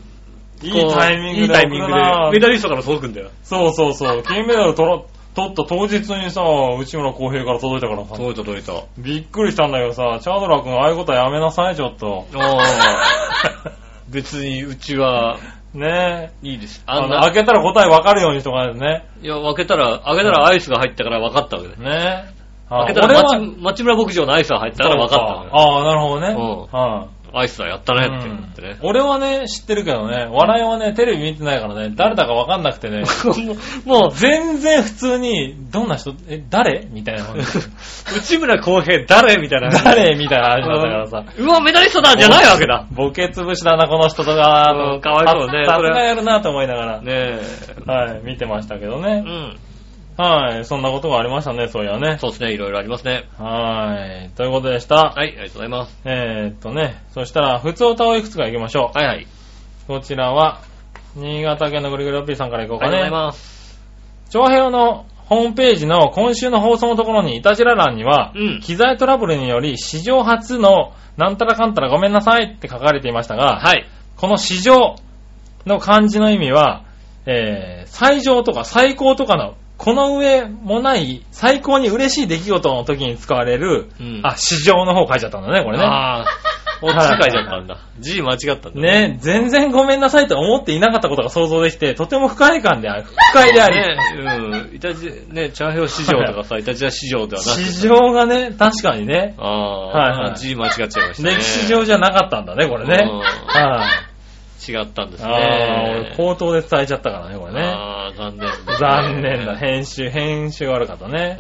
[SPEAKER 3] え
[SPEAKER 2] い。いいタイミングで。
[SPEAKER 3] いいタイミングで
[SPEAKER 2] 送るな。
[SPEAKER 3] メダリストから届くんだよ。
[SPEAKER 2] そうそうそう。金メダル取ら取った当日にさ、内村航平から届いたからさ。
[SPEAKER 3] 届いた 届いた。お
[SPEAKER 2] びっくりしたんだけどさ、チャドラ君、ああいうことはやめなさい、ちょっと。
[SPEAKER 3] ー別にうちは、
[SPEAKER 2] ねえ。
[SPEAKER 3] いいです。
[SPEAKER 2] あ
[SPEAKER 3] あん
[SPEAKER 2] の、
[SPEAKER 3] な
[SPEAKER 2] 開、けたら答えわかるようにしとかないとね。
[SPEAKER 3] いや、開けたら、開けたらアイスが入ったから分かったわけだよ。
[SPEAKER 2] ねえ。
[SPEAKER 3] 開
[SPEAKER 2] あ
[SPEAKER 3] けた
[SPEAKER 2] 俺
[SPEAKER 3] ら
[SPEAKER 2] は
[SPEAKER 3] 町、町村牧場のアイスが入ったから分かったわけだよ。
[SPEAKER 2] ああ、なるほどね。
[SPEAKER 3] う
[SPEAKER 2] はい
[SPEAKER 3] アイスはやったねって
[SPEAKER 2] うん
[SPEAKER 3] 思ってね。
[SPEAKER 2] 俺はね、知ってるけどね、笑いはね、テレビ見てないからね、誰だかわかんなくてね、
[SPEAKER 3] もう、
[SPEAKER 2] 全然普通に、どんな人、え、誰みたいな。
[SPEAKER 3] 内村航平誰みたいな。
[SPEAKER 2] 誰みたいな話だったからさ。
[SPEAKER 3] うんうわ、メダリストだじゃないわけだ。
[SPEAKER 2] ボケ潰しだな、この人とか、あ
[SPEAKER 3] うん
[SPEAKER 2] の、
[SPEAKER 3] かわいそうね
[SPEAKER 2] さ
[SPEAKER 3] そ
[SPEAKER 2] す
[SPEAKER 3] れは
[SPEAKER 2] がやるなと思いながら、
[SPEAKER 3] ね
[SPEAKER 2] はい、見てましたけど
[SPEAKER 3] え。う
[SPEAKER 2] ね。
[SPEAKER 3] ん。
[SPEAKER 2] はい、そんなことがありましたね、そういやね。
[SPEAKER 3] そうですね、いろいろありますね。
[SPEAKER 2] はい、ということでした。
[SPEAKER 3] はい、ありがとうございます。
[SPEAKER 2] えーっとね、そしたら、普通歌をいくつか行きましょう。
[SPEAKER 3] はいはい。
[SPEAKER 2] こちらは、新潟県のぐりぐりおっぴーさんから行こう
[SPEAKER 3] あ
[SPEAKER 2] か
[SPEAKER 3] りがとうご
[SPEAKER 2] ね
[SPEAKER 3] ざい。ます。
[SPEAKER 2] 長編のホームページの今週の放送のところに、いたじら欄には、
[SPEAKER 3] うん
[SPEAKER 2] 機材トラブルにより史上初のなんたらかんたらごめんなさいって書かれていましたが、
[SPEAKER 3] はい。
[SPEAKER 2] この史上の漢字の意味は、えー最上とか最高とかの、この上もない、最高に嬉しい出来事の時に使われる、
[SPEAKER 3] うん
[SPEAKER 2] あ、史上の方書いちゃったんだね、これね。
[SPEAKER 3] ああ、落ち書いちゃったんだ。字間違ったんだ。
[SPEAKER 2] ね、全然ごめんなさいと思っていなかったことが想像できて、とても不快感である。不快であり。
[SPEAKER 3] ねうん。いたじ、ね、チャーヒョ市場とかさ、いたじら市場ではなくて。
[SPEAKER 2] 市場がね、確かにね、
[SPEAKER 3] ああ、
[SPEAKER 2] はいはい
[SPEAKER 3] 字間違っちゃいましたね。
[SPEAKER 2] 歴史上じゃなかったんだね、これね。
[SPEAKER 3] うん
[SPEAKER 2] はい。
[SPEAKER 3] 違ったんですね。
[SPEAKER 2] あー俺口頭で伝えちゃったからね、これね。
[SPEAKER 3] ああ、残念ですね。
[SPEAKER 2] 残念だ。編集、編集が悪かったね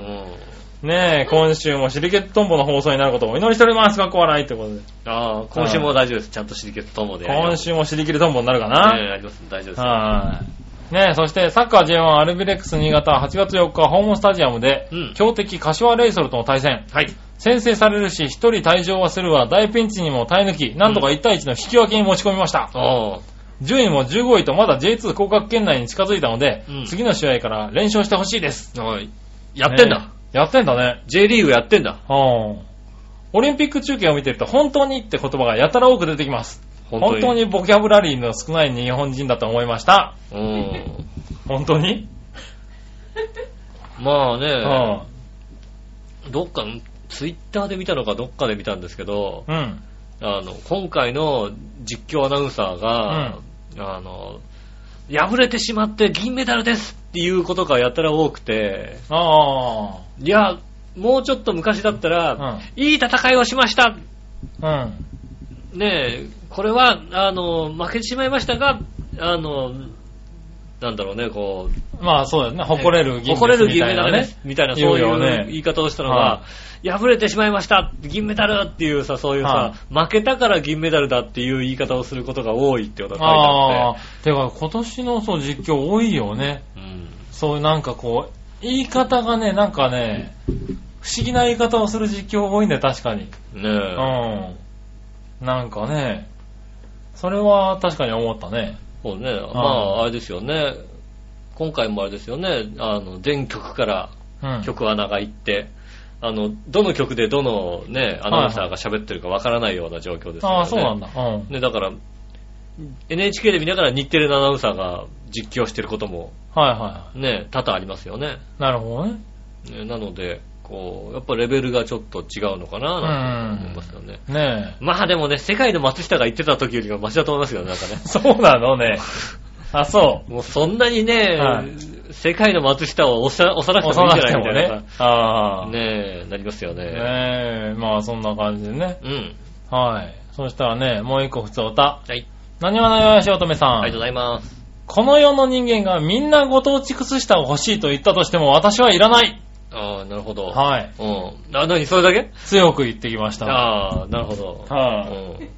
[SPEAKER 3] う。ん。
[SPEAKER 2] ねえ、今週もシリケットンボの放送になることをお祈りしております。かっこ笑いってことで。
[SPEAKER 3] ああ、今週も大丈夫です。ちゃんとシリケットともでやりま
[SPEAKER 2] 今
[SPEAKER 3] す。
[SPEAKER 2] 週もシリキリトンボになるか
[SPEAKER 3] ね
[SPEAKER 2] な。
[SPEAKER 3] あります。大丈夫です。
[SPEAKER 2] はい。ねえ、そしてサッカー J1 アルビレックス新潟は8月4日ホームスタジアムで
[SPEAKER 3] うん、
[SPEAKER 2] 強敵柏レイソルとの対戦。
[SPEAKER 3] はい。
[SPEAKER 2] 先制されるし、一人退場はするわ、大ピンチにも耐え抜き、なんとか1対1の引き分けに持ち込みました。
[SPEAKER 3] おー
[SPEAKER 2] 順位も15位とまだ J2 降格圏内に近づいたので、
[SPEAKER 3] うん
[SPEAKER 2] 次の試合から連勝してほしいです。
[SPEAKER 3] はい。やってんだ
[SPEAKER 2] ね。やってんだね。
[SPEAKER 3] J リーグやってんだ。
[SPEAKER 2] うん。オリンピック中継を見てると、本当にって言葉がやたら多く出てきます。本当にボキャブラリーの少ない日本人だと思いました。
[SPEAKER 3] うん。
[SPEAKER 2] 本当に、
[SPEAKER 3] まあ
[SPEAKER 2] う
[SPEAKER 3] ね、
[SPEAKER 2] ん。
[SPEAKER 3] どっか、ツイッターで見たのかどっかで見たんですけど、
[SPEAKER 2] うん。
[SPEAKER 3] あの、今回の実況アナウンサーが、あの、敗れてしまって銀メダルですっていうことがやたら多くて、
[SPEAKER 2] あ
[SPEAKER 3] いや、もうちょっと昔だったら、いい戦いをしました
[SPEAKER 2] あ。うん。
[SPEAKER 3] ねえ、これは、あの、負けてしまいましたが、あの、なんだろうね、こう、
[SPEAKER 2] まあそうだよね。誇れる銀メダル。
[SPEAKER 3] 誇れる銀メダルですみたいな、
[SPEAKER 2] 言
[SPEAKER 3] そううい
[SPEAKER 2] よ
[SPEAKER 3] う
[SPEAKER 2] ね
[SPEAKER 3] 言い方をしたのが
[SPEAKER 2] は、
[SPEAKER 3] 敗れてしまいました、銀メダルっていうさ、そういうさ
[SPEAKER 2] は、
[SPEAKER 3] 負けたから銀メダルだっていう言い方をすることが多いってことが書いてあ
[SPEAKER 2] あ
[SPEAKER 3] っ
[SPEAKER 2] あ。てか、今年のそう実況多いよね。
[SPEAKER 3] て、うん
[SPEAKER 2] そういうなんかこう、言い方がね、なんかね、不思議な言い方をする実況多いんだよ、確かに。
[SPEAKER 3] ね
[SPEAKER 2] う
[SPEAKER 3] え、
[SPEAKER 2] ん。なんかね、それは確かに思ったね。
[SPEAKER 3] そうね、まあ、あれですよね、今回もあれですよね、あの、全局から
[SPEAKER 2] うん。
[SPEAKER 3] 曲穴が行って、あの、どの曲でどのね、アナウンサーが喋ってるかわからないような状況ですよね。
[SPEAKER 2] ああ、そうなんだ。うん。
[SPEAKER 3] ね、だから、NHK で見ながら日テレのアナウンサーが実況してることも
[SPEAKER 2] はいは
[SPEAKER 3] ね、多々ありますよね。
[SPEAKER 2] い。なるほどね。
[SPEAKER 3] ねなので、こう、やっぱレベルがちょっと違うのかな、なんて思いますよね。
[SPEAKER 2] ね
[SPEAKER 3] まあでもね、世界の松下が言ってた時よりはマシだと思いますよね、なんかね
[SPEAKER 2] え。。そうなのね。あ、そう。
[SPEAKER 3] もうそんなにね、
[SPEAKER 2] はい
[SPEAKER 3] 世界の松下を押さ押さなくてもいいんじゃないみたいなさ。
[SPEAKER 2] ああ。ね
[SPEAKER 3] ねなりますよね。
[SPEAKER 2] え、まあそんな感じでね。
[SPEAKER 3] うん。
[SPEAKER 2] はい。そしたらね、もう一個普通歌。
[SPEAKER 3] はい。
[SPEAKER 2] 何わないわしおとめさん。
[SPEAKER 3] ありがとうございます。
[SPEAKER 2] この世の人間がみんなご当地靴下を欲しいと言ったとしても私はいらない。
[SPEAKER 3] ああ、なるほど。
[SPEAKER 2] はい。
[SPEAKER 3] うん。あ、なに、それだけ
[SPEAKER 2] 強く言ってきました。
[SPEAKER 3] ああ、なるほど。
[SPEAKER 2] は
[SPEAKER 3] うん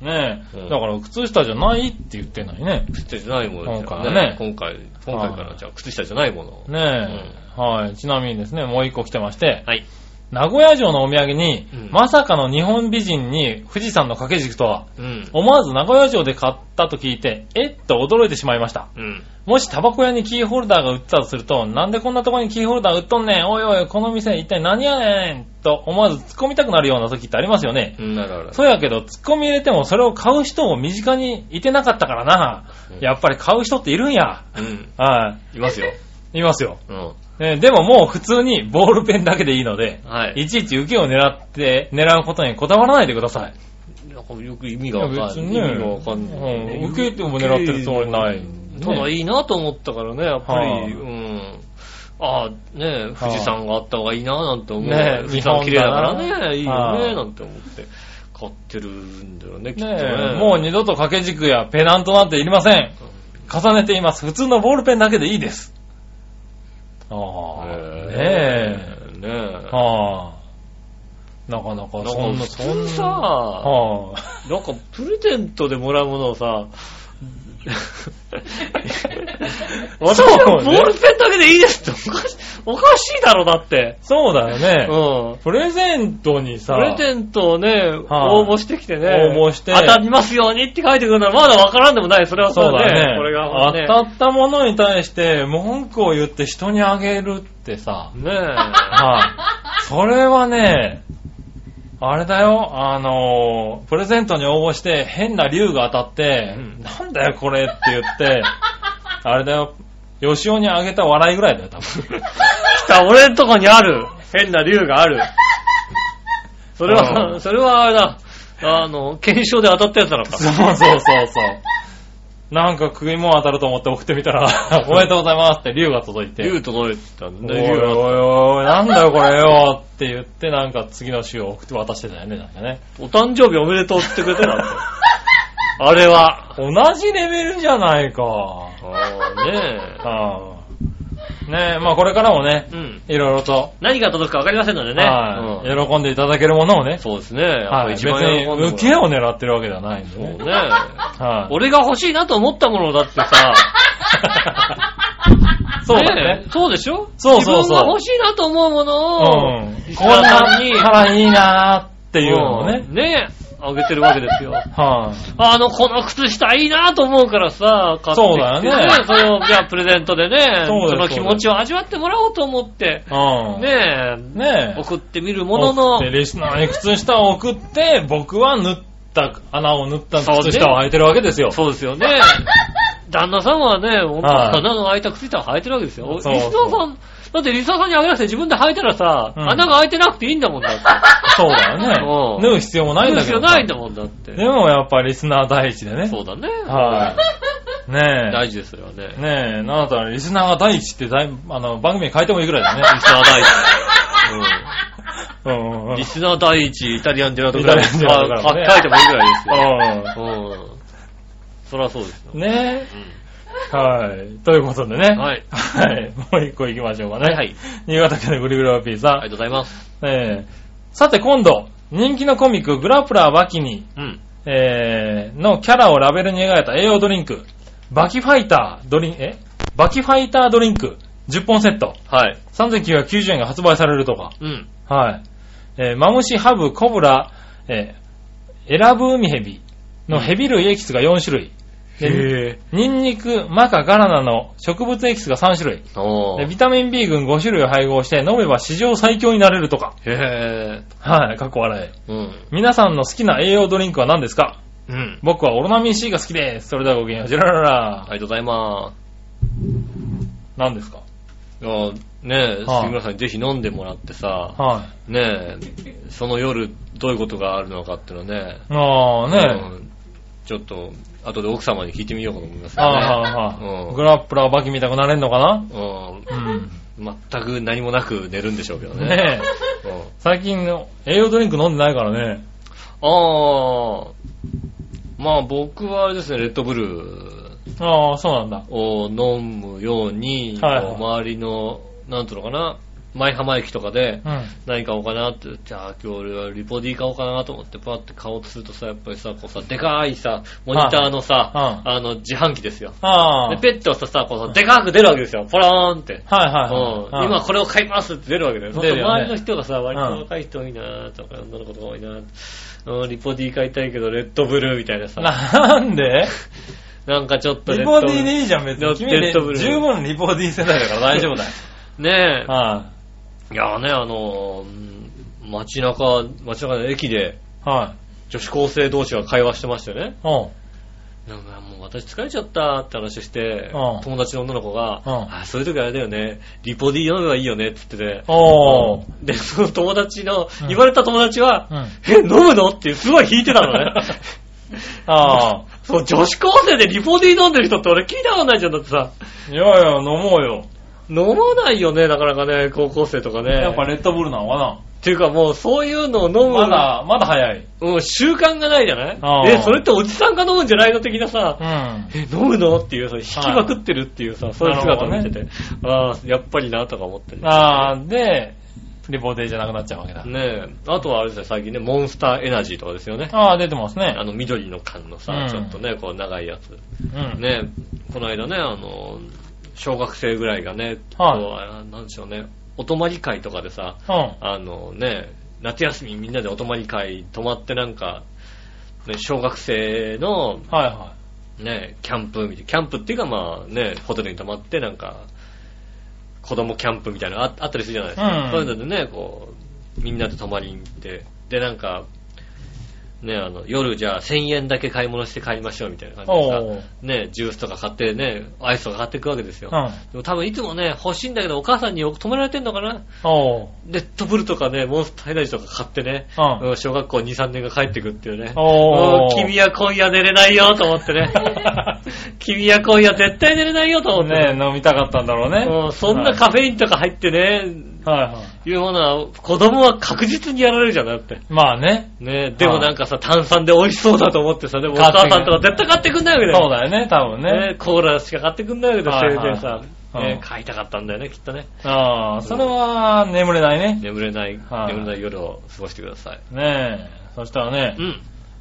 [SPEAKER 2] ねえ、
[SPEAKER 3] うん
[SPEAKER 2] だから靴下じゃないって言ってないね。
[SPEAKER 3] 靴下じゃないものです
[SPEAKER 2] 今
[SPEAKER 3] よ
[SPEAKER 2] 回はね
[SPEAKER 3] 今回、今回からじゃあ靴下じゃないものを。
[SPEAKER 2] ねえ、はい。ちなみにですね、もう一個来てまして、
[SPEAKER 3] はい。
[SPEAKER 2] 名古屋城のお土産に、
[SPEAKER 3] うん
[SPEAKER 2] まさかの日本美人に富士山の掛け軸とは、
[SPEAKER 3] うん。
[SPEAKER 2] 思わず名古屋城で買ったと聞いて、えっと驚いてしまいました。
[SPEAKER 3] うん。
[SPEAKER 2] もしタバコ屋にキーホルダーが売ってたとすると、なんでこんなとこにキーホルダー売っとんねんおいおい、この店一体何やねんと思わず突っ込みたくなるような時ってありますよね。
[SPEAKER 3] うん。なるほど。
[SPEAKER 2] そうやけど、突っ込み入れてもそれを買う人も身近にいてなかったからな
[SPEAKER 3] うん。
[SPEAKER 2] やっぱり買う人っているんや。
[SPEAKER 3] うん。
[SPEAKER 2] はい
[SPEAKER 3] ますよ。
[SPEAKER 2] い。いますよ。
[SPEAKER 3] うん。
[SPEAKER 2] ねでももう普通にボールペンだけでいいので、
[SPEAKER 3] はい。
[SPEAKER 2] いちいち受けを狙って、狙うことにこだわらないでください。
[SPEAKER 3] なんかよく意味がわかんない。
[SPEAKER 2] いや別に
[SPEAKER 3] 意
[SPEAKER 2] ね
[SPEAKER 3] 味がわかんない。
[SPEAKER 2] うん受けても狙ってるつもりない
[SPEAKER 3] うんただいいなと思ったからね、やっぱ
[SPEAKER 2] はあ
[SPEAKER 3] り、うん。ああ、ねえ、富士山があった方がいいななんて思う。
[SPEAKER 2] ねえ
[SPEAKER 3] 富士山綺麗だからね、いい
[SPEAKER 2] 日本だなは
[SPEAKER 3] よね、
[SPEAKER 2] あ
[SPEAKER 3] なんて思って。買ってるんだよね、きっと
[SPEAKER 2] ね
[SPEAKER 3] ね。
[SPEAKER 2] え、もう二度と掛け軸やペナントなんていりません。重ねています。普通のボールペンだけでいいです。ああ、ねえ。
[SPEAKER 3] え。ねえ。
[SPEAKER 2] ああ。なかなか
[SPEAKER 3] なん
[SPEAKER 2] そん
[SPEAKER 3] か
[SPEAKER 2] な、
[SPEAKER 3] 普
[SPEAKER 2] そん
[SPEAKER 3] 通
[SPEAKER 2] な。
[SPEAKER 3] さ、
[SPEAKER 2] はあ、
[SPEAKER 3] なんかプレゼントでもらうものを さ、私はボールペンだけでいいですっておかしおかしいだろ、だって。
[SPEAKER 2] そうだよね。
[SPEAKER 3] うん。
[SPEAKER 2] プレゼントにさ
[SPEAKER 3] プ、レゼントをね、
[SPEAKER 2] はい
[SPEAKER 3] 応募してきてね、
[SPEAKER 2] 応募して
[SPEAKER 3] 当たりますようにって書いてくるならまだわからんでもない、それは
[SPEAKER 2] そうだね。
[SPEAKER 3] これがまあね。
[SPEAKER 2] 当たったものに対して文句を言って人にあげるってさ、
[SPEAKER 3] ね
[SPEAKER 2] はい、それはね、あれだよ、あのープレゼントに応募して変な竜が当たって、
[SPEAKER 3] うん
[SPEAKER 2] なんだよこれって言って、あれだよ、吉尾にあげた笑いぐらいだよ、多分。
[SPEAKER 3] え。来た、俺んとこにある。変な竜がある。それ
[SPEAKER 2] う
[SPEAKER 3] は、
[SPEAKER 2] ん
[SPEAKER 3] それはあれだ。あの、検証で当たったやつなのか。
[SPEAKER 2] そうそうそうそう。なんか食い物当たると思って送ってみた ら、おめでとうございますって竜が届いて。
[SPEAKER 3] 竜届いてたん
[SPEAKER 2] お
[SPEAKER 3] だ
[SPEAKER 2] い
[SPEAKER 3] ね、
[SPEAKER 2] おい
[SPEAKER 3] 竜が。
[SPEAKER 2] おい、なんだよこれよって言って、なんか次の週を送って渡してたよね、なんかね。
[SPEAKER 3] お誕生日おめでとうってくれてたんだよあれは。
[SPEAKER 2] 同じレベルじゃないか。
[SPEAKER 3] ああ、ね
[SPEAKER 2] ああねえ、まあこれからもね
[SPEAKER 3] え。、うん。
[SPEAKER 2] いろいろと、
[SPEAKER 3] 何が届くかわかりませんのでね。
[SPEAKER 2] は
[SPEAKER 3] うん
[SPEAKER 2] い、喜んでいただけるものをね、
[SPEAKER 3] そうですね。やっぱ
[SPEAKER 2] はい、
[SPEAKER 3] 一
[SPEAKER 2] 別
[SPEAKER 3] 番喜んでもら
[SPEAKER 2] に
[SPEAKER 3] う
[SPEAKER 2] 受けを狙ってるわけではないんで
[SPEAKER 3] そう
[SPEAKER 2] ね。
[SPEAKER 3] ね。
[SPEAKER 2] はい、
[SPEAKER 3] 俺が欲しいなと思ったものだってさ。
[SPEAKER 2] そうだね。
[SPEAKER 3] そうでしょ
[SPEAKER 2] そうそうそう
[SPEAKER 3] 自分が欲しいなと思うも
[SPEAKER 2] う
[SPEAKER 3] のを、
[SPEAKER 2] ん。こんなにからいいなーって
[SPEAKER 3] て
[SPEAKER 2] いうのをね。
[SPEAKER 3] ねえ、あげてるわけですよ。
[SPEAKER 2] はい、
[SPEAKER 3] あの、この靴下いいなと思うからさ、買って
[SPEAKER 2] そ
[SPEAKER 3] きて
[SPEAKER 2] うだよね
[SPEAKER 3] それを、じゃあプレゼントでね、
[SPEAKER 2] そうです
[SPEAKER 3] その気持ちを味わってもらおうと思って、
[SPEAKER 2] うん。
[SPEAKER 3] ねえ、
[SPEAKER 2] ねえ。
[SPEAKER 3] 送ってみるものの、
[SPEAKER 2] で、リスナーに靴下を送って、僕は縫った、穴を縫った
[SPEAKER 3] そうね
[SPEAKER 2] 靴下を履いてるわけですよ。
[SPEAKER 3] そうで すよね。旦那さんはね、本当
[SPEAKER 2] はい
[SPEAKER 3] 穴の開いた靴下を履いてるわけですよ。リス
[SPEAKER 2] そ
[SPEAKER 3] ナ
[SPEAKER 2] う
[SPEAKER 3] ーさん、だってリスナーさんにあげなくて自分で履いたらさ、
[SPEAKER 2] うん
[SPEAKER 3] 穴が開いてなくていいんだもんだって。
[SPEAKER 2] そうだよ
[SPEAKER 3] うん
[SPEAKER 2] ね。縫う必要もないんだけ
[SPEAKER 3] 必要
[SPEAKER 2] ど。
[SPEAKER 3] ないんだもんだって。
[SPEAKER 2] でもやっぱリスナー第一でね。
[SPEAKER 3] そうだね。
[SPEAKER 2] はい。
[SPEAKER 3] い
[SPEAKER 2] ね
[SPEAKER 3] 大事ですよね。
[SPEAKER 2] え。ねえ、なんだったらリスナーが第一ってだいあの、番組に変えてもいいぐらいだね。
[SPEAKER 3] リスナー第
[SPEAKER 2] うんうんうん。
[SPEAKER 3] 一。リスナー第一、イタリアンジェラート
[SPEAKER 2] イタリアンジェラートクラブね
[SPEAKER 3] あ書いてもいいぐらいですよ。
[SPEAKER 2] う
[SPEAKER 3] うん。そりゃそうですよ。
[SPEAKER 2] んね
[SPEAKER 3] う
[SPEAKER 2] え。はい。ということでね。
[SPEAKER 3] んはい。
[SPEAKER 2] はい。もう一個行きましょうかね。
[SPEAKER 3] はいはい。
[SPEAKER 2] 新潟県のぐるぐるおピーさん。
[SPEAKER 3] ありがとうございます。
[SPEAKER 2] えーさて今度、人気のコミック、グラプラーバキに、
[SPEAKER 3] うん。
[SPEAKER 2] えーのキャラをラベルに描いた栄養ドリンク、バキファイタードリン、えバキファイタードリンク10本セット、
[SPEAKER 3] はい。
[SPEAKER 2] 3990円が発売されるとか、
[SPEAKER 3] うん。
[SPEAKER 2] はい。えーマムシ、ハブ、コブラ、えーエラブウミヘビのヘビ類エキスが4種類。でニンニク、マカ、ガラナの植物エキスが3種類。
[SPEAKER 3] お
[SPEAKER 2] で
[SPEAKER 3] ー
[SPEAKER 2] ビタミン B 群5種類を配合して飲めば史上最強になれるとか。
[SPEAKER 3] へ
[SPEAKER 2] はい、かっこ笑い。
[SPEAKER 3] ぇー。うん。
[SPEAKER 2] 皆さんの好きな栄養ドリンクは何ですか
[SPEAKER 3] うん。
[SPEAKER 2] 僕はオロナミン C が好きです。それではごきげんよう。ジェラララ。
[SPEAKER 3] ありがとうございます。
[SPEAKER 2] 何ですか
[SPEAKER 3] いやねえ、
[SPEAKER 2] はい
[SPEAKER 3] 杉村さんにぜひ飲んでもらってさ、
[SPEAKER 2] はい。
[SPEAKER 3] ねえ、その夜どういうことがあるのかっていうのね、
[SPEAKER 2] ああ
[SPEAKER 3] う
[SPEAKER 2] ね。
[SPEAKER 3] んちょっと、後で奥様に聞いてみようかと思います
[SPEAKER 2] あ
[SPEAKER 3] よね。
[SPEAKER 2] あはいは
[SPEAKER 3] うん
[SPEAKER 2] い。グラップラーバキみたくなれんのかな
[SPEAKER 3] うん
[SPEAKER 2] うん。
[SPEAKER 3] 全く何もなく寝るんでしょうけどね。
[SPEAKER 2] ねえ。
[SPEAKER 3] うん
[SPEAKER 2] 最近の栄養ドリンク飲んでないからね。
[SPEAKER 3] ああ、まあ僕はあれですね、レッドブル
[SPEAKER 2] ああ、そうなんだ。
[SPEAKER 3] を飲むように、
[SPEAKER 2] はいはい
[SPEAKER 3] 周りの、なんていうのかな、舞浜駅とかで、
[SPEAKER 2] うん。
[SPEAKER 3] 何買おうかなって、じゃあ今日俺はリポ D 買おうかなと思って、パって買おうとするとさ、やっぱりさ、こうさ、でかいさ、モニターのさ、
[SPEAKER 2] は
[SPEAKER 3] あの、自販機ですよ。
[SPEAKER 2] ああ。
[SPEAKER 3] で、ペットをさ、さ、こうさ、でかく出るわけですよ。ポローンって。
[SPEAKER 2] はいは
[SPEAKER 3] う
[SPEAKER 2] いはい。
[SPEAKER 3] ん、今これを買いますって出るわけだよ。
[SPEAKER 2] 出るよね
[SPEAKER 3] 周りの人がさ、割と
[SPEAKER 2] うん
[SPEAKER 3] 若い人多いなとか、女の子とか多いなうん、リポ D 買いたいけど、レッドブルーみたいなさ、
[SPEAKER 2] なんで
[SPEAKER 3] なんかちょっと
[SPEAKER 2] リ
[SPEAKER 3] ブ
[SPEAKER 2] ポ
[SPEAKER 3] ル
[SPEAKER 2] ディでいいじゃん、別に。君
[SPEAKER 3] レッ
[SPEAKER 2] で
[SPEAKER 3] ドブルー
[SPEAKER 2] 十分リポディ世代だから大丈夫だよ。
[SPEAKER 3] ね
[SPEAKER 2] は
[SPEAKER 3] え。いやね、あの、うん街中、街中の駅で、
[SPEAKER 2] い。はい。
[SPEAKER 3] 女子高生同士が会話してましたよね。
[SPEAKER 2] うん。うん。
[SPEAKER 3] なんかもう私疲れちゃったって話して、
[SPEAKER 2] うん
[SPEAKER 3] 友達の女の子が、
[SPEAKER 2] うん
[SPEAKER 3] あそういう時あれだよね、リポ D 読めばいいよねって言ってて、
[SPEAKER 2] おー。
[SPEAKER 3] で、その友達の
[SPEAKER 2] う、ん
[SPEAKER 3] 言われた友達は、
[SPEAKER 2] うん。
[SPEAKER 3] え、飲むのってすごい引いてたのね。
[SPEAKER 2] ああ。
[SPEAKER 3] そう、女子高生でリポ D 飲んでる人って俺聞いたことないじゃん、だってさ。
[SPEAKER 2] いやいや、飲もうよ。
[SPEAKER 3] 飲まないよね、なかなかね、高校生とかね。
[SPEAKER 2] やっぱレッドブルなのか
[SPEAKER 3] っていうかもうそういうのを飲
[SPEAKER 2] な。
[SPEAKER 3] む、
[SPEAKER 2] まだ、まだ早い。
[SPEAKER 3] うん、習慣がないじゃ
[SPEAKER 2] あ
[SPEAKER 3] ない
[SPEAKER 2] ー
[SPEAKER 3] え、それっておじさんが飲むんじゃないの的なさ、
[SPEAKER 2] うん。
[SPEAKER 3] え、飲むのっていう、その引きまくってるっていうさ、そういう姿を見てて、ああ、やっぱりな、とか思ってね。
[SPEAKER 2] ああ、で、リポディじゃなくなっちゃうわけだ。
[SPEAKER 3] ねえ、あとはあれですよ、最近ね、モンスターエナジーとかですよね。
[SPEAKER 2] ああ、出てますね
[SPEAKER 3] あ。の緑の缶のさ、
[SPEAKER 2] うん
[SPEAKER 3] ちょっとね、こう長いやつ。
[SPEAKER 2] うん。
[SPEAKER 3] ねえ、この間ね、あの、小学生ぐらいがね、
[SPEAKER 2] はい
[SPEAKER 3] こうあれなんでしょうね、お泊まり会とかでさ、
[SPEAKER 2] うん。
[SPEAKER 3] あのね、夏休みみんなでお泊まり会泊まってなんか、ね、小学生の
[SPEAKER 2] はいは
[SPEAKER 3] ね、キャンプみたいな、キャンプっていうかまあね、ホテルに泊まってなんか、子供キャンプみたいなのああったりするじゃないですか。
[SPEAKER 2] うん
[SPEAKER 3] そういうのでね、こう、みんなで泊まりに行って、でなんか、ね、あの、夜じゃあ1000円だけ買い物して帰りましょうみたいな感じ
[SPEAKER 2] お
[SPEAKER 3] で
[SPEAKER 2] う
[SPEAKER 3] さ、ね、ジュースとか買ってね、アイスとか買っていくわけですよ。
[SPEAKER 2] うん。
[SPEAKER 3] でも多分いつもね、欲しいんだけどお母さんによく止められてんのかない
[SPEAKER 2] おー。
[SPEAKER 3] レッドブルとかね、モンスターエナジーとか買ってね、
[SPEAKER 2] うん
[SPEAKER 3] うん小学校2、3年が帰ってくっていうね。
[SPEAKER 2] おー
[SPEAKER 3] うん君は今夜寝れないよと思って ね。君は今夜絶対寝れないよと思って
[SPEAKER 2] ね飲みたかったんだろうね。
[SPEAKER 3] うんそんなカフェインとか入ってね、
[SPEAKER 2] はいはいはい。
[SPEAKER 3] いうものは子供は確実にやられるじゃんだって。
[SPEAKER 2] まあね。
[SPEAKER 3] ねでもなんかさ、炭酸で美味しそうだと思ってさ、でもお母さんとか絶対買ってくんないわけだよ。
[SPEAKER 2] そうだよね、多分ね。
[SPEAKER 3] ねコーラしか買ってくんないわけだ
[SPEAKER 2] はい
[SPEAKER 3] よ、せい
[SPEAKER 2] はい
[SPEAKER 3] ぜいさ。
[SPEAKER 2] う
[SPEAKER 3] ね
[SPEAKER 2] ん
[SPEAKER 3] 買いたかったんだよね、きっとね。
[SPEAKER 2] ああ、それは眠れないね。
[SPEAKER 3] 眠れない、
[SPEAKER 2] はい
[SPEAKER 3] 眠れない夜を過ごしてください。
[SPEAKER 2] ねえ。そしたらね
[SPEAKER 3] う、ん。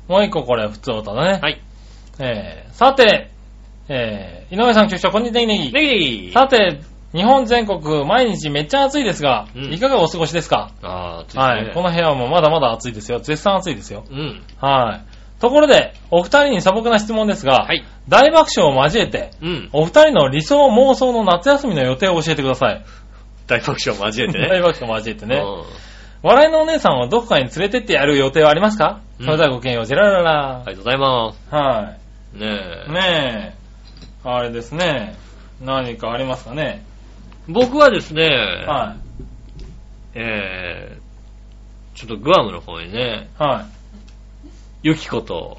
[SPEAKER 2] もう一個これ、普通歌だね。
[SPEAKER 3] はい。
[SPEAKER 2] えー、さて、えー、井上さん局長、こんにちは、ネギネギ。
[SPEAKER 3] ネギネギ
[SPEAKER 2] さて、日本全国、毎日めっちゃ暑いですが、
[SPEAKER 3] うん
[SPEAKER 2] いかがお過ごしですか、
[SPEAKER 3] ああ、つ
[SPEAKER 2] はい。この部屋もまだまだ暑いですよ。絶賛暑いですよ。
[SPEAKER 3] うん。
[SPEAKER 2] はい。ところで、お二人に素朴な質問ですが、
[SPEAKER 3] はい。
[SPEAKER 2] 大爆笑を交えて、
[SPEAKER 3] うん。
[SPEAKER 2] お二人の理想妄想の夏休みの予定を教えてください。
[SPEAKER 3] 大爆笑交えてね。
[SPEAKER 2] 大爆笑を交えてね。
[SPEAKER 3] うん
[SPEAKER 2] 笑いのお姉さんをどこかに連れてってやる予定はありますか、
[SPEAKER 3] うん
[SPEAKER 2] それではごきげんよう、ジェラララ
[SPEAKER 3] ありがとうございま
[SPEAKER 2] は
[SPEAKER 3] す。
[SPEAKER 2] い。
[SPEAKER 3] ねえ。
[SPEAKER 2] ねえ。あれですね。何かありますかね。
[SPEAKER 3] 僕はですね、
[SPEAKER 2] は
[SPEAKER 3] えー、ちょっとグアムの方にね、
[SPEAKER 2] い。はい。
[SPEAKER 3] ユキコと、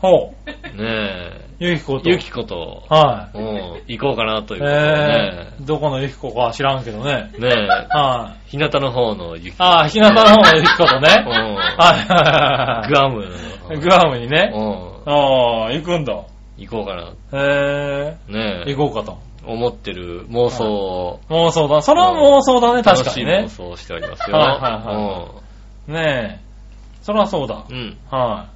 [SPEAKER 2] ほう。
[SPEAKER 3] ねえ、
[SPEAKER 2] ゆきこと。
[SPEAKER 3] ユキコと、
[SPEAKER 2] は
[SPEAKER 3] うん、行こうかなとい
[SPEAKER 2] い。
[SPEAKER 3] うことで
[SPEAKER 2] えー、どこのゆきこかは知らんけどね。
[SPEAKER 3] ね。ねえ、
[SPEAKER 2] はい。
[SPEAKER 3] 日向の方のユキコ。
[SPEAKER 2] ああ、日向の方のゆきことね。
[SPEAKER 3] うん
[SPEAKER 2] はいはいはい
[SPEAKER 3] グアム
[SPEAKER 2] はい。
[SPEAKER 3] の
[SPEAKER 2] グアムに
[SPEAKER 3] うん
[SPEAKER 2] ね。、ああ、行くんだ。
[SPEAKER 3] 行こうかな。
[SPEAKER 2] へ
[SPEAKER 3] ね
[SPEAKER 2] え。
[SPEAKER 3] え、
[SPEAKER 2] 行こうかと。
[SPEAKER 3] 思ってる妄想を、
[SPEAKER 2] 妄想だ。それは妄想だね、確かに
[SPEAKER 3] 楽
[SPEAKER 2] ね
[SPEAKER 3] しい。妄想をしておりますよ。
[SPEAKER 2] はいはねえ。それはそうだ
[SPEAKER 3] う。ん。うん。
[SPEAKER 2] は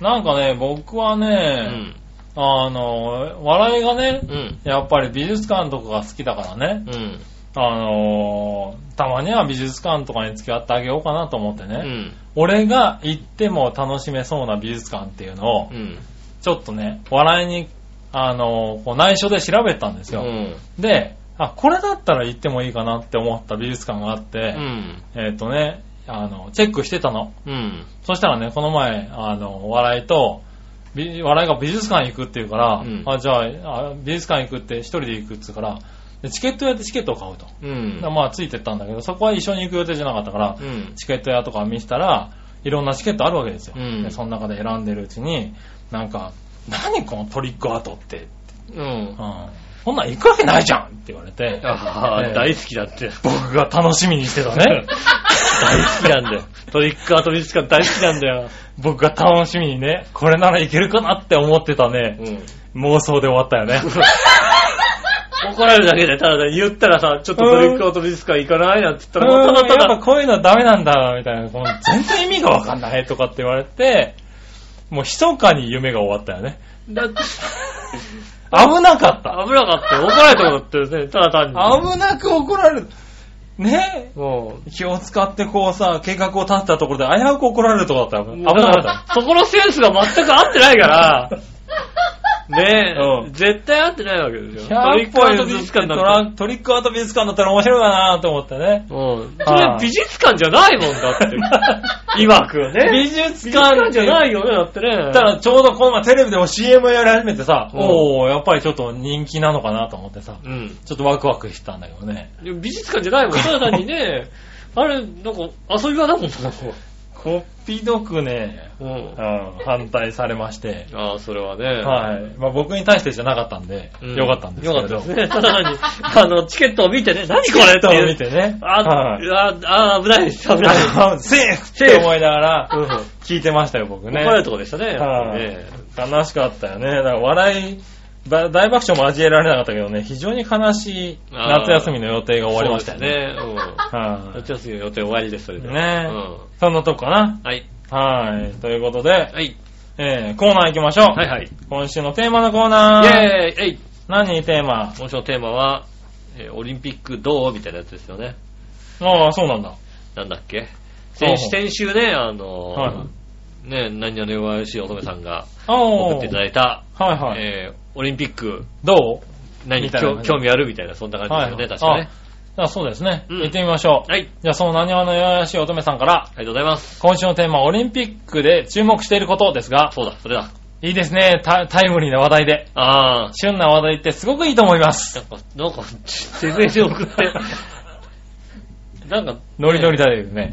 [SPEAKER 2] い。なんかね、僕は
[SPEAKER 3] う
[SPEAKER 2] ね、
[SPEAKER 3] ん。
[SPEAKER 2] あの、笑いがね、
[SPEAKER 3] うん。
[SPEAKER 2] やっぱり美術館とかが好きだからね、
[SPEAKER 3] うん。
[SPEAKER 2] あの、たまには美術館とかに付き合ってあげようかなと思って
[SPEAKER 3] う
[SPEAKER 2] ね、
[SPEAKER 3] ん。
[SPEAKER 2] 俺が行っても楽しめそうな美術館っていうのを
[SPEAKER 3] う、ん。
[SPEAKER 2] ちょっとね、笑いに、あの、こう内緒で調べたんです
[SPEAKER 3] う
[SPEAKER 2] よ。
[SPEAKER 3] ん。
[SPEAKER 2] で、あ、これだったら行ってもいいかなって思った美術館があって
[SPEAKER 3] う、ん。
[SPEAKER 2] えっとね、あの、チェックしてたの。
[SPEAKER 3] うん。
[SPEAKER 2] そしたらね、この前、あの、笑いと、び笑いが美術館行くって言うから、
[SPEAKER 3] うん
[SPEAKER 2] あじゃああ美術館行くって一人で行くって言うから、でチケット屋でチケットを買うと。
[SPEAKER 3] うん。
[SPEAKER 2] だまあ、ついてったんだけど、そこは一緒に行く予定じゃなかったから、
[SPEAKER 3] うん。
[SPEAKER 2] チケット屋とか見せたら、いろんなチケットあるわけですよ。
[SPEAKER 3] うん
[SPEAKER 2] でその中で選んでるうちに、なんか、何このトリックアートって、
[SPEAKER 3] うん
[SPEAKER 2] う。ん、こんなん行くわけないじゃんって言われて、え
[SPEAKER 3] ああ、
[SPEAKER 2] え
[SPEAKER 3] 大好きだって。
[SPEAKER 2] 僕が楽しみにしてた ね。
[SPEAKER 3] 大好きな んだよ。トリックアート美術館大好きなんだよ。
[SPEAKER 2] 僕が楽しみにね、これならいけるかなって思ってたね。
[SPEAKER 3] うん。
[SPEAKER 2] 妄想で終わったよね。
[SPEAKER 3] 怒られるだけで、ただ言ったらさ、ちょっとトリックオート美術館行かないなんて言った
[SPEAKER 2] う
[SPEAKER 3] ら、もうた
[SPEAKER 2] ーん、や
[SPEAKER 3] だ
[SPEAKER 2] ったぱ
[SPEAKER 3] だ、
[SPEAKER 2] こういうのはダメなんだ、みたいな。この全然意味がわかんないとかって言われて、もう密かに夢が終わったよね。
[SPEAKER 3] だって
[SPEAKER 2] 危なかった。
[SPEAKER 3] 危なかったよ。怒られたことだってね、ただ単に。
[SPEAKER 2] 危なく怒られる。ね
[SPEAKER 3] も
[SPEAKER 2] 気を使ってこうさ、計画を立てたところで危うく怒られるとこだったら
[SPEAKER 3] う、
[SPEAKER 2] 危なかった。
[SPEAKER 3] そこのセンスが全く合ってない から、ね
[SPEAKER 2] う
[SPEAKER 3] え、
[SPEAKER 2] ん
[SPEAKER 3] 絶対合ってないわけですよ。トリ
[SPEAKER 2] 100
[SPEAKER 3] ックアー
[SPEAKER 2] 歩
[SPEAKER 3] ト
[SPEAKER 2] 譲
[SPEAKER 3] 美
[SPEAKER 2] っ
[SPEAKER 3] 術
[SPEAKER 2] て
[SPEAKER 3] 館
[SPEAKER 2] ト
[SPEAKER 3] だった
[SPEAKER 2] ラトリックアート美術館だったら面白いかなと思って ね。
[SPEAKER 3] うん。そ
[SPEAKER 2] は
[SPEAKER 3] れ
[SPEAKER 2] い
[SPEAKER 3] 美術館じゃないもんだ って。いわくね。
[SPEAKER 2] 美術館
[SPEAKER 3] じゃないよね、だってね。
[SPEAKER 2] たらちょうどこの前テレビでも CM やり始めてさ、
[SPEAKER 3] うん
[SPEAKER 2] おー、やっぱりちょっと人気なのかなと思ってさ、
[SPEAKER 3] うん。
[SPEAKER 2] ちょっとワクワクしたんだけどね。
[SPEAKER 3] でも美術館じゃ ないもん。ただ単にね、あれ、なんか遊び場だもんな、
[SPEAKER 2] こっぴどくね、
[SPEAKER 3] うん
[SPEAKER 2] う。ん、反対されまして、
[SPEAKER 3] ああ、それはね。
[SPEAKER 2] はい。まあ僕に対してじゃなかったんで、
[SPEAKER 3] うん
[SPEAKER 2] よかったんですけれど。
[SPEAKER 3] よかったですね。ただ単に、 あの、チケットを見てね、何こ
[SPEAKER 2] ちょ
[SPEAKER 3] れ
[SPEAKER 2] っ
[SPEAKER 3] って
[SPEAKER 2] と
[SPEAKER 3] いう
[SPEAKER 2] 見てね。
[SPEAKER 3] あ、
[SPEAKER 2] はい
[SPEAKER 3] あ、あ、危ないです、危ない です。
[SPEAKER 2] あのセーフって思いなが
[SPEAKER 3] うん
[SPEAKER 2] ら、
[SPEAKER 3] 怒
[SPEAKER 2] 聞いてましたよ、僕ね。
[SPEAKER 3] られるとこでしたね。
[SPEAKER 2] はい
[SPEAKER 3] ね
[SPEAKER 2] 悲しかったよね。だから笑い、ば大爆笑も味えられなかったけどね、非常に悲しい
[SPEAKER 3] あー
[SPEAKER 2] 夏休みの予定が終わりましたよね。
[SPEAKER 3] そうですね。うん。
[SPEAKER 2] はい
[SPEAKER 3] 夏休みの予定終わりです、それで。
[SPEAKER 2] ね
[SPEAKER 3] うん
[SPEAKER 2] そんなとこかな。
[SPEAKER 3] はい。
[SPEAKER 2] はい。ということで、
[SPEAKER 3] はい。
[SPEAKER 2] えー、コーナー行きましょう。
[SPEAKER 3] はいはい。イ
[SPEAKER 2] 今週のテーマのコーナー。
[SPEAKER 3] ェーイえい
[SPEAKER 2] 何テーマ
[SPEAKER 3] 今週のテーマは、えーオリンピックどうみたいなやつですよね。
[SPEAKER 2] ああ、そうなんだ。
[SPEAKER 3] なんだっけ
[SPEAKER 2] ほう
[SPEAKER 3] 先先週ね、あのー、
[SPEAKER 2] は
[SPEAKER 3] ね、何々 YC 乙女さんが
[SPEAKER 2] お
[SPEAKER 3] 送っていただいた、
[SPEAKER 2] はいはい。
[SPEAKER 3] えーオリンピック
[SPEAKER 2] どう
[SPEAKER 3] 何
[SPEAKER 2] みたいな
[SPEAKER 3] 興興味あるみたいな、そんな感じですよね、確かね。
[SPEAKER 2] あじゃあそうですね。
[SPEAKER 3] うん
[SPEAKER 2] 行ってみましょう。
[SPEAKER 3] はい。
[SPEAKER 2] じゃあその何話のややしい乙女さんから、
[SPEAKER 3] ありがとうございます。
[SPEAKER 2] 今週のテーマはオリンピックで注目していることですが、
[SPEAKER 3] そうだ、それだ。
[SPEAKER 2] いいですね。タタイムリーな話題で。
[SPEAKER 3] ああ、
[SPEAKER 2] 旬な話題ってすごくいいと思います。
[SPEAKER 3] なんか、なんか、手前で送って、 なんか、
[SPEAKER 2] ノリノリだよね。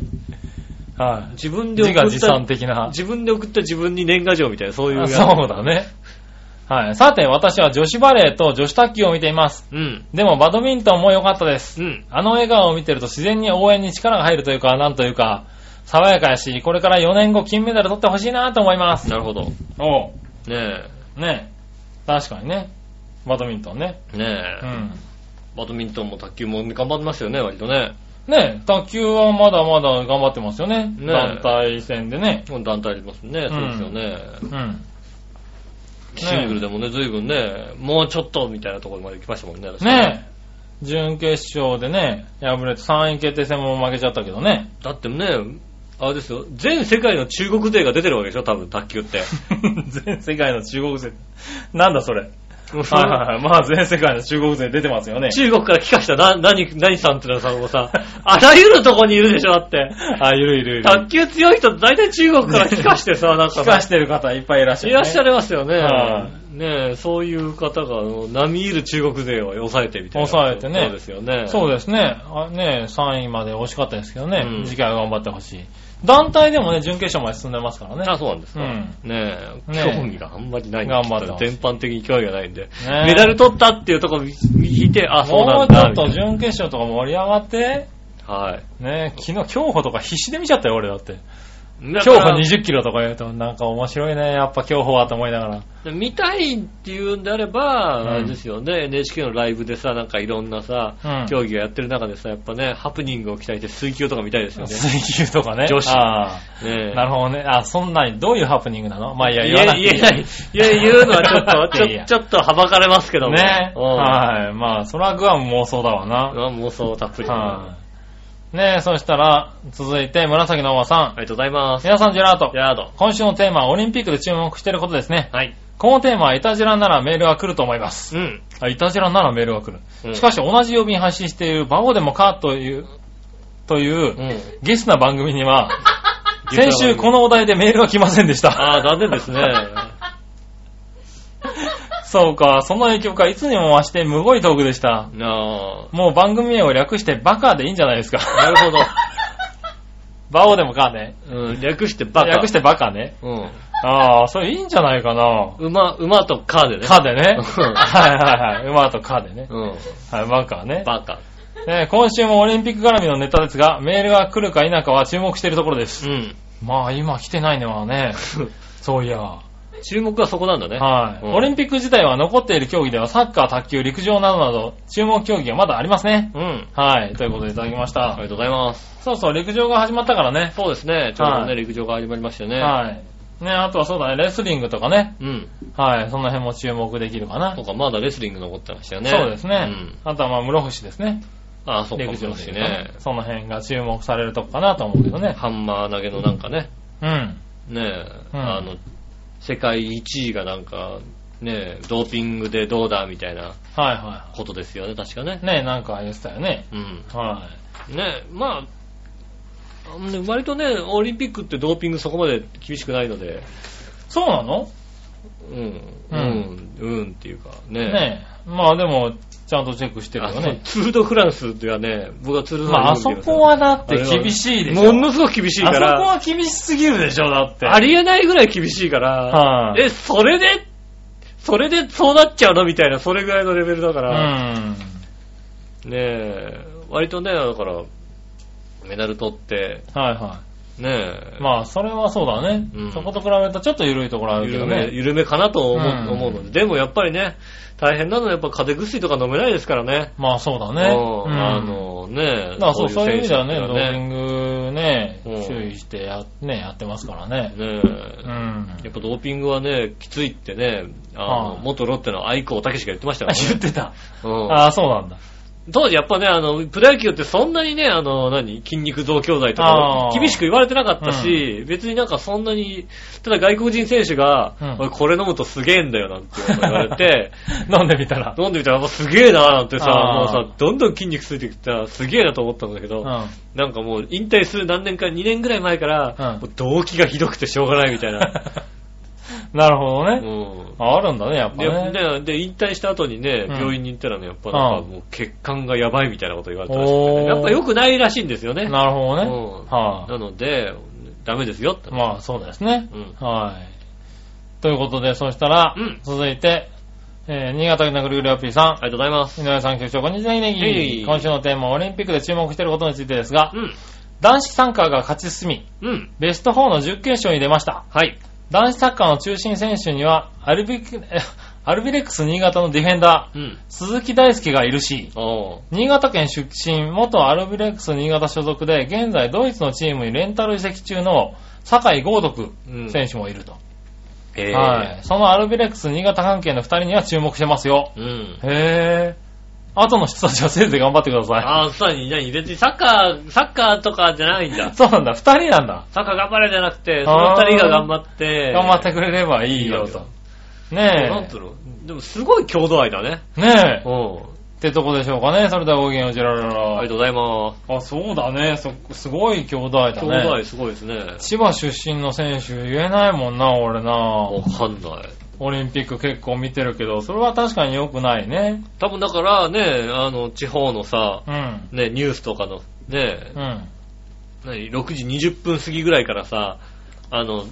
[SPEAKER 2] はい。
[SPEAKER 3] 自分で
[SPEAKER 2] 自
[SPEAKER 3] 送った、
[SPEAKER 2] 画自賛的な。
[SPEAKER 3] 自分で送った自分に年賀状みたいな、そういうや
[SPEAKER 2] あ
[SPEAKER 3] つ
[SPEAKER 2] そうだ。ね。はい。さて、私は女子バレーと女子卓球を見ています。
[SPEAKER 3] うん、
[SPEAKER 2] でも、バドミントンも良かったです。
[SPEAKER 3] うん。
[SPEAKER 2] あの笑顔を見てると自然に応援に力が入るというか、なんというか、爽やかやし、これから4年後金メダル取ってほしいなと思います。
[SPEAKER 3] なるほど。ね
[SPEAKER 2] おう
[SPEAKER 3] え、
[SPEAKER 2] ねえ。確かにね。バドミントンね。
[SPEAKER 3] ね
[SPEAKER 2] う
[SPEAKER 3] え、
[SPEAKER 2] ん。
[SPEAKER 3] バドミントンも卓球も頑張ってますよね、割とね。
[SPEAKER 2] ねえ、卓球はまだまだ頑張ってますよね。
[SPEAKER 3] ねえ
[SPEAKER 2] 団体戦でね。
[SPEAKER 3] 日本団体ありますね、そうですよね。
[SPEAKER 2] うん。
[SPEAKER 3] シングルでもね、随分ね、もうちょっとみたいなところまで来ましたもんね。
[SPEAKER 2] ねえ、準決勝でね、敗れて3位決定戦も負けちゃったけどね。
[SPEAKER 3] だってね、あれですよ、全世界の中国勢が出てるわけでしょ、多分、卓球 って。
[SPEAKER 2] 全世界の中国勢。なんだそれ。
[SPEAKER 3] はい
[SPEAKER 2] はいはいはい。まあ全世界の中国勢出てますよね。
[SPEAKER 3] 中国から帰化したな、何、何さんってのはさ、もうさ、あらゆるとこにいるでしょ、だって。
[SPEAKER 2] あ、いるいるいる。
[SPEAKER 3] 卓球強い人って大体中国から帰化してさ、なんか
[SPEAKER 2] 聞か
[SPEAKER 3] さ、
[SPEAKER 2] してる方いっぱいいらっしゃ
[SPEAKER 3] い
[SPEAKER 2] る、
[SPEAKER 3] らっしゃ
[SPEAKER 2] る。
[SPEAKER 3] いますよね
[SPEAKER 2] は。
[SPEAKER 3] ねえ、そういう方が、あの波いる中国勢を抑えてみたいな。
[SPEAKER 2] 抑えてね
[SPEAKER 3] そうですよね。
[SPEAKER 2] そう
[SPEAKER 3] う
[SPEAKER 2] ですね。あね3位まで惜しかったですけどね。
[SPEAKER 3] うん
[SPEAKER 2] 次回は頑張ってほしい。団体でもね、準決勝まで進んでますからね。
[SPEAKER 3] あ、そうなんですか。
[SPEAKER 2] うん
[SPEAKER 3] ねえ、
[SPEAKER 2] ねえ
[SPEAKER 3] 興味があんまりないん
[SPEAKER 2] 頑張ってます
[SPEAKER 3] 全般的に興味がないんで。
[SPEAKER 2] え
[SPEAKER 3] メダル取ったっていうところ引いて、あ、そう
[SPEAKER 2] も
[SPEAKER 3] な
[SPEAKER 2] うんち
[SPEAKER 3] だ。
[SPEAKER 2] ょっと
[SPEAKER 3] みたい
[SPEAKER 2] 準決勝とか盛り上がって、
[SPEAKER 3] なはい。
[SPEAKER 2] ね昨日、競歩とか必死で見ちゃったよ、俺だって。
[SPEAKER 3] だか
[SPEAKER 2] 競歩
[SPEAKER 3] ら
[SPEAKER 2] 20キロとか言うと、なんか面白いね、やっぱ競歩はと思いながら。
[SPEAKER 3] 見たいっていうんであれば、
[SPEAKER 2] うん
[SPEAKER 3] あれですよね、NHK のライブでさ、なんかいろんなさ、
[SPEAKER 2] うん
[SPEAKER 3] 競技をやってる中でさ、やっぱね、ハプニングを期待して水球とか見たいです よね。
[SPEAKER 2] 水球とかね。
[SPEAKER 3] 女子
[SPEAKER 2] あ
[SPEAKER 3] ね
[SPEAKER 2] ーなるほどね。あ、そんなに、どういうハプニングなのまあ、いや、言わなくてい
[SPEAKER 3] 言えない。言え言うのはちょっと、ち
[SPEAKER 2] いやいや
[SPEAKER 3] ょちょっとはばかれますけども。
[SPEAKER 2] ね。
[SPEAKER 3] うん
[SPEAKER 2] はい。まあ、それはグアム妄想だわ
[SPEAKER 3] う
[SPEAKER 2] な。
[SPEAKER 3] わ妄想たっぷり。
[SPEAKER 2] は
[SPEAKER 3] あ
[SPEAKER 2] い。ねそしたら、続いて、紫のおばさん。
[SPEAKER 3] りがとうございます。
[SPEAKER 2] 皆さん、ジェラート
[SPEAKER 3] ジ。ェラード。
[SPEAKER 2] 今週のテーマは、オリンピックで注目していることですね。
[SPEAKER 3] はい。
[SPEAKER 2] このテーマは、イタジラならメールは来ると思います。
[SPEAKER 3] うん。
[SPEAKER 2] あ、いたじらならメールが来る。
[SPEAKER 3] うん
[SPEAKER 2] しかし、同じ曜日に配信している、バオでもかという、という、
[SPEAKER 3] うん。
[SPEAKER 2] ゲスな番組には、先週このお題でメールが来ませんでした。
[SPEAKER 3] ああ、残念 ですね。
[SPEAKER 2] そうか、その影響か、いつにも増して、むごいトークでした。
[SPEAKER 3] あ
[SPEAKER 2] もう番組名を略してバカでいいんじゃないですか。
[SPEAKER 3] あ。なる
[SPEAKER 2] バオでもかね。
[SPEAKER 3] ほど。うん、略してバカ。
[SPEAKER 2] 略してバカね。
[SPEAKER 3] うん。
[SPEAKER 2] ああ、それいいんじゃないかな。
[SPEAKER 3] 馬、馬とカーでね。
[SPEAKER 2] か でね。
[SPEAKER 3] うん
[SPEAKER 2] はいはいはい。馬とかでね。
[SPEAKER 3] うん。
[SPEAKER 2] はい、バカね。
[SPEAKER 3] バカ。
[SPEAKER 2] ね今週もオリンピック絡みのネタですが、メールが来るか否かは注目しているところです
[SPEAKER 3] う。ん。
[SPEAKER 2] まあ今来てないのはね、そういや、
[SPEAKER 3] 注目はそこなんだね。
[SPEAKER 2] はい、
[SPEAKER 3] うん
[SPEAKER 2] オリンピック自体は残っている競技ではサッカー、卓球、陸上などなど、注目競技がまだありますね。
[SPEAKER 3] うん。
[SPEAKER 2] はい。ということでいただきまし
[SPEAKER 3] あ
[SPEAKER 2] た
[SPEAKER 3] り。がとうございます。
[SPEAKER 2] そうそう、陸上が始まったからね。
[SPEAKER 3] そうですね。ちょうど
[SPEAKER 2] は
[SPEAKER 3] ね、
[SPEAKER 2] い
[SPEAKER 3] 陸上が始まりましたよね。
[SPEAKER 2] はい。ね、あとはそうだね、レスリングとかね。
[SPEAKER 3] うん。
[SPEAKER 2] はい。その辺も注目できるかな。
[SPEAKER 3] そうか、まだレスリング残ってましたよね。
[SPEAKER 2] そうですね。
[SPEAKER 3] うん。
[SPEAKER 2] あとはまあ、室伏ですね。
[SPEAKER 3] ああ、そうか、
[SPEAKER 2] 陸上
[SPEAKER 3] そう
[SPEAKER 2] の
[SPEAKER 3] です
[SPEAKER 2] 人
[SPEAKER 3] ね
[SPEAKER 2] ね。。その辺が注目されるとこかなと思うけどね。
[SPEAKER 3] ハンマー投げのなんかね、
[SPEAKER 2] うん。
[SPEAKER 3] ねえ、
[SPEAKER 2] うん
[SPEAKER 3] あの、世界一位がなんか、ねえ、ドーピングでどうだみたいな
[SPEAKER 2] はいは
[SPEAKER 3] ことですよね、確かね
[SPEAKER 2] い。。ね、なんか言ってたよね。
[SPEAKER 3] うん。
[SPEAKER 2] は
[SPEAKER 3] ねえ、まあ、ね割とね、オリンピックってドーピングそこまで厳しくないので、
[SPEAKER 2] い。そうなの
[SPEAKER 3] うん、う、
[SPEAKER 2] うん
[SPEAKER 3] うんっていうか、ね
[SPEAKER 2] ねまあでも、ちゃんとチェックしてる
[SPEAKER 3] あ
[SPEAKER 2] よ
[SPEAKER 3] の
[SPEAKER 2] ね。
[SPEAKER 3] ツールドフランスではね、僕はツールドフ
[SPEAKER 2] まあ
[SPEAKER 3] ラン
[SPEAKER 2] あ
[SPEAKER 3] ス
[SPEAKER 2] そ
[SPEAKER 3] 見てます
[SPEAKER 2] こはだって厳しいでしょ。
[SPEAKER 3] ものすごく厳しい
[SPEAKER 2] あ
[SPEAKER 3] か
[SPEAKER 2] そこ
[SPEAKER 3] ら、
[SPEAKER 2] は厳しすぎるでしょ、だって。
[SPEAKER 3] ありえないぐらい厳しいから、
[SPEAKER 2] はい。
[SPEAKER 3] え、それで、それでそうなっちゃうのみたいな、それぐらいのレベルだか
[SPEAKER 2] う
[SPEAKER 3] ら、
[SPEAKER 2] ん。
[SPEAKER 3] ねえ、割とね、だから、メダル取って、
[SPEAKER 2] はいは
[SPEAKER 3] ねえ、
[SPEAKER 2] い。まあ、それはそうだね
[SPEAKER 3] うん。
[SPEAKER 2] そこと比べるとちょっと緩いところあるけ
[SPEAKER 3] 緩
[SPEAKER 2] ど
[SPEAKER 3] め、
[SPEAKER 2] ね。
[SPEAKER 3] 緩めかなと思う,、
[SPEAKER 2] うん
[SPEAKER 3] 思うので、でもやっぱりね、大変なのはやっぱ風邪薬とか飲めないですからね。
[SPEAKER 2] まあ、そうだ
[SPEAKER 3] う
[SPEAKER 2] ね。
[SPEAKER 3] ん
[SPEAKER 2] うん
[SPEAKER 3] あ、のね
[SPEAKER 2] だからそう、そういう意味では
[SPEAKER 3] 選
[SPEAKER 2] ね、
[SPEAKER 3] 手
[SPEAKER 2] ド
[SPEAKER 3] だっ
[SPEAKER 2] ー
[SPEAKER 3] たら
[SPEAKER 2] ピ
[SPEAKER 3] ね
[SPEAKER 2] ングね
[SPEAKER 3] うん、
[SPEAKER 2] 注意してや、ね、やってますからね。
[SPEAKER 3] ね
[SPEAKER 2] う
[SPEAKER 3] え
[SPEAKER 2] ん。
[SPEAKER 3] やっぱドーピングはね、きついってね、あの
[SPEAKER 2] はい
[SPEAKER 3] 元ロッテの愛子武志が言ってましたから
[SPEAKER 2] 言っ
[SPEAKER 3] ね。
[SPEAKER 2] てた。
[SPEAKER 3] う ん
[SPEAKER 2] ああ、そうなんだ。
[SPEAKER 3] 当時やっぱね、あの、プロ野球ってそんなにね、あの、何、筋肉増強剤とか
[SPEAKER 2] あ、ー
[SPEAKER 3] 厳しく言われてなかったし、別になんかそんなに、ただ外国人選手が、
[SPEAKER 2] うん
[SPEAKER 3] おいこれ飲むとすげえんだよなんて言われ て、
[SPEAKER 2] 飲んでみたら。
[SPEAKER 3] 飲んでみたら、もうすげえなーなんてさ、もう
[SPEAKER 2] あー
[SPEAKER 3] さ、どんどん筋肉ついてきてさ、すげえなと思ったんだけ
[SPEAKER 2] う
[SPEAKER 3] ど、
[SPEAKER 2] ん。 あ
[SPEAKER 3] なんかもう引退する何年か、2年ぐらい前から、
[SPEAKER 2] うん
[SPEAKER 3] もう動機がひどくてしょうがないみた いな。
[SPEAKER 2] なるほど
[SPEAKER 3] う
[SPEAKER 2] ね。
[SPEAKER 3] ん
[SPEAKER 2] ああるんだね、やっぱ
[SPEAKER 3] で
[SPEAKER 2] ね。
[SPEAKER 3] でで引退した後にね、
[SPEAKER 2] うん
[SPEAKER 3] 病院に行ったらね、やっぱなんかもう血管がやばいみたいなこと言われたらしくて
[SPEAKER 2] お
[SPEAKER 3] ね、
[SPEAKER 2] ー
[SPEAKER 3] やっぱ良くないらしいんですよね。
[SPEAKER 2] なるほどね。
[SPEAKER 3] うん
[SPEAKER 2] は
[SPEAKER 3] なので、ダメですよって。
[SPEAKER 2] い。まあ、そうですね
[SPEAKER 3] う。ん。
[SPEAKER 2] はい。ということで、そしたら
[SPEAKER 3] うん、
[SPEAKER 2] 続いて、えー新潟県のぐるぐるよっぴーさん。
[SPEAKER 3] ありがとうございます。
[SPEAKER 2] 井上さん、局長、こんにちは、ネ
[SPEAKER 3] えい
[SPEAKER 2] ギ。今週のテーマは、オリンピックで注目していることについてですが
[SPEAKER 3] う、ん。
[SPEAKER 2] 男子サッカーが勝ち進み、
[SPEAKER 3] うん。
[SPEAKER 2] ベスト4の準決勝に出ました。
[SPEAKER 3] はい。
[SPEAKER 2] 男子サッカーの中心選手には、アルビック アルビレックス新潟のディフェンダー、
[SPEAKER 3] うん。
[SPEAKER 2] 鈴木大輔がいるし、
[SPEAKER 3] おー
[SPEAKER 2] 新潟県出身、元アルビレックス新潟所属で、現在ドイツのチームにレンタル移籍中の酒井豪徳
[SPEAKER 3] うん
[SPEAKER 2] 選手もいると。
[SPEAKER 3] へー
[SPEAKER 2] はい。そのアルビレックス新潟関係の2人には注目してますよ。
[SPEAKER 3] うん。
[SPEAKER 2] へぇー。後の人たちはせいぜい頑張ってくださ
[SPEAKER 3] ああ、さらに何別にサッカー、サッカーとかじゃないんだ
[SPEAKER 2] い。。そうなんだ、2人なんだ。
[SPEAKER 3] サッカー頑張れじゃなくて、その二人が頑張って。
[SPEAKER 2] 頑張ってくれればいいよと。
[SPEAKER 3] なん
[SPEAKER 2] ね
[SPEAKER 3] つうのでもすごい郷土愛だね。
[SPEAKER 2] え。ねえ。
[SPEAKER 3] うん。
[SPEAKER 2] ってとこでしょうかね。それではごきげんよう、ジェララ
[SPEAKER 3] あ
[SPEAKER 2] ラ
[SPEAKER 3] りがとうございま
[SPEAKER 2] あ、そうだね。そすごい兄弟
[SPEAKER 3] す。
[SPEAKER 2] だ
[SPEAKER 3] 郷土
[SPEAKER 2] ね
[SPEAKER 3] 愛。すごいですね。
[SPEAKER 2] 千葉出身の選手言えないもんな、俺な。
[SPEAKER 3] わかんない。
[SPEAKER 2] オリンピック結構見てるけど、それは確かに良くないね。
[SPEAKER 3] 多分だからね、あの、地方のさ、
[SPEAKER 2] うん。
[SPEAKER 3] ね、ニュースとかの、ね
[SPEAKER 2] う、ん。
[SPEAKER 3] 何、6時20分過ぎぐらいからさ、あの、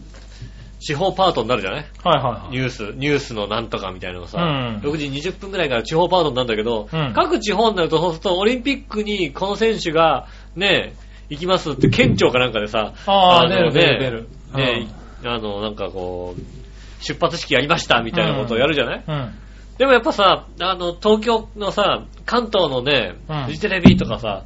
[SPEAKER 3] 地方パートになるじゃない
[SPEAKER 2] はいはいは
[SPEAKER 3] ニ
[SPEAKER 2] い。
[SPEAKER 3] ュース、ニュースのなんとかみたいなのがさ、
[SPEAKER 2] うん
[SPEAKER 3] 6時20分ぐらいから地方パートになるんだけど、
[SPEAKER 2] うん
[SPEAKER 3] 各地方になると、そうするとオリンピックにこの選手が、ね、行きますって県庁かなんかでさ、
[SPEAKER 2] あー
[SPEAKER 3] の
[SPEAKER 2] 出る出る出る
[SPEAKER 3] ね、あの、なんかこう、出発式やりましたみたいなことをやるじゃない、
[SPEAKER 2] うん。
[SPEAKER 3] でもやっぱさ、あの、東京のさ、関東のね
[SPEAKER 2] うん、
[SPEAKER 3] フジテレビとかさ、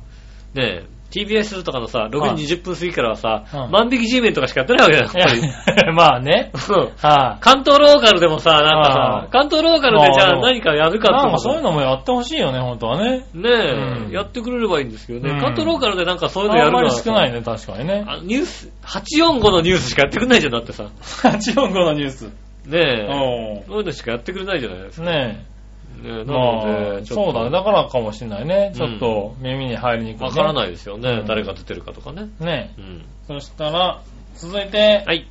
[SPEAKER 3] ね、TBS とかのさ、6時20分過ぎからはさ、
[SPEAKER 2] うん
[SPEAKER 3] 万引き G メンとかしかやってないわけだよ、
[SPEAKER 2] い
[SPEAKER 3] やっぱり。
[SPEAKER 2] や、 まあね。
[SPEAKER 3] そう
[SPEAKER 2] は
[SPEAKER 3] 関東ローカルでもさ、なんかさ
[SPEAKER 2] あ、ー
[SPEAKER 3] 関東ローカルでじゃ
[SPEAKER 2] あ
[SPEAKER 3] あ
[SPEAKER 2] ー
[SPEAKER 3] 何かやる
[SPEAKER 2] い。
[SPEAKER 3] かって
[SPEAKER 2] なん
[SPEAKER 3] 思
[SPEAKER 2] か
[SPEAKER 3] うと
[SPEAKER 2] そういうのもやってほしいよね、本当はね。
[SPEAKER 3] ねえ、
[SPEAKER 2] うん
[SPEAKER 3] やってくれればいいんですけどね、
[SPEAKER 2] うん
[SPEAKER 3] 関東ローカルでなんかそういうのや
[SPEAKER 2] あ
[SPEAKER 3] る
[SPEAKER 2] ん
[SPEAKER 3] の
[SPEAKER 2] ま
[SPEAKER 3] は
[SPEAKER 2] り
[SPEAKER 3] さ
[SPEAKER 2] 少ないね、確かにね。
[SPEAKER 3] あニュース、845のニュースしかやってくれないじゃん、だってさ。
[SPEAKER 2] 845のニュース。
[SPEAKER 3] ねえ、
[SPEAKER 2] う
[SPEAKER 3] そういうのしかやってくれないじゃないです
[SPEAKER 2] ん。
[SPEAKER 3] か。
[SPEAKER 2] ね
[SPEAKER 3] ねえ、な
[SPEAKER 2] え。
[SPEAKER 3] の
[SPEAKER 2] まあ、
[SPEAKER 3] で、ちょ
[SPEAKER 2] そ
[SPEAKER 3] っ
[SPEAKER 2] う
[SPEAKER 3] と
[SPEAKER 2] だね。だからかもしれないね。ちょっと耳に入りにくいね。
[SPEAKER 3] わから
[SPEAKER 2] い。
[SPEAKER 3] ないですよね、
[SPEAKER 2] うん
[SPEAKER 3] 誰が出てるかとかね。
[SPEAKER 2] ねえ。
[SPEAKER 3] うん。
[SPEAKER 2] そしたら、続いて、
[SPEAKER 3] はい。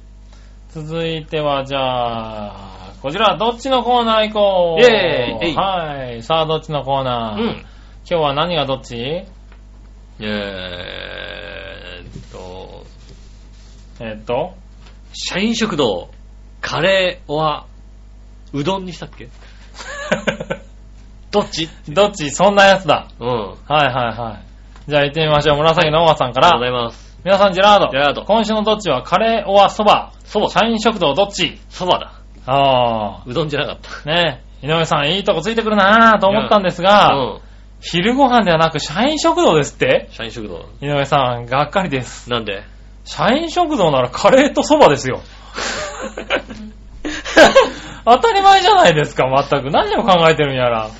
[SPEAKER 2] 続いては、じゃあ、こちら、どっちのコーナー行こう
[SPEAKER 3] イェーイえい
[SPEAKER 2] はい。さあ、どっちのコー
[SPEAKER 3] う
[SPEAKER 2] ナー、
[SPEAKER 3] ん。
[SPEAKER 2] 今日は何がどっち
[SPEAKER 3] えーっと、
[SPEAKER 2] えっと、
[SPEAKER 3] 社員食堂、カレーは、うどんにしたっけどっち
[SPEAKER 2] どっちそんなやつだ。
[SPEAKER 3] うん。あ
[SPEAKER 2] はいはいはい。じゃあ行ってみましょう。紫のおばさんか
[SPEAKER 3] りがとうござ
[SPEAKER 2] ら。
[SPEAKER 3] います。
[SPEAKER 2] 皆さん、ジェラード。
[SPEAKER 3] ジェラード
[SPEAKER 2] 今週のどっちはカレーオアそば。
[SPEAKER 3] そば、
[SPEAKER 2] 社員食堂どっち
[SPEAKER 3] そばだ。
[SPEAKER 2] あ
[SPEAKER 3] うどんじゃなかっ
[SPEAKER 2] あ。ね井上さん、いいとこついてくるなぁと思ったんです
[SPEAKER 3] た。
[SPEAKER 2] が、
[SPEAKER 3] うん。
[SPEAKER 2] 昼ご飯ではなく社員食堂ですって
[SPEAKER 3] 社員食堂。
[SPEAKER 2] 井上さん、がっかりです。
[SPEAKER 3] なん で
[SPEAKER 2] 社員食堂ならカレーとそばですよ。 当たり前じゃないですか、全く。何を考えてるんやら。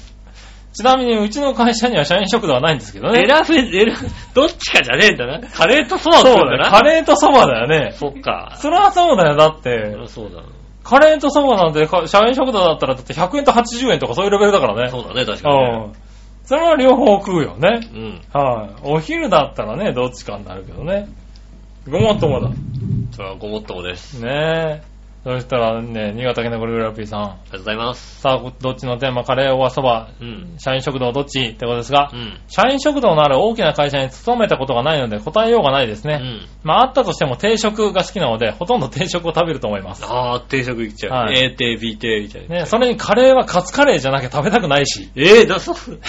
[SPEAKER 2] ちなみに、うちの会社には社員食堂はないんですけどね。
[SPEAKER 3] 選べ、選ぶ、どっちかじゃねえんだな。カレーとそばを
[SPEAKER 2] そう
[SPEAKER 3] 食うん
[SPEAKER 2] だね。
[SPEAKER 3] だな。
[SPEAKER 2] カレーとそばだよね。
[SPEAKER 3] そっか。
[SPEAKER 2] それはそうだよ。だって
[SPEAKER 3] そ、りゃそうだ。
[SPEAKER 2] カレーとそばなんて、か社員食堂だったら、だって100円と80円とかそういうレベルだからね。
[SPEAKER 3] そうだね、確かに
[SPEAKER 2] う
[SPEAKER 3] ね。
[SPEAKER 2] ん。それは両方食うよね。
[SPEAKER 3] うん。
[SPEAKER 2] はい。お昼だったらね、どっちかになるけどね。ごもっともだ。
[SPEAKER 3] それはごもっともです。
[SPEAKER 2] ねえ。そしたらね、新潟県のゴリラピーさん。
[SPEAKER 3] ありがとうございます。
[SPEAKER 2] さあ、どっちのテーマ、カレー、おわそば、
[SPEAKER 3] うん。
[SPEAKER 2] 社員食堂どっちってことですが、
[SPEAKER 3] うん。
[SPEAKER 2] 社員食堂のある大きな会社に勤めたことがないので答えようがないです
[SPEAKER 3] う
[SPEAKER 2] ね。
[SPEAKER 3] ん。
[SPEAKER 2] まああったとしても定食が好きなので、ほとんど定食を食べると思います。
[SPEAKER 3] ああ、定食行っちゃう。
[SPEAKER 2] はい
[SPEAKER 3] A 定、B 定みたいな。
[SPEAKER 2] ね、それにカレーはカツカレーじゃなきゃ食べたくないし。
[SPEAKER 3] ええだ、そう。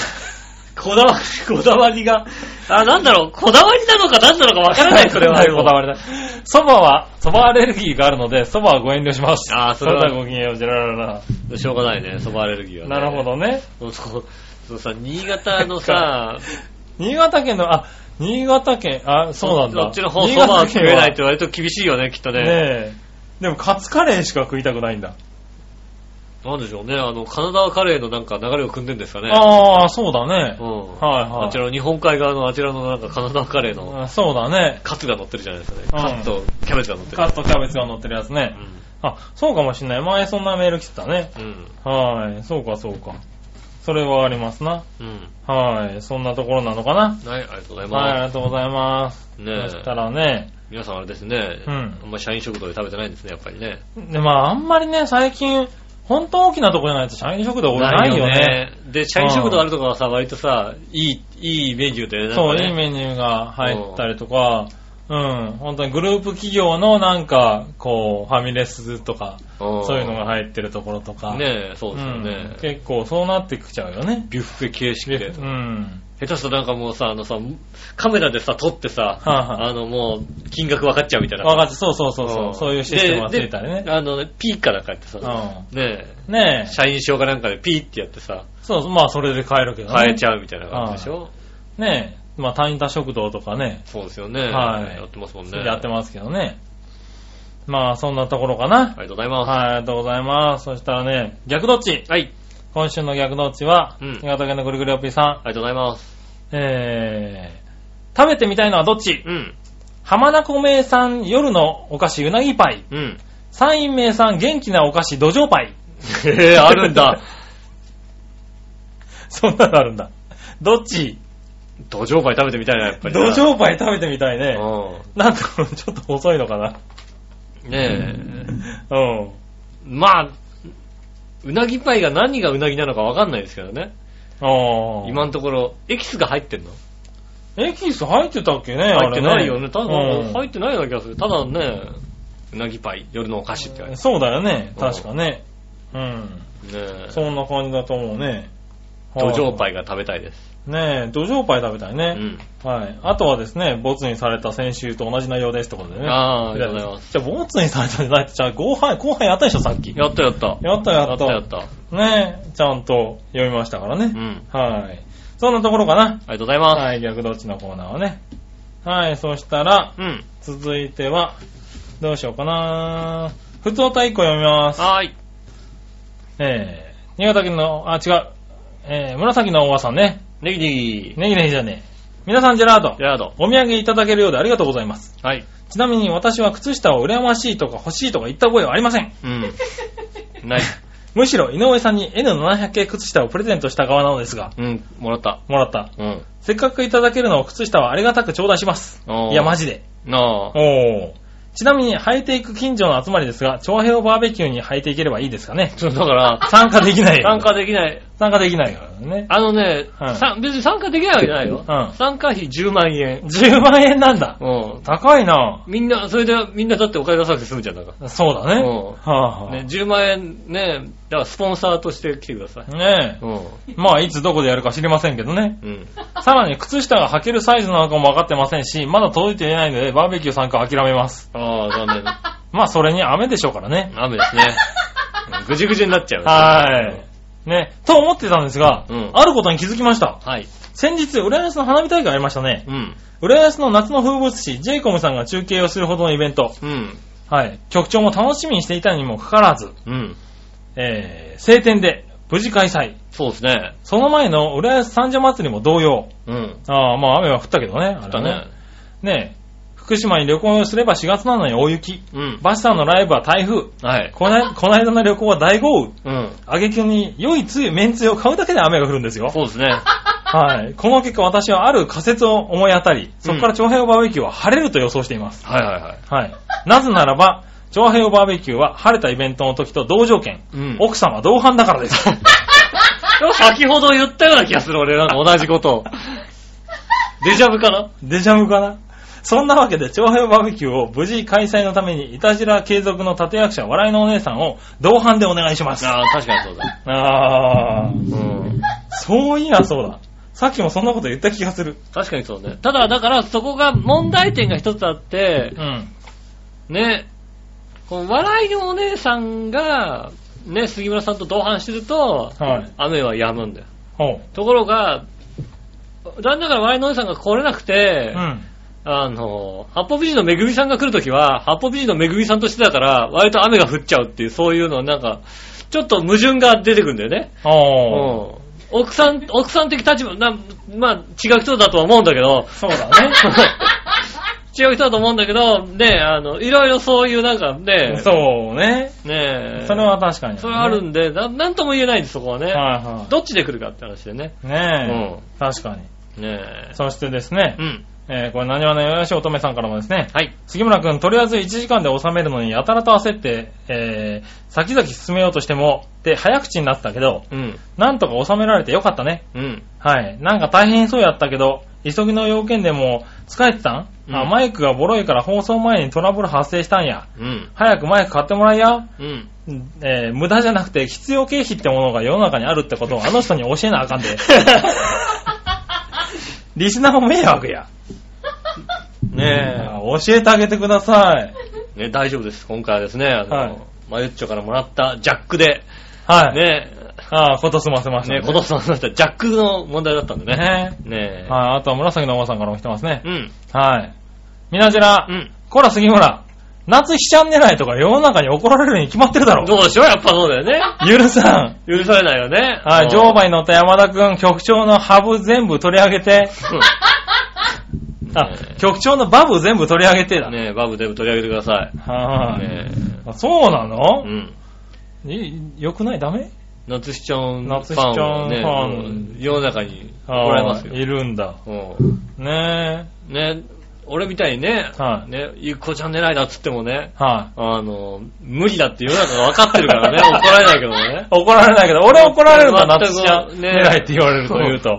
[SPEAKER 3] こだわり、こだわりが。あ、なんだろう、こだわりなのか何なのかわか らない、それは。
[SPEAKER 2] こだわりだ。蕎麦は、蕎麦アレルギーがあるので、蕎麦はご遠慮します。
[SPEAKER 3] あーそれは
[SPEAKER 2] それではごきげんよう、じゃららら
[SPEAKER 3] り。しょうがないね、そばアレルギーは、
[SPEAKER 2] ら。
[SPEAKER 3] ね。
[SPEAKER 2] なるほどね。
[SPEAKER 3] ど。そう、そうさ、新潟のさ、
[SPEAKER 2] 新潟県の、あ、新潟県、あ、そうなんだ。
[SPEAKER 3] こっちの方、そばは食えないって
[SPEAKER 2] と
[SPEAKER 3] 割と厳しいよね、きっとね。
[SPEAKER 2] ねえ。でもカツカレーしか食いたくないんだ。
[SPEAKER 3] なんでしょうね、あの、金沢カレーのなんか流れを組んでんですかね。
[SPEAKER 2] ああ、そうだね。
[SPEAKER 3] うん。
[SPEAKER 2] はいはい
[SPEAKER 3] あちらの日本海側のあちらのなんか金沢カレーの
[SPEAKER 2] あそうだね。
[SPEAKER 3] カツが乗ってるじゃないですかね。
[SPEAKER 2] うん
[SPEAKER 3] カツとキャベツが乗ってる。
[SPEAKER 2] カットキャベツが乗ってるやつね。あ、そうかもしんない。前そんなメール来てたね。
[SPEAKER 3] うん。うん。
[SPEAKER 2] はい。そうか、そうか。それはありますな。
[SPEAKER 3] うん。
[SPEAKER 2] はい。そんなところなのかな。
[SPEAKER 3] はい、ありがとうござ
[SPEAKER 2] はい、あ
[SPEAKER 3] い
[SPEAKER 2] り
[SPEAKER 3] ま
[SPEAKER 2] がとうございます。
[SPEAKER 3] す。ね
[SPEAKER 2] そし
[SPEAKER 3] え
[SPEAKER 2] たらね、
[SPEAKER 3] 皆さんあれですね、
[SPEAKER 2] うん
[SPEAKER 3] あんまり社員食堂で食べてないんですね、やっぱりね。
[SPEAKER 2] でまあ、あんまりね、最近、本当大きなとこじゃないと社員食堂俺ないよね。
[SPEAKER 3] ないよねで、社員食堂あるとこはさ、割とさ、いい、いいメニューで、なん
[SPEAKER 2] そう、
[SPEAKER 3] かね
[SPEAKER 2] いいメニューが入ったりとか、うん、本当にグループ企業のなんか、こう、ファミレスとか、
[SPEAKER 3] ん
[SPEAKER 2] そういうのが入ってるところとか。
[SPEAKER 3] ねえ、そうですよ
[SPEAKER 2] うん
[SPEAKER 3] ね。
[SPEAKER 2] 結構そうなってきちゃうよね。
[SPEAKER 3] ビュッフェ形式で
[SPEAKER 2] う。ん。
[SPEAKER 3] 下手するとなんかもうさ、あのさ、カメラでさ、撮ってさ、
[SPEAKER 2] はあはあ
[SPEAKER 3] あのもう、金額分かっちゃうみたいな。
[SPEAKER 2] 分かって、そうそうそうそう、
[SPEAKER 3] ん
[SPEAKER 2] そういうシステムがついたり
[SPEAKER 3] でで
[SPEAKER 2] ね。
[SPEAKER 3] あのね、ピーかなんかやってさ、
[SPEAKER 2] う
[SPEAKER 3] ね
[SPEAKER 2] ん。ね
[SPEAKER 3] え、
[SPEAKER 2] え。
[SPEAKER 3] 社員証かなんかでピーってやってさ、
[SPEAKER 2] そうそう、まあそれで買えるけどね。
[SPEAKER 3] 変えちゃうみたいな感じでしょ
[SPEAKER 2] ねえ。まあ単位他食堂とかね、
[SPEAKER 3] そうですよね。
[SPEAKER 2] はい
[SPEAKER 3] やってますもんね。
[SPEAKER 2] やって
[SPEAKER 3] ま
[SPEAKER 2] ますけどね。まあそんなところかな。
[SPEAKER 3] ありがとうございます。
[SPEAKER 2] はい、ありがとうございます。そしたらね、逆どっち
[SPEAKER 3] はい。
[SPEAKER 2] 今週の逆どっちは、
[SPEAKER 3] うん
[SPEAKER 2] 新潟県のぐるぐるおっぴーさん、
[SPEAKER 3] ありがとうございます。
[SPEAKER 2] えー、食べてみたいのはどっち
[SPEAKER 3] うん。
[SPEAKER 2] 浜名湖名産夜のお菓子うなぎパイ。
[SPEAKER 3] うん。
[SPEAKER 2] 山陰名産元気なお菓子土壌パイ。
[SPEAKER 3] へえ、あるん だ。
[SPEAKER 2] そんなのあるんだ。どっち
[SPEAKER 3] 土壌パイ食べてみたいな、やっぱ
[SPEAKER 2] 土
[SPEAKER 3] りな。
[SPEAKER 2] 壌パイ食べてみたいね。なんか、ちょっと細いのかな。
[SPEAKER 3] うん。ねえ。
[SPEAKER 2] うん。
[SPEAKER 3] まあ、うなぎパイが何がうなぎなのかわかんないですけどね。
[SPEAKER 2] ああ。
[SPEAKER 3] 今のところ、エキスが入ってんの
[SPEAKER 2] エキス入ってたっけね
[SPEAKER 3] 入ってないよね。ただ、
[SPEAKER 2] 入
[SPEAKER 3] 入ってないような気がする。ただね、うなぎパイ、夜のお菓子って感じ。
[SPEAKER 2] そうだよね。確かね。うん。
[SPEAKER 3] ねえ。
[SPEAKER 2] そんな感じだと思うね。
[SPEAKER 3] 土壌
[SPEAKER 2] イ。
[SPEAKER 3] パイが食べたいです。
[SPEAKER 2] ねえ、土壌パイ食べたいうね。
[SPEAKER 3] ん。
[SPEAKER 2] はい。あとはですね、ボツにされた先週と同じ内容ですってことでね。
[SPEAKER 3] ああ、ありがとうございます。
[SPEAKER 2] じゃあ、ボツにされたんじゃないって、じゃあ、後半、後半やったでしょ、さっき。
[SPEAKER 3] やったやった。
[SPEAKER 2] やったやった
[SPEAKER 3] やったやっ
[SPEAKER 2] ねえ、ちゃんと読みましたからね。
[SPEAKER 3] た。うん。
[SPEAKER 2] はい。そんなところかな。
[SPEAKER 3] ありがとうございます。
[SPEAKER 2] はい、逆どっちのコーナーはね。はい、そしたら、
[SPEAKER 3] うん。
[SPEAKER 2] 続いては、どうしようかな。普通歌1個読みます。
[SPEAKER 3] はーい。
[SPEAKER 2] えー、新潟県の、あ、違う。えー、紫のおばさんね。
[SPEAKER 3] ネギネギ。
[SPEAKER 2] ネギネギじゃねえ。皆さん、ジェラード
[SPEAKER 3] ジ。ェラード。
[SPEAKER 2] お土産いただけるようでありがとうございます。
[SPEAKER 3] はい。
[SPEAKER 2] ちなみに私は靴下を羨ましいとか欲しいとか言った覚えはありません。
[SPEAKER 3] うん。 ない。
[SPEAKER 2] むしろ井上さんに N700 系靴下をプレゼントした側なのですが、
[SPEAKER 3] うん。もらった。
[SPEAKER 2] もらった。
[SPEAKER 3] うん。
[SPEAKER 2] せっかくいただけるのを靴下はありがたく頂戴します。いや、マ
[SPEAKER 3] ジ。
[SPEAKER 2] ジで。
[SPEAKER 3] なあ。
[SPEAKER 2] おーちなみに履いていく近所の集まりですが、長平をバーベキューに履いていければいいですかね。
[SPEAKER 3] そうだから、
[SPEAKER 2] 参加できないよ。
[SPEAKER 3] 参加できない。
[SPEAKER 2] 参加できないからね。
[SPEAKER 3] あのね、
[SPEAKER 2] はい
[SPEAKER 3] さ別に参加できないわけじゃないよ。
[SPEAKER 2] うん
[SPEAKER 3] 参加費10万円。
[SPEAKER 2] 10万円なんだ。
[SPEAKER 3] うん。
[SPEAKER 2] 高いな
[SPEAKER 3] みんな、それでみんなだってお金出さなくて済むじゃん、だか
[SPEAKER 2] そうだね。
[SPEAKER 3] うん
[SPEAKER 2] はあ、はあ、
[SPEAKER 3] ら。ね、
[SPEAKER 2] ね
[SPEAKER 3] 10万円ね、だからスポンサーとして来てください。
[SPEAKER 2] え。
[SPEAKER 3] うん。
[SPEAKER 2] まあ、いつどこでやるか知りませんけどね。
[SPEAKER 3] うん。
[SPEAKER 2] さらに、靴下が履けるサイズなのかも分かってませんし、まだ届いていないので、バーベキュー参加諦めます。
[SPEAKER 3] ああ、残念。
[SPEAKER 2] まあ、それに雨でしょうからね。
[SPEAKER 3] 雨ですね。ぐじゅぐじゅになっちゃう。
[SPEAKER 2] はい。ね。と思ってたんですが、
[SPEAKER 3] うん
[SPEAKER 2] あることに気づきました。
[SPEAKER 3] はい。
[SPEAKER 2] 先日、浦安の花火大会ありましたね。
[SPEAKER 3] うん。
[SPEAKER 2] 浦安の夏の風物詩、ジェイコムさんが中継をするほどのイベント。
[SPEAKER 3] うん。
[SPEAKER 2] はい。局長も楽しみにしていたにもかかわらず、
[SPEAKER 3] うん。
[SPEAKER 2] えー、晴天で、無事開催。
[SPEAKER 3] そうですね。
[SPEAKER 2] その前の浦安三社祭りも同様。
[SPEAKER 3] うん。
[SPEAKER 2] ああ、まあ雨は降ったけどね。あれは
[SPEAKER 3] だね
[SPEAKER 2] ね。。ねえ。福島に旅行すれば4月なのに大雪。
[SPEAKER 3] うん。
[SPEAKER 2] バシさんのライブは台風。
[SPEAKER 3] はい。
[SPEAKER 2] こ ないこの間の旅行は大豪雨。
[SPEAKER 3] うん。
[SPEAKER 2] あげくに良い梅雨、めんつゆを買うだけで雨が降るんですよ。
[SPEAKER 3] そうです ね。
[SPEAKER 2] はい。この結果私はある仮説を思い当たり、そこから長平バーベキューは晴れると予想しています。
[SPEAKER 3] はいはいはい。
[SPEAKER 2] はい。なぜならば、長平バーベキューは晴れたイベントの時と同条件。
[SPEAKER 3] うん
[SPEAKER 2] 奥様同伴だからです。
[SPEAKER 3] 先ほど言ったような気がする、俺。なんか同じことを。デジャブかな
[SPEAKER 2] デジャブかなそんなわけで、長平バーベキューを無事開催のために、いたじら継続の立役者、笑いのお姉さんを同伴でお願いします。あ
[SPEAKER 3] ああ、確かにそうだ。
[SPEAKER 2] あー、
[SPEAKER 3] うん。
[SPEAKER 2] そういや、そうだ。さっきもそんなこと言った気がする。
[SPEAKER 3] 確かにそうね。ただ、だから、そこが、問題点が一つあって
[SPEAKER 2] う、ん。
[SPEAKER 3] ね、この笑いのお姉さんが、ね、杉村さんと同伴してると、
[SPEAKER 2] はい。
[SPEAKER 3] 雨は止むんだよ。
[SPEAKER 2] ほう。
[SPEAKER 3] ところが、残念ながら笑いのお姉さんが来れなくて
[SPEAKER 2] う、ん。
[SPEAKER 3] あの、八方美人のめぐみさんが来るときは、八方美人のめぐみさんとしてだから、割と雨が降っちゃうっていう、そういうのはなんか、ちょっと矛盾が出てくるんだよね。
[SPEAKER 2] おー。
[SPEAKER 3] うん。奥さん、奥さん的立場、なまあ、違う人だとは思うんだ けど、
[SPEAKER 2] そうだね。
[SPEAKER 3] 違う人だと思うんだけど、ね、あの、いろいろそういうなんかね、
[SPEAKER 2] そうね。
[SPEAKER 3] ねえ
[SPEAKER 2] それは確かに、
[SPEAKER 3] それはあるんで、ななんとも言えないんです、そこはね。
[SPEAKER 2] はいは
[SPEAKER 3] どっちで来るかって話でね。
[SPEAKER 2] い。ねえ。
[SPEAKER 3] う
[SPEAKER 2] 確かに。
[SPEAKER 3] ねえ。
[SPEAKER 2] そしてですね
[SPEAKER 3] う、ん。
[SPEAKER 2] えーこれ、何話のよやし乙女さんからもですね、
[SPEAKER 3] はい。
[SPEAKER 2] 杉村くん、とりあえず1時間で収めるのにやたらと焦って、えー、先々進めようとしても、で、早口になったけど、
[SPEAKER 3] うん。
[SPEAKER 2] なんとか収められてよかったね。
[SPEAKER 3] うん。
[SPEAKER 2] はい。なんか大変そうやったけど、急ぎの要件でも使えてたん、
[SPEAKER 3] うん
[SPEAKER 2] あ、マイクがボロいから放送前にトラブル発生したんや。
[SPEAKER 3] うん。
[SPEAKER 2] 早くマイク買ってもらいや。
[SPEAKER 3] うん。
[SPEAKER 2] うんえー無駄じゃなくて必要経費ってものが世の中にあるってことをあの人に教えなあかん で。リスナーも迷惑や。ねえ、
[SPEAKER 3] ね
[SPEAKER 2] 教えてあげてください。
[SPEAKER 3] え。ね大丈夫です。今回はですね、あの、
[SPEAKER 2] はい
[SPEAKER 3] マユッチョからもらったジャックで、
[SPEAKER 2] はい。
[SPEAKER 3] ね
[SPEAKER 2] ああ、こと済ませま
[SPEAKER 3] え、
[SPEAKER 2] した
[SPEAKER 3] ねえ、今年の話だジャックの問題だったんでね。
[SPEAKER 2] ね
[SPEAKER 3] ねえ。
[SPEAKER 2] はい、あとは紫のおばさんからも来てますね。
[SPEAKER 3] うん。
[SPEAKER 2] はい。みなじら、
[SPEAKER 3] うん。
[SPEAKER 2] こら杉村、夏しちゃん狙いとか世の中に怒られるに決まってるだろ。
[SPEAKER 3] どうでしょうやっぱそうだよね。
[SPEAKER 2] ゆるさん。
[SPEAKER 3] 許されないよね。
[SPEAKER 2] は
[SPEAKER 3] うん
[SPEAKER 2] い、乗馬に乗った山田くん、局長のハブ全部取り上げて、
[SPEAKER 3] うん
[SPEAKER 2] あ
[SPEAKER 3] ね、
[SPEAKER 2] 局長のバブ全部取り上げてだ。
[SPEAKER 3] えねえ、バブ全部取り上げてください。
[SPEAKER 2] はい、
[SPEAKER 3] ね
[SPEAKER 2] あそうな
[SPEAKER 3] え。う
[SPEAKER 2] の、
[SPEAKER 3] ん。
[SPEAKER 2] いよくないダメ
[SPEAKER 3] 夏シチョンフ
[SPEAKER 2] 夏シチョ
[SPEAKER 3] ァ
[SPEAKER 2] ン
[SPEAKER 3] ンをね、
[SPEAKER 2] ファン
[SPEAKER 3] もう世の中に怒られます
[SPEAKER 2] ああ
[SPEAKER 3] よ。
[SPEAKER 2] いるんだ。
[SPEAKER 3] うん
[SPEAKER 2] ね
[SPEAKER 3] ね、俺みたいにね、
[SPEAKER 2] はい
[SPEAKER 3] ね、ゆっこちゃん狙いだっつってもね
[SPEAKER 2] え。、はい、
[SPEAKER 3] あの、無理だって世の中が分かってるか らね、怒られないけどもね。
[SPEAKER 2] 怒られないけど、俺は怒られるんだ、夏
[SPEAKER 3] 全
[SPEAKER 2] し
[SPEAKER 3] く
[SPEAKER 2] ちゃん
[SPEAKER 3] ね
[SPEAKER 2] 狙いって言われると言うと。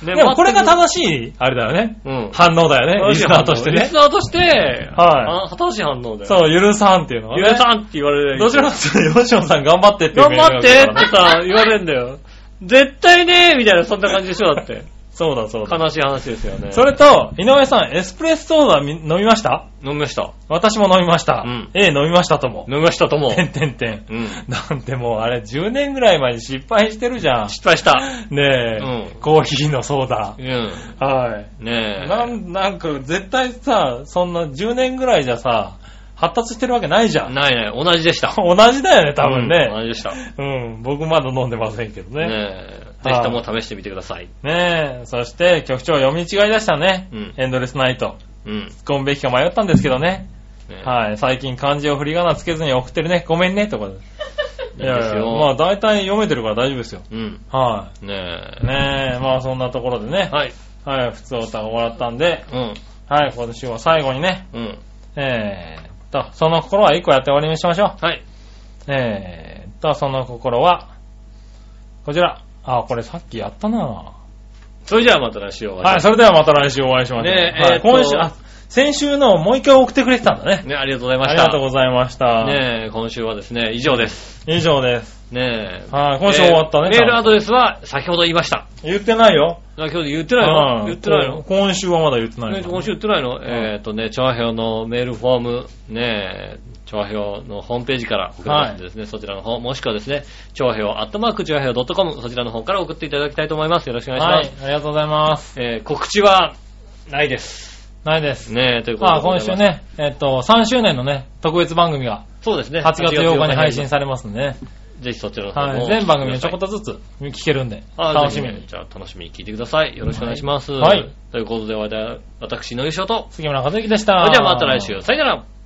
[SPEAKER 3] ね
[SPEAKER 2] でもこれが
[SPEAKER 3] 全く
[SPEAKER 2] 正しい、あれだよね。
[SPEAKER 3] うん。
[SPEAKER 2] 反応だよね、リスナーとして
[SPEAKER 3] リ
[SPEAKER 2] ね
[SPEAKER 3] ス。ナーとして、。
[SPEAKER 2] はい
[SPEAKER 3] 正しい反応だよ。う。
[SPEAKER 2] そう、ゆるさんっていうのは、ね。
[SPEAKER 3] ゆえさんって言われる。
[SPEAKER 2] どちらかというと、ヨシオンさん頑張ってっていう
[SPEAKER 3] 頑
[SPEAKER 2] メー
[SPEAKER 3] 張
[SPEAKER 2] ルが来
[SPEAKER 3] って
[SPEAKER 2] た
[SPEAKER 3] って
[SPEAKER 2] からね
[SPEAKER 3] さ、言われるんだよ。絶対ねみたいな、そんな感じでしょ、だって。
[SPEAKER 2] そうだそうだ。
[SPEAKER 3] 悲しい話ですよね。
[SPEAKER 2] それと、井上さん、エスプレッソソーダみ飲みました
[SPEAKER 3] 飲みました。
[SPEAKER 2] 私も飲みました
[SPEAKER 3] うん。
[SPEAKER 2] ええ、飲みましたとも。
[SPEAKER 3] 飲みましたと も。
[SPEAKER 2] てんてんてん。
[SPEAKER 3] うん。
[SPEAKER 2] なんてもう、あれ、10年ぐらい前に失敗してるじゃん。
[SPEAKER 3] 失敗した。
[SPEAKER 2] ねえ
[SPEAKER 3] う、ん
[SPEAKER 2] コーヒーのソーダ
[SPEAKER 3] う。ん。
[SPEAKER 2] はい。
[SPEAKER 3] ねえ。
[SPEAKER 2] なん、なんか、絶対さ、そんな10年ぐらいじゃさ、発達してるわけないじゃん。
[SPEAKER 3] ないない、同じでした。
[SPEAKER 2] 同じだよね、多分
[SPEAKER 3] うん
[SPEAKER 2] ね。
[SPEAKER 3] 同じでした。ね
[SPEAKER 2] うん、僕まだ飲んでませんけどね。
[SPEAKER 3] え。ぜひとも試してみてください。
[SPEAKER 2] ねえ、そして局長読み違い出したね。
[SPEAKER 3] うん
[SPEAKER 2] エンドレスナイト。
[SPEAKER 3] うん。ね
[SPEAKER 2] 突っ込むべきか迷ったんですけどね。
[SPEAKER 3] え
[SPEAKER 2] はい。最近漢字を振り仮名つけずに送ってるね。ごめんね、とかで。
[SPEAKER 3] いいですよ。
[SPEAKER 2] まあ大体読めてるから大丈夫ですよ。
[SPEAKER 3] うん。
[SPEAKER 2] は
[SPEAKER 3] ね
[SPEAKER 2] い。ねえ、まあそんなところでね
[SPEAKER 3] え。。はい。
[SPEAKER 2] はい。普通歌をもらったんで、
[SPEAKER 3] うん。
[SPEAKER 2] はい。今週は最後にね、
[SPEAKER 3] うん。
[SPEAKER 2] えーっと、その心は一個やって終わりにしましょ
[SPEAKER 3] はい。
[SPEAKER 2] う。えーっと、その心は、こちら。あ、これさっきやったなぁ。
[SPEAKER 3] それじゃあまた来週お会いしましょう
[SPEAKER 2] はい、それではまた来週お会いしましょう。
[SPEAKER 3] ねえ
[SPEAKER 2] はい
[SPEAKER 3] えーっと
[SPEAKER 2] 今週、あ、先週のもう一回送ってくれてたんだね。
[SPEAKER 3] ね、ありがとうございま
[SPEAKER 2] あ
[SPEAKER 3] し
[SPEAKER 2] り
[SPEAKER 3] た。
[SPEAKER 2] がとうございました。
[SPEAKER 3] ねえ、今週はですね、以上です。
[SPEAKER 2] 以上です。
[SPEAKER 3] ねえ。
[SPEAKER 2] はい、今週終わったね。
[SPEAKER 3] えーメールア
[SPEAKER 2] と
[SPEAKER 3] ドレスは先ほど言いました。
[SPEAKER 2] 言ってないよ。
[SPEAKER 3] 先ほど言ってないの
[SPEAKER 2] うん
[SPEAKER 3] 言ってないの
[SPEAKER 2] こ今週はまだ言ってない
[SPEAKER 3] ね
[SPEAKER 2] よ。
[SPEAKER 3] 今週言ってないのえっとね、調和表のメールフォーム、ねえ、調和表のホームページから送りますんでですね、そちらの方、もしくはですね、調和表、アットマーク調和表 .com、そちらの方から送っていただきたいと思います。よろしくお願いし
[SPEAKER 2] は
[SPEAKER 3] ま
[SPEAKER 2] い
[SPEAKER 3] す。、
[SPEAKER 2] ありがとうございます。
[SPEAKER 3] えー告知は、ないです。
[SPEAKER 2] ないです。
[SPEAKER 3] ねえ、ということ
[SPEAKER 2] ま
[SPEAKER 3] で
[SPEAKER 2] あ
[SPEAKER 3] ござい
[SPEAKER 2] 今
[SPEAKER 3] ます。
[SPEAKER 2] 週ね、えっと、3周年のね、特別番組が
[SPEAKER 3] そうですね。
[SPEAKER 2] 8月8日に配信
[SPEAKER 3] さ
[SPEAKER 2] されますんでね。
[SPEAKER 3] ぜひそちらの方
[SPEAKER 2] はい、
[SPEAKER 3] も。
[SPEAKER 2] 全番組をちょこっとずつ聞けるんで、楽しみ
[SPEAKER 3] あぜひね
[SPEAKER 2] に。
[SPEAKER 3] じゃあ楽しみに聞いてください。よろしくお願いします。
[SPEAKER 2] はいはい
[SPEAKER 3] ということで、わた私、のりしおと。
[SPEAKER 2] 杉村和之でした。
[SPEAKER 3] それではまた来週。さよなら。